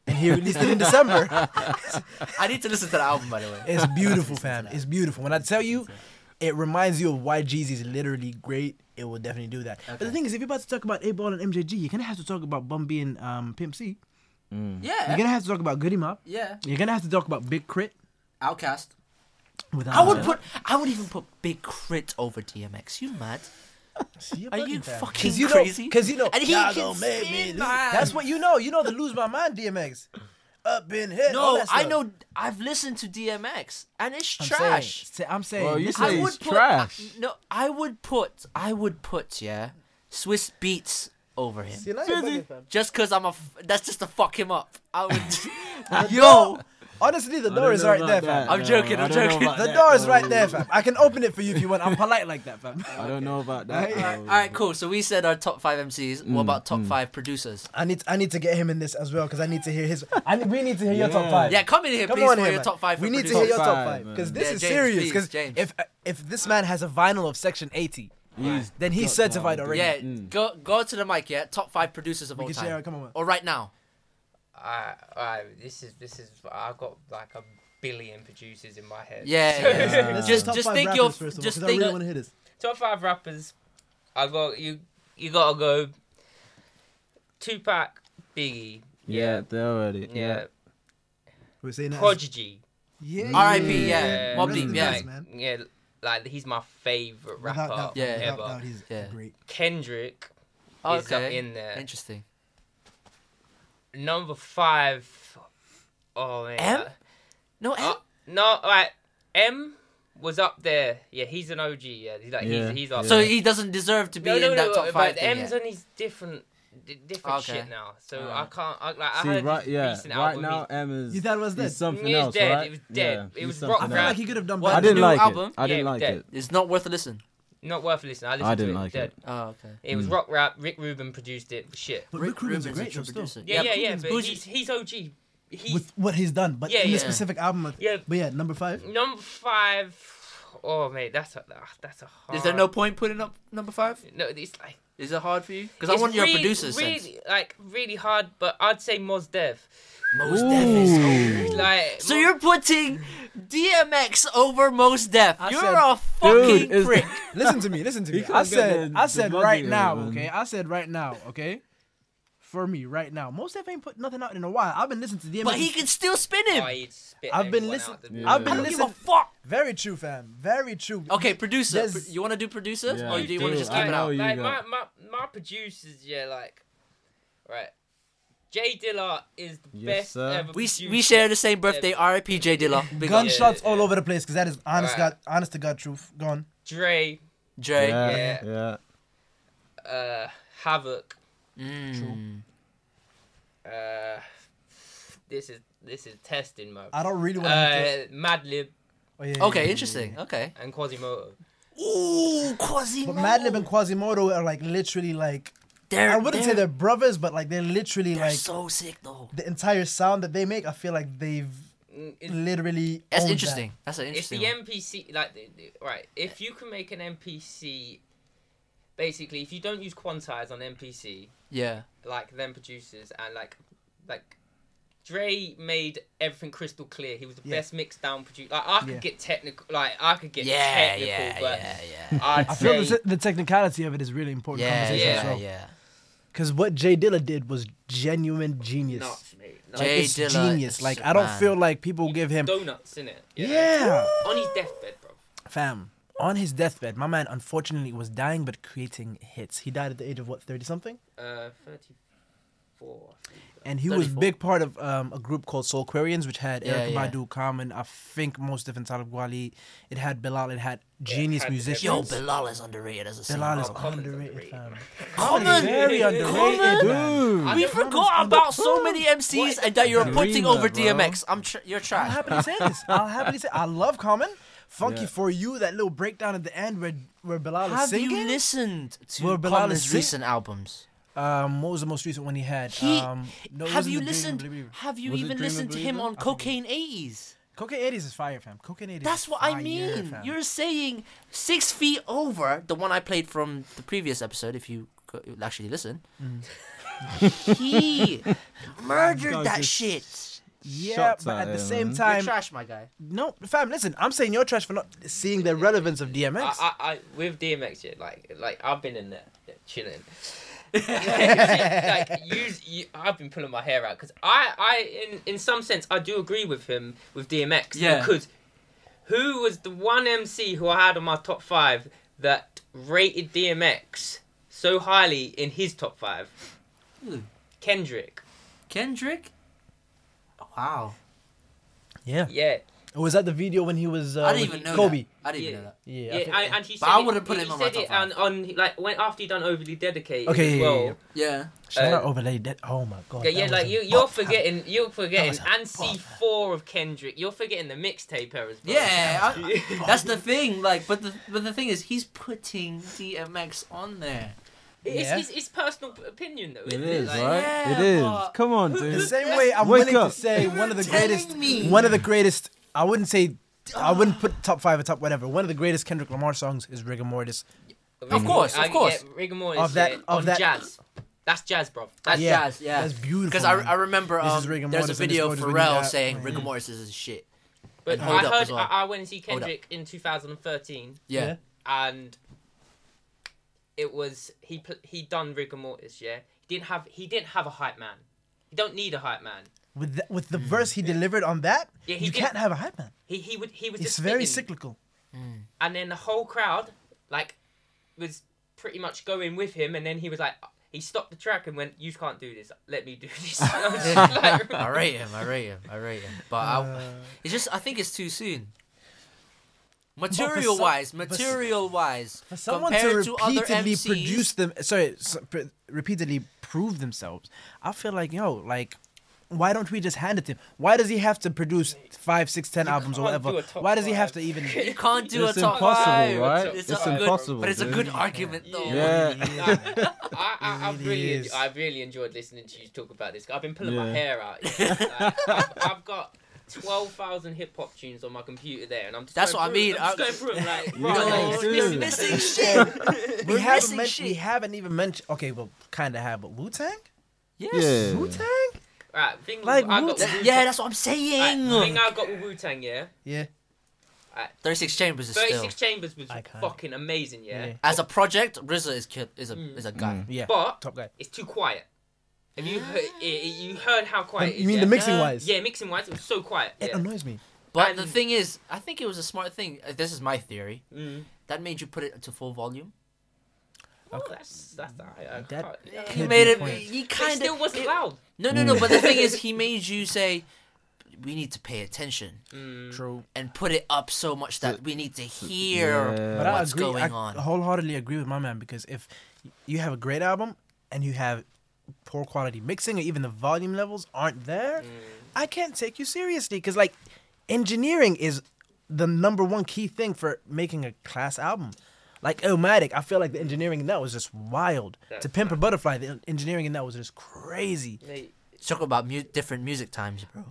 D: and he released it in December.
C: I need to listen to the album, by the way.
D: It's beautiful, fam. It's beautiful. When I tell you, it reminds you of why Jeezy's literally great. It will definitely do that. But the
C: Okay.
D: thing is, if you're about to talk about A Ball and MJG, you're gonna have to talk about Bumby and um, Pimp C. You're
C: Yeah,
D: gonna have to talk about Goody Mop.
C: yeah.
D: You're gonna have to talk about Big Crit.
C: Outcast.
D: Without
C: I would put. I would even put Big Crit over DMX. You mad? Are you fucking
D: you
C: crazy?
D: Because you know,
C: and he
D: "Y'all
C: can
D: gonna make me
C: sing,
D: lose."
C: man.
D: That's what you know. You know the lose my mind DMX. Up in here. all
C: No,
D: that
C: I
D: stuff.
C: know. I've listened to DMX, and it's
D: I'm
C: trash.
D: Saying, I'm saying.
E: Well, you
D: this
E: say
D: is-
E: he's
C: I would put,
E: trash.
C: I- no, I would put. I would put. Yeah, Swiss Beats over him.
D: You're not even fucking fam.
C: Just cause I'm a. F- that's just to fuck him up. I would. Yo,
D: Honestly, the
E: I don't
D: door is
E: know
D: right
E: about
D: there,
E: that,
D: fam.
C: I'm
E: no,
C: joking,
E: I
C: I'm
E: don't know
C: joking.
E: about
D: The
E: that,
D: door is
E: though.
D: right there, fam. I can open it for you if you want. I'm polite like that, fam.
E: I don't know about that.
D: Alright,
E: though.
C: All right, cool. So we said our top five MCs. what about top five producers?
D: I need I need to get him in this as well because I need to hear his. I need, we need to hear your top
E: Yeah.
D: five.
C: Yeah, come in here,
D: Come
C: please,
D: on
C: for
D: here,
C: your
D: man.
C: top five.
D: We
C: for
D: need to hear
C: producers.
D: your
E: Top
D: top
E: five,
D: five because
E: man.
D: this
C: Yeah,
D: is
C: James,
D: serious.
C: please,
D: Because
C: James.
D: if if this man has a vinyl of Section 80,
E: He's
D: then he's
E: got
D: certified
E: that.
D: already.
C: Yeah, go go to the mic. Yeah, top five producers of
D: we
C: all
D: can
C: time.
D: share. it. Come on, man.
C: Or right now.
A: I, I, this is this is. I've got like a billion producers in my head.
C: Yeah,
A: So,
C: yeah, yeah.
D: Let's
C: Just-
D: do top
C: just
D: five
C: think
D: rappers
C: your-
D: first of all,
C: just
D: 'cause I
C: think-
D: really want to hear this.
A: Top five rappers. I got you. You gotta go. Tupac, Biggie.
E: Yeah, they're already. Yeah.
A: Yeah.
D: We're saying that. as-
A: Prodigy.
D: Yeah,
C: R.I.P. Yeah,
A: Yeah,
C: Mobb
D: rest
C: Deep.
D: in
C: Yeah,
D: peace, man.
A: Yeah. Like he's my favorite
D: Without
A: rapper
D: doubt,
C: Yeah.
D: without
A: ever.
D: doubt, he's
C: Yeah.
D: great.
A: Kendrick is up
C: Okay.
A: in there.
C: interesting.
A: Number five. Oh man.
C: M? No, M?
A: Oh, no, like M was up there. Yeah, he's an OG. Yeah, he's like
E: Yeah,
A: he's he's up.
E: yeah.
C: so
A: there.
C: he doesn't deserve to be
A: no,
C: in
A: no,
C: that
A: no,
C: top
A: but
C: five.
A: the
C: thing
A: M's
C: yet.
A: on his different di- different
C: Okay.
A: shit now. So I
C: Alright.
A: can't. I, like, I
E: See,
A: heard
E: right,
A: his
E: yeah,
A: recent
E: right
A: album,
E: now,
A: he's-
E: Emma's
D: Yeah, that was dead.
E: something
A: It was
E: else,
A: dead,
E: right?
A: it was dead.
E: Yeah,
A: It
E: he's
A: was
E: something
A: rock
D: I
E: else.
D: feel like he could have done
C: What?
D: better.
E: I
C: the
E: didn't
C: new
E: like
C: album.
E: it. I
A: Yeah,
E: didn't like
A: dead.
E: it.
C: It's not worth a listen.
A: not worth listening. I listened
E: I
A: to
E: didn't
A: it.
E: like
A: dead.
E: it. Hmm.
C: Oh, okay.
A: It was rock rap. Rick Rubin produced it. Shit.
D: But Rick Rubin's a
C: Rubin's a
D: great
C: true
D: job still.
C: producer.
A: Yeah, yeah, yeah.
D: Rubin's
A: but
C: bougie.
A: he's he's OG. He's
D: With what he's done, but
A: Yeah,
D: in this
C: yeah.
D: specific album, I-
A: Yeah.
D: But yeah, number five.
A: number five oh mate, that's a ah, that's a hard.
C: Is there no point putting up number five?
A: No, it's like
C: Is it hard for you? Because I
A: it's
C: want your
A: really-
C: producers.
A: Really,
C: sense.
A: like really hard, but I'd say Mos Def.
C: Most Def is.
A: Like
C: So
A: Mos-
C: you're putting DMX over Most Def. You're
D: said-
C: a fucking
E: Dude, is-
C: prick.
D: Listen to me. Listen to me.
E: could've
D: I
E: got
D: said.
E: the-
D: I
E: the
D: said
E: buggy
D: right
E: there,
D: now.
E: man.
D: Okay. I said right now. Okay. For me, right now, most of ain't put nothing out in a while. I've been listening to DMX.
C: but he can still spin him.
A: Oh,
C: I
A: he'd spit
D: I've been
A: everyone
D: listening.
A: out the room.
D: I've
E: Yeah. I
D: been
C: don't give a
D: listening.
C: fuck.
D: Very true, fam. Very true.
C: Okay, producer.
D: There's-
C: Pro- you want to do producer,
E: Yeah,
C: or do you want to
E: dude,
C: just
E: I
C: keep it
E: know
C: out?
E: you
A: Like my,
E: got-
A: my my producers, yeah, like right. Jay Dilla is the
E: Yes,
A: best
E: sir.
A: ever.
C: We
A: producer.
C: we share the same birthday. R.I.P. J Dilla. Big up.
A: Gunshot.
D: Gunshots
A: yeah,
D: all
A: yeah.
D: over the place because that is honest
A: Alright.
D: God, honest to God truth. Gone.
A: Dre,
C: Dre.
E: Yeah, yeah.
A: uh, Havoc.
C: Mm.
A: Uh, this is this is testing mode.
D: I don't really want to.
A: Uh, Madlib
D: Oh, yeah, yeah, yeah,
C: Okay,
D: yeah.
C: interesting. Okay.
A: and Quasimodo.
C: Ooh, Quasimodo.
D: But Madlib and Quasimodo are like literally like
C: they're,
D: I wouldn't say
C: they're
D: they're brothers, but like they're literally
C: They're
D: like
C: so sick though.
D: the entire sound that they make. I feel like they've
A: Mm, It's,
D: literally.
C: That's
D: owned that.
C: interesting. That's an
A: it's the
C: interesting. one.
A: MPC, like the, the- right. If you can make an MPC, basically, if you don't use quantize on MPC,
C: Yeah.
A: like them producers and like like Dre made everything crystal clear. He was the
D: Yeah.
A: best mixed down producer. Like I could
D: Yeah.
A: get technical, like I could get
C: Yeah,
A: technical,
C: yeah,
A: but
C: yeah, yeah.
A: I'd
D: I feel
A: say
D: the, the technicality of it is really important
C: Yeah,
D: conversation as
C: yeah,
D: well.
C: yeah.
D: Because what Jay Dilla did was genuine genius.
A: nuts, mate. Like,
C: Jay
D: it's
C: Dilla
D: genius.
C: is
D: Like
C: a
D: I don't
C: man.
D: feel like people give him.
A: donuts in it.
D: Yeah,
A: on his deathbed, bro.
D: fam. On his deathbed, my man unfortunately was dying but creating hits. He died at the age of what, thirty something?
A: Uh, 30, 34.
D: and he was
C: 34.
D: big part of um, a group called Soul Quarians, which had
C: Yeah,
D: Eric
C: yeah.
D: Badu, Common, I think most different Talib Gwali. It had Bilal. It had genius
A: had
D: musicians.
C: Yo, Bilal is underrated as a singer.
D: Bilal is
A: Oh, Common's
D: underrated.
A: underrated.
D: fam.
C: Common!
D: Very underrated. man.
E: Dude,
C: We forgot about so many MCs and that you're
E: a
C: putting
E: dreamer,
C: over
E: bro.
C: DMX. I'm tr- you're
D: I'll
C: trash.
D: happily say this. I'll happily say I love Common. Funky
E: Yeah.
D: for you. That little breakdown at the end where where Bilal is
C: Have
D: singing.
C: you listened to
D: Well, Bilal
C: Common's
D: is sing-
C: recent albums?
D: Um, what was the most recent one he had?
C: He,
D: um, no, it
C: have
D: wasn't
C: you
D: the Dream,
C: listened?
D: Believe It.
C: Have you
E: Was it
C: even
E: Dream and
C: listened to him
E: Believe It?
C: on Cocaine 80s?
D: Cocaine Eighties is fire, fam. Cocaine Eighties.
C: That's
D: is
C: what I
D: fire,
C: mean.
D: fam.
C: You're saying six feet over the one I played from the previous episode. If you go- actually listen, he murdered
E: Guys,
C: that
E: just
C: shit.
D: yeah,
E: shots
D: but
E: at
D: at the
E: him,
D: same
E: man.
C: You're
D: time,
C: trash, my guy.
D: no, fam. Listen, I'm saying you're trash for not seeing the relevance of DMX.
A: I, I, I, with DMX, yeah, like, like I've been in there yeah, chilling. like you, you, I've been pulling my hair out because I, I, in, in some sense, I do agree with him with DMX.
C: Yeah.
A: Because who was the one MC who I had on my top five that rated DMX so highly in his top five?
C: Who?
A: Kendrick.
C: Kendrick. Wow,
D: yeah.
A: Yeah.
D: Was that the video when he was? Uh,
C: I didn't
D: with
C: even know
D: Kobe.
C: that. I didn't
A: Yeah.
C: even know that.
D: Yeah.
A: Yeah,
D: I think-
A: and, and he
C: But
A: said
C: I
A: it-
C: wouldn't put
A: he
C: him on my
A: said
C: top
A: it
C: five.
A: on, on like when after he done overly dedicated
D: Okay,
A: as
D: yeah, yeah,
A: well.
D: yeah.
C: Yeah.
D: Shout
A: uh,
D: out overlay. That, oh my god.
A: Yeah,
D: that
A: yeah,
D: was
A: like
D: a
A: you, you're
D: bop, fam.
A: forgetting, you're forgetting,
D: That
A: and
D: was a
A: C four of Kendrick. You're forgetting the mixtape era as well.
C: Yeah, I- that's the thing. Like, but the but the thing is, he's putting DMX on there.
A: it's,
D: Yeah.
A: it's, it's personal p- opinion though.
E: it
A: isn't
E: is
A: Like,
E: right.
C: Yeah,
E: it is.
C: but-
E: Come on,
D: The
E: dude.
D: same way I'm
E: Wake
D: willing
E: up.
D: to say one of the
C: telling
D: greatest,
C: me.
D: one of the greatest. I wouldn't say, I wouldn't put top five or top whatever. One of the greatest Kendrick Lamar songs is "Rigor Mortis."
A: Rigor-
C: course, of
A: I- yeah,
C: course.
A: rigor mortis
D: Of that-
A: yeah,
D: of
A: on
D: that-
A: jazz. That's jazz, bro. That's
D: Yeah,
C: jazz, yeah.
D: that's beautiful.
C: Because I,
D: man.
C: I remember
D: This is
C: um,
D: rigor
C: there's a
D: mortis and
C: video of
D: this is what we do
C: Pharrell
D: that.
C: saying
D: Mhm.
C: rigor mortis is shit.
A: But
C: And Hold
A: I
C: Up
A: heard
C: as well.
A: I, I went and see
C: Hold Up.
A: Kendrick in 2013,
C: Yeah.
D: Yeah.
A: and it was he pl- he done rigor mortis. Yeah, he didn't have he didn't have a hype man. You don't need a hype man.
D: with the, with the verse he delivered on that,
A: Yeah, he
D: you
A: did.
D: can't have a hype man.
A: He he would he was
D: It's
A: just
D: very
A: spitting.
D: cyclical.
A: and then the whole crowd like was pretty much going with him and then he was like he stopped the track and went you can't do this let me do this And I was just like-
C: I rate him. I rate him. I rate him. But I, it's just I think it's too soon. Material wise,
D: some- but s-
C: material wise,
D: For someone to
C: compared to, other
D: repeatedly
C: MCs,
D: produce them, sorry, s- pr- repeatedly prove themselves, I feel like yo, like, why don't we just hand it to him? Why does he have to produce five, six, ten albums or
A: can't do
D: whatever?
A: a top
D: Why does he have
A: five.
D: to even?
C: you can't do
E: It's
C: a top
E: impossible,
C: five.
E: right?
C: It's,
E: It's
C: a
E: impossible,
C: Good, but it's a
E: dude.
C: good argument though.
E: Yeah.
A: I, I, I've really,
D: is.
A: enjo- I've really enjoyed listening to you talk about this. I've been pulling my
E: Yeah.
A: hair out. Like, I've, I've got twelve thousand hip hop tunes on my computer there, and I'm just.
C: That's
A: going
C: what I
A: through it.
C: mean. I-
A: I'm just going through 'em, like,
E: Yeah.
A: right,
C: No,
A: like,
E: Dude.
C: you're missing shit.
D: We
C: We're
D: haven't
C: missing
D: mentioned. We
C: shit.
D: haven't even mentioned. Okay, well, kind of have, but Wu Tang.
E: Yeah.
D: Wu Tang.
A: right. Thing
D: Like,
A: I got
D: Wu-Tang-
A: with Wu-
C: Yeah, that's what I'm
A: right, thing
C: saying.
A: I got with Wu Tang. Yeah,
D: Yeah.
C: Thirty Six Chambers is
A: Thirty
C: still
A: Six Chambers was
D: Iconic.
A: fucking amazing. Yeah,
D: Yeah.
C: as a project. RZA is ki- is a is a guy.
D: Yeah.
A: but
D: Top guy.
A: it's too quiet. Have you heard, eh, you heard how quiet? it is,
D: You mean
A: yeah?
D: the mixing wise?
A: Yeah, mixing wise, it was so quiet.
D: It
A: Yeah.
D: annoys me.
C: But the
A: And-
C: thing is, I think it was a smart thing. uh, This is my theory.
A: Mm.
C: That made you put it to full volume.
A: Oh, that's that's I, I
D: That
A: can't- yeah.
D: could
C: He
D: be
C: made
D: a
C: it.
D: point.
C: He
A: It
C: kind
A: still
C: of.
A: wasn't loud.
C: No, no, no. But the thing is, he made you say, "We need to pay attention,"
D: True.
C: and put it up so much that we need to hear
E: yeah.
D: But
C: uh, what's
D: I agree.
C: going
D: I
C: on.
D: wholeheartedly agree with my man because if you have a great album and you have poor quality mixing or even the volume levels aren't
C: Mm.
D: there, I can't take you seriously because like engineering is the number one key thing for making a class album. Like Omatic, I feel like the engineering in that was just wild.
A: That's
D: to Pimp a Butterfly, the engineering in that was just crazy.
A: They-
C: Talk about mu- different music times, bro.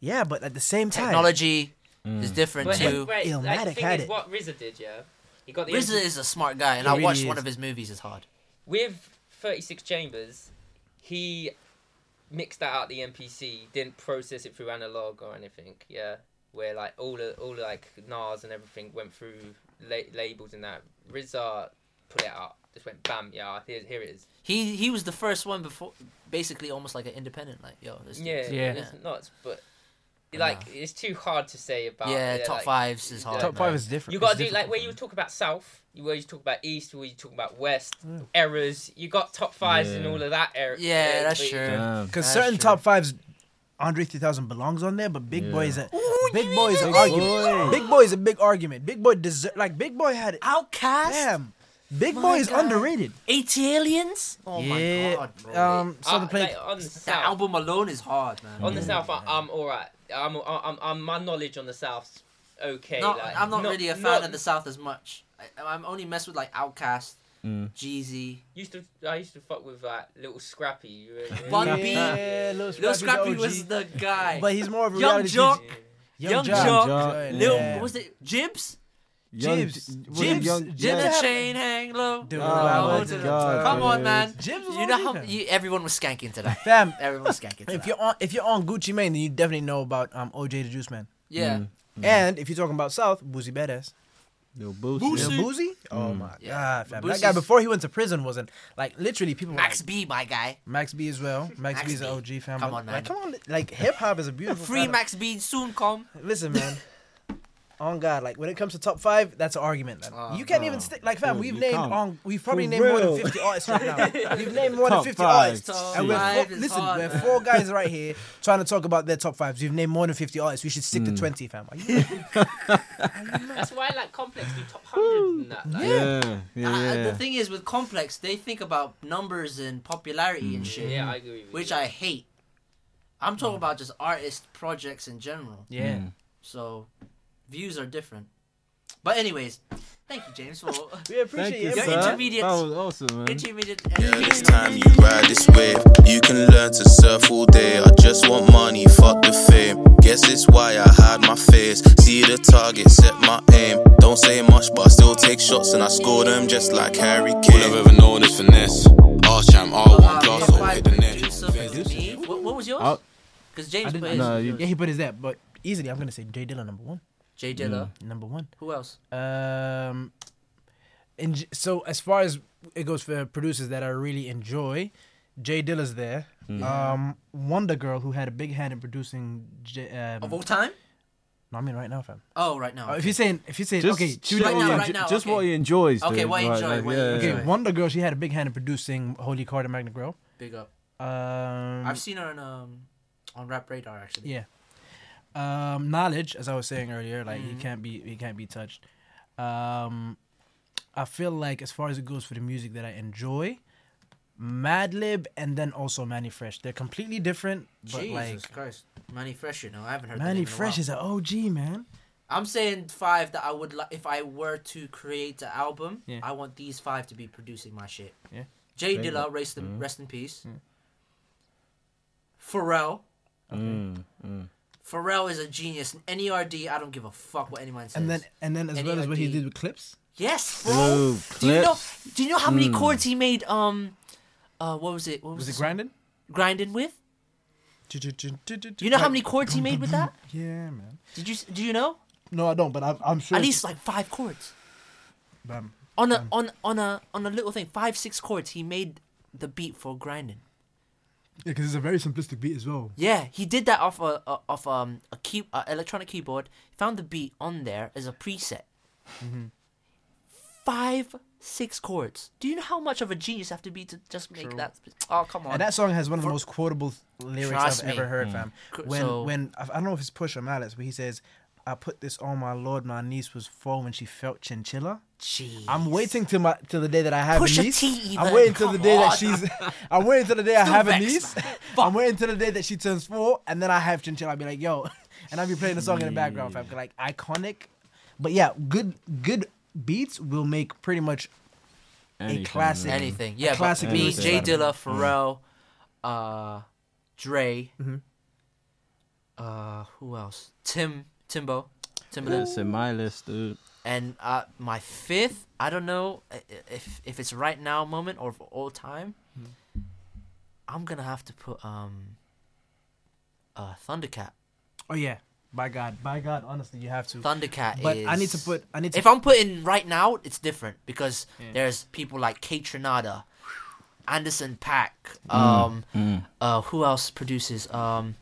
D: Yeah, but at the same time,
C: Technology is different
A: But
C: too.
A: right, like, the
D: Illmatic
A: thing
D: had
A: is,
D: it.
A: what RZA did, yeah, he got the
C: RZA is a smart guy, and
D: He
C: I
D: really
C: watched one
D: is.
C: of his movies. It's hard.
A: with Thirty Six Chambers. He mixed that out the MPC, didn't process it through analog or anything. Yeah, where like all the all the, like Nas and everything went through la- labels and that. RZA put it out, just went bam, yeah, here, here it is.
C: He he was the first one before, basically almost like an independent. Like yo, this
A: Yeah,
D: Yeah.
A: it's nuts. But like it's too hard to say about.
C: yeah, top
A: Oh, like,
C: fives is hard.
D: Top
C: man.
D: five is different.
A: You gotta
D: It's
A: do
D: different.
A: like where you talk about South, you- where you talk about East, where you talk about West errors. You got top fives and
E: Yeah.
A: all of that era.
C: Yeah,
A: uh,
C: that's
A: but-
C: true.
E: Damn.
D: Cause
C: That's
D: certain
C: true.
D: top fives, Andre 3000 belongs on there, but Big Boy
E: Yeah.
D: is a Big Boy is an
E: Big
D: argument.
E: Boy.
D: Big Boy is a big argument. Big Boy deserve like Big Boy had
C: Outcast,
D: damn. Big
C: My
D: Boy is
C: God.
D: underrated.
C: eighty aliens. Oh
D: Yeah,
C: my god, bro. Ah,
D: Um, so
A: Uh,
D: the play.
A: like, on the
C: that
A: South,
C: album alone is hard, man.
A: on the South, I, I'm all right. I'm, I'm, I'm, my knowledge on the South's okay.
C: Not-
A: like,
C: I'm not, really a fan
A: not-
C: of the South as much. I, I'm only messed with like Outcast,
E: Mm.
C: Jeezy.
A: Used to, I used to fuck with that little Scrappy. You know,
C: Bun
A: yeah.
C: B.
D: Yeah, Lil
C: Lil
D: Scrappy's
C: Scrappy
D: OG,
C: was the guy.
D: but he's more of a
C: Young
D: reality
C: Jock,
D: TV.
C: Young
D: Jock,
C: Jock,
E: Jock,
C: Lil,
D: yeah.
C: what was it? Jibs?
D: Jibs.
E: J- was it
D: Jibs.
E: Young-
D: Jibs
E: yeah.
C: Did the
D: had-
C: chain hang low?
D: Dude,
C: Oh, to
E: my
C: the-
E: God,
C: Come on,
E: dude.
C: man.
D: Jibs was
C: You
D: on
C: know how
D: defense.
C: you, everyone was skanking to that.
D: Fam,
C: Everyone was skanking to
D: if
C: that.
D: you're on if you're on Gucci Mane, then you definitely know about um OJ the Juice Man.
C: yeah.
D: And if you're talking about South, Boozy Badass.
E: Lil Boosie. Mm.
D: Lil Boozy? Oh my
C: Yeah.
D: god, fam.
C: Boosie's-
D: That guy before he went to prison wasn't like literally people were
C: Max
D: like,
C: B, my guy.
D: Max B as well. Max,
C: Max
D: B is an
C: B.
D: OG fam.
C: Come
D: but,
C: on, man.
D: Like, come on, like hip hop is a beautiful
C: Free
D: product.
C: Max B soon come.
D: Listen, man. on God, like when it comes to top five, that's an argument. man.
C: Oh,
D: you can't
E: no.
D: even stick. Like, fam,
E: Dude,
D: we've
E: you
D: named
E: can't.
D: on. We've probably
E: For
D: named more than
E: real.
D: fifty artists right now. We've named more than
E: Top
D: fifty
E: five.
D: artists,
C: Top
D: and we're
C: five
D: four,
C: is
D: listen,
C: hard,
D: we're
C: man.
D: four guys right here trying to talk about their top fives. We've named more than fifty artists. We should stick
E: Mm.
D: to twenty, fam. Are you-
A: That's why I like Complex do top hundreds and that. Like,
E: Yeah, yeah,
C: Uh,
E: yeah.
C: the thing is with complex they think about numbers and popularity and
D: Hmm.
C: shit
A: yeah, I agree. With you.
C: which i hate i'm talking about just artist projects in general
D: yeah.
E: Mm.
C: so views are different but anyways thank you james for
D: We appreciate
E: Thank you,
D: it.
C: You're
E: sir.
D: man.
E: That
C: intermediate.
E: was awesome, man.
C: intermediate
B: Next time you ride this wave, you can learn to surf all day. I just want money, fuck the fame. Guess it's why I hide my face. See the target, set my aim. Don't say much, but I still take shots and I score them just like Harry Kane. All I've ever known is finesse. All champ, all
C: uh,
B: one glass
C: top
B: away
C: five
B: the next.
C: producer for me. What, what was yours
E: Oh,
C: because
D: I
C: james
D: didn't-
C: plays
E: No, you-
D: Yeah, he put his that, but easily I'm gonna say Jay Dilla number one.
C: jay
D: Hmm.
C: dilla
D: Number one.
C: who else
D: Um, and j- so as far as it goes for producers that I really enjoy, Jay Dilla's there. Um, Wonder Girl, who had a big hand in producing. J- um,
C: of all time
D: no, I mean right now, fam.
C: oh right now
D: Oh, if you're saying, if you're saying,
E: Just
D: okay,
E: choose
D: choose
C: right
E: what
C: now,
E: you
C: right
E: enjo-
C: now,
E: Just
C: okay.
E: what he enjoys.
C: Okay,
E: dude.
C: what you
E: Like-
C: enjoy,
E: like,
C: what you
E: yeah,
C: enjoy.
D: okay,
E: yeah.
D: Wonder Girl, she had a big hand in producing Holy Carter Magna Grow.
C: big up
D: Um,
C: i've seen her on um on rap radar actually
D: Yeah. Um, knowledge, as I was saying earlier, like
C: Mm-hmm.
D: he can't be he can't be touched. Um, I feel like as far as it goes for the music that I enjoy, Madlib and then also Manny Fresh. They're completely different, but
C: Jesus
D: like
C: Christ, Manny Fresh, you know, I haven't heard.
D: Manny
C: Manny
D: Fresh is an OG man.
C: I'm saying five that I would like if I were to create the album.
D: Yeah.
C: I want these five to be producing my shit.
D: Yeah.
C: Jay Dilla, rest
D: Mm.
C: in, rest in peace. Pharrell.
E: Mm,
C: Pharrell is a genius. And NERD, I don't give a fuck what anyone says.
D: And then and then as
C: Any
D: well as what he
C: OD.
D: did with clips.
C: yes, bro.
E: Yo,
C: do you know?
E: clips. Mm.
C: Do you know how many chords he made? Um, uh, what was it? What was,
D: Was it
C: it?
D: grinding?
C: grinding with? Do you know how many chords he made with that?
D: Yeah, man.
C: Did you? s- Do you know?
D: No, I don't, but I'm, I'm sure.
C: At least like five chords.
D: Bam.
C: on a on on a on a little thing, five six chords. He made the beat for grinding.
D: Yeah, because it's a very simplistic beat as well.
C: Yeah, he did that off a, a off um a key a electronic keyboard. Found the beat on there as a preset. Mm-hmm. Five six chords. Do you know how much of a genius you have to be to just make that? Oh come on.
D: And that song has one of the most quotable th- lyrics
C: Trust
D: I've
C: me.
D: ever heard,
E: Mm.
D: fam.
C: Cr-
D: When
C: so-
D: when I I don't know if it's Push or Malice, but he says, "I put this on my lord. My niece was four when she felt chinchilla.
C: Jeez.
D: I'm waiting till my till the day that I have
C: Pusha
D: a niece.
C: T
D: I'm
C: even,
D: waiting till the
C: come
D: day
C: on.
D: that she's. I'm waiting till the day I
C: Still
D: have a
C: vexed,
D: niece.
C: man.
D: I'm waiting till the day that she turns four, and then I have chinchilla. I'll be like, yo, and I'll be playing the song in the background, fam. Like iconic, but yeah, good good beats will make pretty much
E: Anything,
D: a classic.
E: man.
C: anything. Yeah,
D: classic
C: but me,
D: music
C: Jay
D: style.
C: Dilla, Pharrell, uh, Dre, uh, who else? Tim Timbo, Timbaland.
E: That's in my list, dude.
C: And uh, my fifth, I don't know i- i- if if it's right now moment or for all time.
D: Hmm.
C: I'm gonna have to put um. Uh, Thundercat.
D: Oh yeah, by God, by God, honestly, you have to.
C: Thundercat
D: But
C: is.
D: I need to put. I need to.
C: If I'm putting right now, it's different because there's people like Kate Trinada,
F: Mm,
C: Anderson Pack. Um, Uh, who else produces? Um,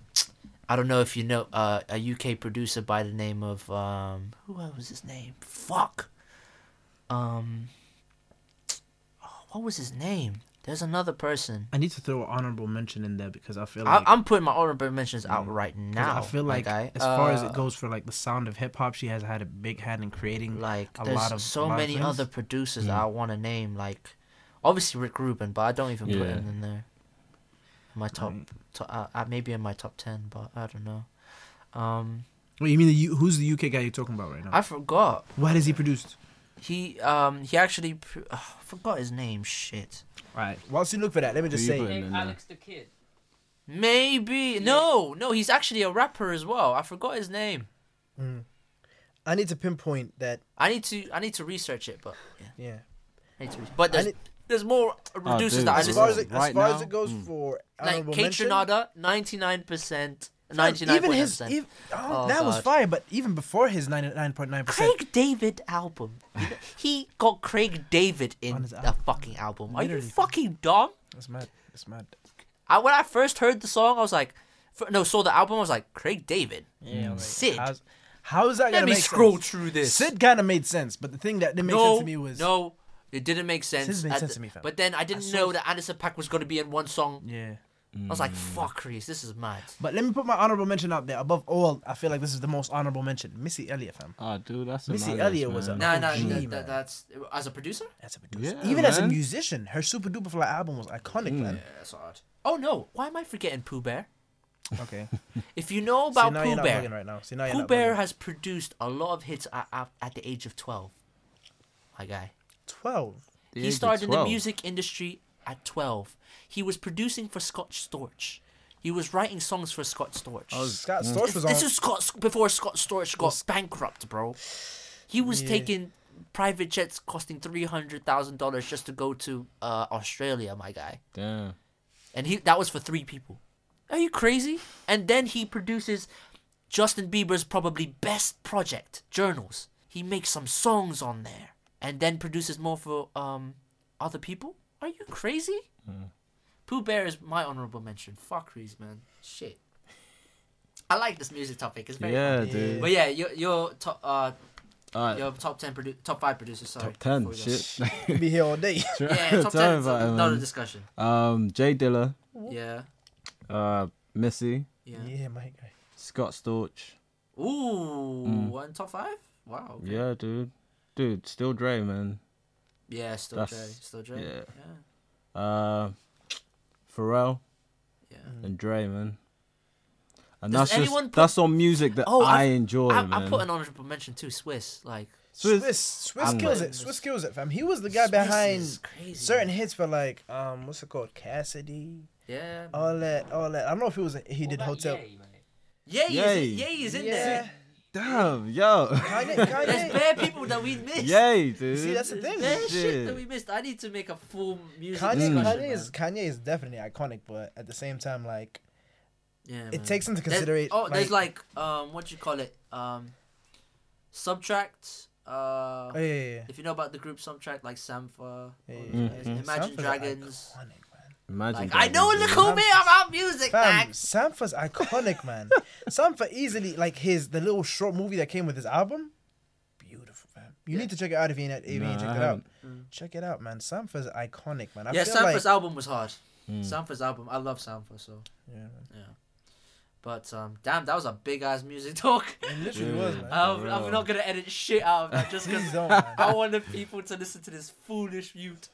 C: I don't know if you know uh, a UK producer by the name of um, who was his name? Fuck. Um, oh, what was his name? There's another person.
F: I need to throw an honorable mention in there because I feel
C: I,
F: like Mm.
C: I'm putting my honorable mentions out right
F: 'cause
C: now.
F: I feel like
C: my guy.
F: as far as
C: Uh,
F: it goes for like the sound of hip hop, she has had a big hand in creating.
C: like
F: a
C: there's
F: lot of-
C: so
F: a lot of
C: many
F: things.
C: other producers that I want to name. Like obviously Rick Rubin, but I don't even put
E: Yeah.
C: him in there. My top,
F: Right.
C: to, uh, uh, maybe in my top ten, but I don't know. Um,
F: Wait, you mean the U- who's the UK guy you're talking about right now?
C: I forgot.
F: What has he produced?
C: He um he actually pr- uh, forgot his name. Shit.
F: All right. Whilst you look for that, let me just
E: you
F: say
E: put- Name
A: Alex the Kid.
C: Maybe no no he's actually a rapper as well. I forgot his name.
D: I need to pinpoint that.
C: I need to I need to research it, but yeah,
D: Yeah.
C: I need to research. But there's
D: need-
C: there's more producers
E: dude,
C: that I
E: as
D: As
C: just
D: far as it, as
E: Right
D: far as
E: now, Hmm.
D: it goes for
C: like
D: honorable
C: Kate
D: mention,
C: Trinada, ninety nine percent,
F: Fam,
C: ninety nine
F: even
C: point
F: his
C: percent.
F: ev- oh,
C: Oh,
F: that was
C: God.
F: fire, but even before his ninety nine point nine percent,
C: Craig David album. You know, he got Craig David
F: On
C: in
F: his
C: the
F: album.
C: fucking album. Are you
F: Literally.
C: fucking dumb?
F: it's mad. It's mad.
C: I when I first heard the song, I was like, f- no, saw the album, I was like, Craig David.
F: Yeah, like,
C: Sid.
F: How's, how is that
C: Let
F: gonna
C: me
F: make
C: scroll
F: sense?
C: through this.
F: Sid kind of made sense, but the thing that didn't make
C: no,
F: sense to me was
C: no, it didn't make sense.
F: This made
C: at
F: sense
C: the-
F: to me, fam.
C: But then I didn't
F: saw
C: know
F: it.
C: that Anderson Pack was gonna be in one song.
F: Yeah.
C: I was like, fuck, Reese, this is mad.
F: But let me put my honorable mention out there. Above all, I feel like this is the most honorable mention. Missy Elliott, fam.
E: Ah, dude, that's a
F: Missy
E: nice,
F: Elliott was
E: man.
F: a-
C: No, no,
F: Gee,
C: that,
F: man.
C: that, that's as a producer.
F: As a producer.
E: Yeah,
F: Even as a
E: man. Mm.
F: musician, her Super Duper Fly album was iconic, man.
C: Yeah, that's odd. Oh no, why am I forgetting Pooh Bear?
F: Okay.
C: If you know
F: See,
C: about
F: now
C: Pooh
F: you're not
C: Bear,
F: bugging right now. See, now you're
C: Pooh
F: not
C: Bear
F: bugging.
C: has produced a lot of hits at, at, at the age of 12. My guy.
F: 12.
E: The
C: he
E: age of
C: started in the
E: 12.
C: music industry at 12. He was producing for Scott Storch. He was writing songs for Scott Storch.
E: Oh,
D: Scott
E: mm.
D: Storch
C: this,
D: was on.
C: this is Scott before Scott Storch got bankrupt, bro. He was taking private jets costing $300,000 just to go to uh, Australia, my guy
E: Damn.
C: and he that was for three people. Are you crazy? And then he produces Justin Bieber's probably best project, Journals. He makes some songs on there, and then produces more for um other people. Are you crazy?
E: Mm.
C: Pooh Bear is my honorable mention. Fuck Reese, man. Shit. I like this music topic. It's very
E: Yeah,
C: fun.
E: dude.
C: But yeah, your your top uh
E: All right,
C: your top ten produ- top five producers. Sorry.
E: top ten.
C: Before we go.
E: Shit.
D: be here all day.
C: Yeah, top
E: Sorry
C: ten.
E: about it,
C: Another
E: man.
C: discussion.
E: Um, Jay Dilla,
C: Yeah.
E: uh, Missy,
C: Yeah.
D: yeah, my guy.
E: Scott Storch.
C: Ooh, one top five. Wow. okay.
E: Mm. Yeah, dude. Dude, still Dre, man.
C: Yeah, still
E: That's-
C: Dre, still Dre.
E: yeah.
C: yeah,
E: Uh, Pharrell
C: yeah.
E: and Dre, man. And
C: Does
E: that's just
C: anyone put-
E: that's on music that
C: Oh,
E: I
C: I've-
E: enjoy,
C: I,
E: man.
C: I put an honorable mention too, Swiss. Like
E: Swiss-
D: Swiss, Swiss,
E: I'm
D: kills
E: like-
D: it. Swiss kills it, fam. He was the guy
C: Swiss
D: behind
C: is crazy.
D: certain hits for like, um, what's it called, Cassidy,
C: Yeah.
D: all that, all that. I don't know if he was he did Hotel.
C: Yay, Yay.
E: Yay.
C: Is, Yay is in
D: Yeah,
C: there.
E: Damn, yo,
D: Kanye,
C: There's
D: Kanye,
C: bare people that we missed.
E: yay, dude.
D: see, that's the
C: There's
D: thing.
C: bare shit
E: Yeah.
C: that we missed. I need to make a full music
D: Kanye,
C: discussion.
D: Kanye
C: man.
D: is Kanye is definitely iconic, but at the same time, like
C: yeah,
D: it
C: man.
D: takes into
C: There's-
D: consideration.
C: Oh, there's like um, what do you call it? Um, subtract. Uh,
D: oh, yeah, yeah, yeah.
C: if you know about the group subtract, like Sampha, Oh,
D: Yeah,
C: all
D: yeah,
C: those guys, Imagine
D: Sampha's
C: Dragons.
D: Iconic, man.
E: Imagine.
C: Like I know
E: Dragons,
C: look
E: man.
C: who me about music,
D: Fam,
C: man.
D: Sampha's iconic, man. Sampha easily like his the little short movie that came with his album. Beautiful, fam. You need to check it out if you ain't, if you
E: Nah,
D: ain't
E: I
D: checked it out.
E: haven't.
C: Mm.
D: Check it out, man. Sampha's iconic, man. I
C: yeah,
D: feel
C: Sampha's
D: like
C: album was hard. Sampha's album, I love Sampha so.
D: Yeah, man.
C: But um, damn, that was a big ass music talk.
D: it literally was, man.
F: Uh,
C: I'm,
E: Yeah.
C: I'm not gonna edit shit out of that just
D: Please
C: because
D: don't, man.
C: I want the people to listen to this foolish mute.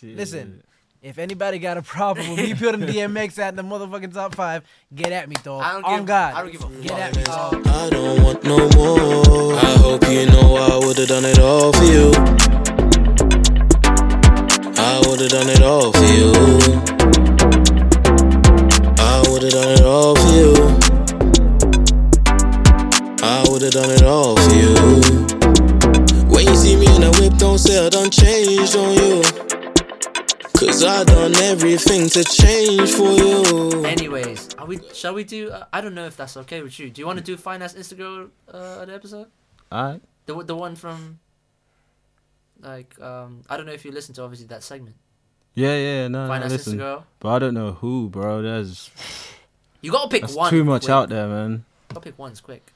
E: Shit.
F: Listen, if anybody got a problem with me putting DMX at the motherfucking top five, get at me, dog.
C: I don't
F: On
C: give.
F: God.
C: I don't give a
F: Get
C: fuck.
F: at me,
C: man.
F: dog.
B: I don't want no more. I hope you know I would've done it all for you. I would've done it all for you. I would've done it all for you. I would've done it all for you. When you see me in a whip, don't say I done changed on you. Cause I done everything to change for you.
C: Anyways, are we? Shall we do? Uh, I don't know if that's okay with you. Do you want to do finance Instagram uh, the episode?
E: Alright.
C: The one- the one from. Like um, I don't know if you listened to obviously that segment.
E: Yeah, yeah, no, no
C: Finance
E: listen.
C: Instagram.
E: But I don't know who, bro. There's
C: You gotta pick
E: That's
C: one.
E: too much
C: quick.
E: out there, man.
C: You gotta pick ones quick.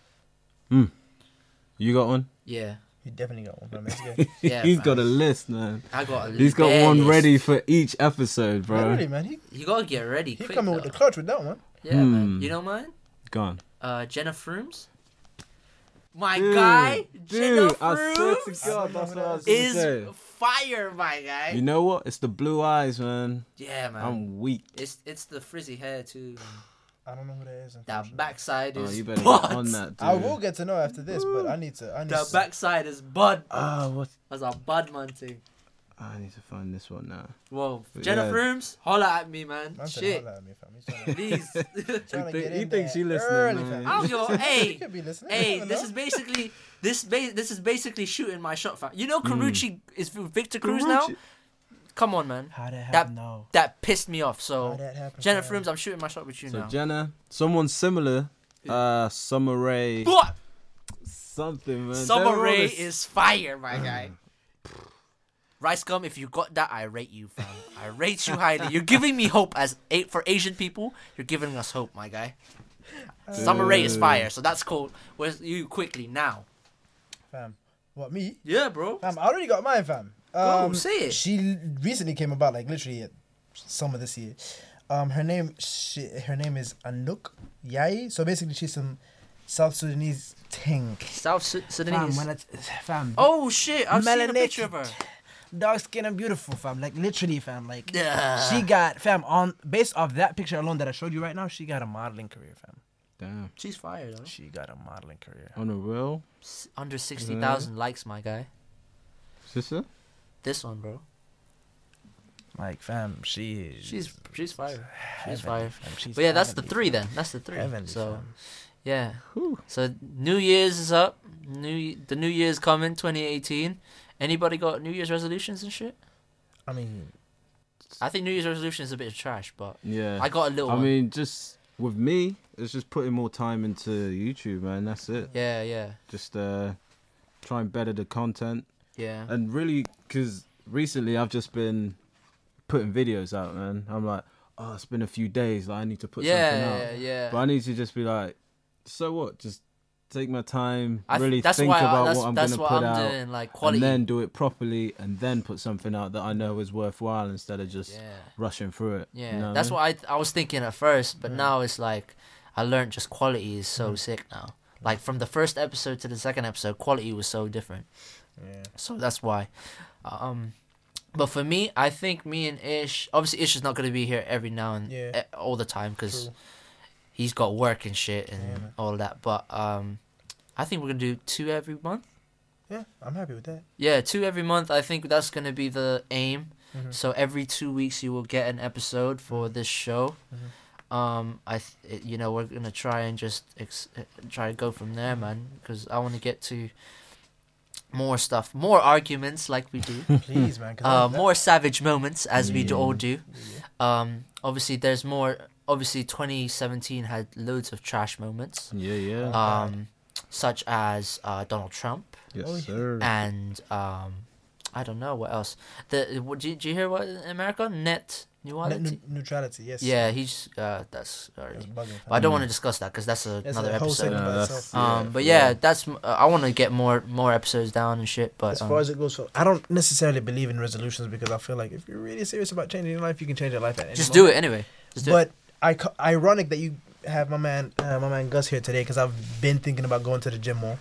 E: You got one?
C: Yeah,
D: You definitely got one. Bro. Let's go.
C: Yeah,
E: He's got a
C: man.
E: list, man.
C: I got. A
E: He's got
C: bare
E: one
C: list.
E: ready for each episode, bro.
D: Really, man. He,
C: You gotta get ready.
D: he
C: quick,
D: coming with
C: though.
D: the clutch with that one.
C: Yeah, man.
E: Hmm.
C: You know mine?
E: Gone.
C: Uh, Jenna Frooms. My
E: Dude,
C: guy, Jenna
E: dude, I swear to
C: Frooms
E: God, that's what I was
C: is
E: gonna say.
C: fire, my guy.
E: You know what? It's the blue eyes, man.
C: yeah, man.
E: I'm weak.
C: It's it's the frizzy hair too.
D: I don't know who that is.
C: That backside
E: Oh,
C: is.
E: you better
C: buds.
E: get on that, dude.
D: I will get to know after this, but I need to. I need
C: The
D: to.
C: backside is bud.
E: Ah, what? Ah,
C: That's a bud man thing.
E: I need to find this one now.
C: Whoa,
E: But
C: Jenna
E: yeah.
C: Frooms, holla at me, man.
D: Man said,
C: Shit,
D: "Holla at me, fam." He's trying to-
C: please.
D: trying to
E: think-
D: get
E: he
D: in
E: thinks
D: there
E: you listening,
D: early,
E: man.
D: fam.
C: I'm your
D: He
C: Oh, hey.
D: could be listening. you
C: Hey,
D: never
C: this
D: know.
C: is basically this ba- this is basically shooting my shot. Fam. You know,
E: Hmm.
C: Carucci is Victor Cruz now.
E: Carucci.
C: Come on, man.
F: How the hell
C: That-
F: no?
C: That pissed me off.
D: How
C: So
D: that happened,
C: Jenna
D: fam?
C: Frooms, I'm shooting my shot with you
E: Oh. So
C: now.
E: Jenna, someone similar, uh, Summer Rae,
C: what?
E: something, man.
C: Summer
E: They're all
C: Rae
E: the s-
C: is fire, my guy. Rice gum, if you got that, I rate you, fam. I rate you highly. You're giving me hope as a- for Asian people. You're giving us hope, my guy. Summer Rae is
E: Dude.
C: fire, so that's cool. Where's you quickly now?
D: Fam. What me?
C: Yeah, bro.
D: Fam, I already got mine, fam.
C: Go,
D: Um,
C: say it.
D: She l- recently came about, like literally at summer this year. Um, her name, she, her name is Anouk Yai. So basically, she's some South Sudanese tank,
C: South Su-
F: Fam,
C: Sudanese.
F: when it's, fam,
C: Oh shit! I've seen a
F: Melanated.
C: picture of her.
F: dark skin and beautiful, fam. Like literally, fam. Like
C: Yeah.
F: she got, fam. On based off that picture alone that I showed you right now, she got a modeling career, fam.
E: Damn.
C: She's fire though.
F: She got a modeling career.
E: On a roll,
C: S- Under sixty thousand likes, my guy.
E: sister.
C: This one, bro.
F: Like, fam, she is.
C: She's she's fire. She's
F: heavenly,
C: fire.
F: fam. She's
C: But yeah, that's the
F: heavenly,
C: three
F: fam.
C: then. That's the three.
F: Heavenly,
C: so,
F: fam.
C: yeah.
E: Whew.
C: So New Year's is up. New the New Year's coming, 2018. Anybody got New Year's resolutions and shit?
D: I mean,
C: I think New Year's resolution is a bit of trash, but
E: Yeah.
C: I got a little.
E: I
C: one.
E: mean, just with me, it's just putting more time into YouTube, man. That's it.
C: yeah, yeah,
E: Just uh, try and better the content,
C: yeah.
E: and really, because recently I've just been putting videos out, man. I'm like, oh, it's been a few days. Like, I need to put something
C: yeah,
E: out.
C: yeah, yeah.
E: But I need to just be like, so what? Just take my time,
C: I th-
E: really
C: that's
E: think
C: why I-
E: about
C: that's,
E: what I'm
C: that's
E: gonna
C: what
E: put
C: I'm
E: out,
C: doing, like quality.
E: and then do it properly, and then put something out that I know is worthwhile instead of just
C: yeah,
E: rushing through it.
C: yeah. that's what I I was thinking at first, but now it's like I learned just quality is so
E: Mm.
C: sick now. Like from the first episode to the second episode, quality was so different.
D: yeah.
C: So that's why. Um, but for me, I think me and Ish. Obviously, Ish is not going to be here every now and
D: Yeah.
C: eh, all the time because
D: True.
C: he's got work and shit and
D: Yeah, man.
C: all that. But um, I think we're gonna do two every month.
D: yeah, I'm happy with that.
C: Yeah, two every month. I think that's gonna be the aim.
F: Mm-hmm.
C: So every two weeks, you will get an episode for this show. Um, I, th- it- you know, we're gonna try and just ex- eh, try and go from there, man. Because I want to get to more stuff, more arguments, like we do
D: Please, man. 'cause
C: uh,
D: that-
C: more savage moments as we do, all do. Um, obviously, there's more. Obviously, 2017 had loads of trash moments,
E: Yeah, yeah.
F: Ah.
C: um, such as uh, Donald Trump
E: yes,
D: oh, yeah.
E: sir.
C: Uh, and um, I don't know what else. The what, do, you, do you hear what in America net
D: Net
C: neutrality?
D: neu- neutrality. Yes.
C: yeah, he's uh, that's. Already,
D: It's bugging, fam.
C: but I don't want to discuss that because that's, a,
D: Mm. That's
C: another
D: a whole
C: episode.
D: segment by
E: Yeah, that's-
D: itself.
C: Um, but yeah, that's uh, I want to get more more episodes down and shit. But
D: as
C: um,
D: far as it goes, so I don't necessarily believe in resolutions because I feel like if you're really serious about changing your life, you can change your life at any
C: just
D: moment.
C: do it anyway. Just do it.
D: But I co- ironic that you have my man, uh, my man Gus here today because I've been thinking about going to the gym more,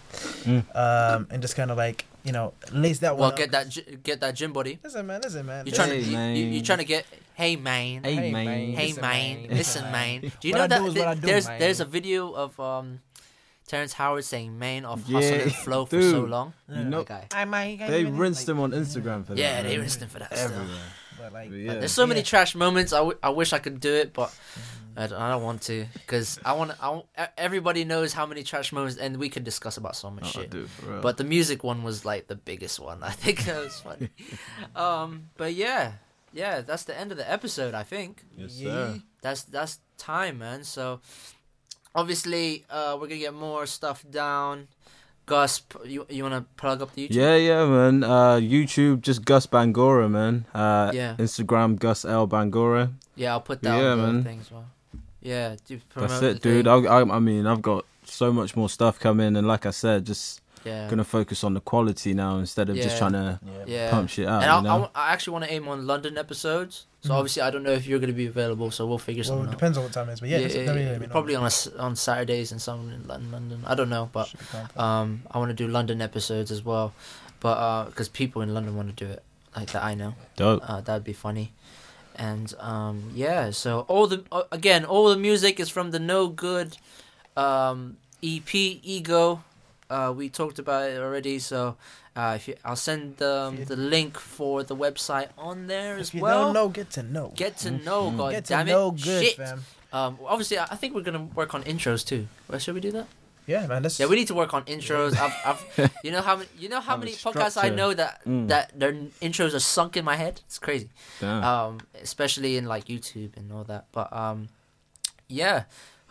E: Mm.
D: um, and just kind of like you know lace that one.
C: Well,
D: up.
C: get that gy- get that gym body.
D: Listen, man. Listen, man.
C: You
D: listen.
C: trying to
E: Hey,
C: you,
E: man.
C: you, you trying to get hey man hey,
E: hey,
D: Hey,
E: man.
D: man. listen,
C: man
D: man.
C: listen man. Do you
F: What
C: know
F: I do
C: that
F: is what I
C: th-
F: do,
C: there's
F: man.
C: there's a video of um Terrence Howard saying man of hustle
E: Yeah,
C: and flow for so
E: dude.
C: long.
E: You know,
C: That guy.
F: I might.
E: they rinsed him on Instagram for that.
C: Yeah, they
E: man.
C: rinsed him for that. Still.
E: everywhere.
D: But, like,
E: But yeah.
C: There's so many
D: Yeah. Mm.
C: trash moments. I, w- I wish I could do it, but I don't, I don't want to because I want I want- e- everybody knows how many trash moments, and we could discuss about so much
E: Oh,
D: Uh-uh.
C: shit.
E: dude, for real.
C: But the music one was like the biggest one. I think that was funny. um, but yeah, yeah, that's the end of the episode. I think
E: yes, sir.
C: that's that's time, man. So obviously, uh, we're gonna get more stuff down. Gus, p- you you wanna plug up the YouTube?
E: Yeah, yeah, man. Uh, YouTube, just Gus Bangora, man. Uh,
C: Yeah.
E: Instagram, Gus L Bangora.
C: Yeah, I'll put that
E: Yeah,
C: on the
E: man.
C: thing as well. Yeah, to promote
E: That's
C: the
E: it, dude.
C: thing.
E: I, I, I mean, I've got so much more stuff coming, and like I said, just
C: yeah,
E: gonna focus on the quality now instead of just
C: Yeah.
E: trying to
C: yeah.
E: pump shit out.
C: and I,
E: you
C: I
E: know?
C: wa- I actually want to aim on London episodes. So obviously, I don't know if you're going to be available. So we'll figure
D: Mm-hmm. Well,
C: something
D: it
C: out.
D: depends on what time it is, but yeah, just definitely let me know.
C: probably on a s on Saturdays and some in Lon- London. I don't know, but
D: Should be fine.
C: um, I want to do London episodes as well, but because people in London want to do it, like that I know,
E: Dope.
C: uh, that'd be funny. And um, yeah, so all the uh, again, all the music is from the No Good um, EP Ego. Uh, we talked about it already, so uh, if you, I'll send the, um,
D: If you-
C: the link for the website on there as
D: If you
C: well.
D: don't know, get to know.
C: Get to know, god
D: Get to
C: damn it,
D: know good,
C: shit.
D: fam.
C: Um, obviously, I I think we're gonna work on intros too. Well, should we do that?
D: Yeah, man. That's
C: Yeah, we need to work on intros. I've, I've, you know how many, you know how
E: Have a
C: many podcasts I
E: structure.
C: know that
E: Mm.
C: that their intros are sunk in my head. It's crazy,
E: Damn.
C: um, especially in like YouTube and all that. But um, yeah,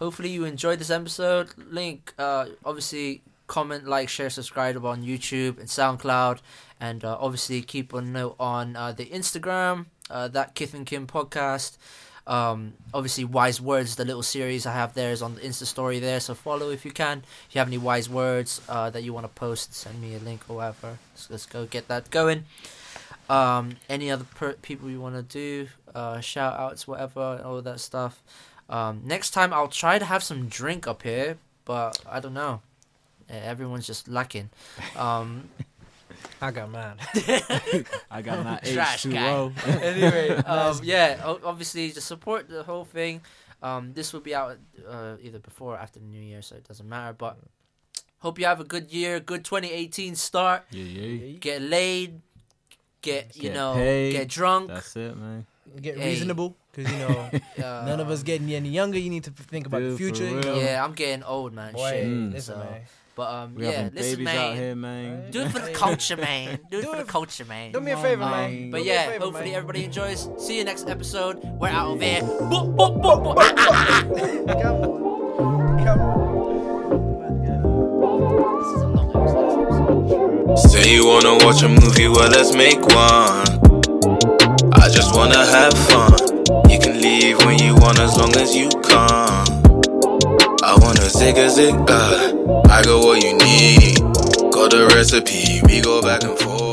C: hopefully you enjoyed this episode. Link, uh, obviously comment, like, share, subscribe on YouTube and SoundCloud, and uh, obviously keep a note on uh, the Instagram uh, that Kith and Kim podcast. Um, obviously, wise words. The little series I have there is on the Insta story there, so follow if you can. If you have any wise words uh, that you want to post, send me a link or whatever. So let's go get that going. Um, any other per- people you want to do, uh, shout outs, whatever, all that stuff. Um, next time I'll try to have some drink up here, but I don't know. Eh, Everyone's just lacking. Um,
F: I got mine.
E: I got my
C: Trash guy.
E: H2O.
C: anyway, um, yeah, o- obviously just support the whole thing. Um, this will be out uh, either before or after the New Year, so it doesn't matter. But hope you have a good year, good 2018 start.
E: yeah, yeah.
C: Get laid, get you
E: Get
C: know,
E: paid.
C: get drunk.
E: That's it, man.
D: get
C: Hey.
D: reasonable because you know none of us
C: um,
D: getting any younger. You need to think about the
E: Dude, for
D: future. You
E: real.
D: know?
C: Yeah, I'm getting old, man.
D: Boy,
C: Shit.
E: Mm.
D: listen,
C: So,
D: man.
C: But um,
E: We
C: yeah,
E: having
C: listen,
E: babies out
C: man.
E: here, man.
C: Do it for the
D: Hey.
C: culture, man. Do it
D: Do
C: for the
D: it for-
C: culture, man.
D: Do me a
E: on,
D: favor,
E: man.
D: man.
C: But
D: Do me a
C: yeah,
D: favor,
C: hopefully
D: man.
C: everybody enjoys. See you next episode. We're out of here. Boop, boop, boop, boop. Ah, ah, ah.
D: Come on, come on.
C: This is a long episode. This episode.
B: Say you wanna watch a movie, well, let's make one. I just wanna have fun. You can leave when you want as long as you come. I wanna zig a zig, uh, I got what you need. Got the recipe, we go back and forth.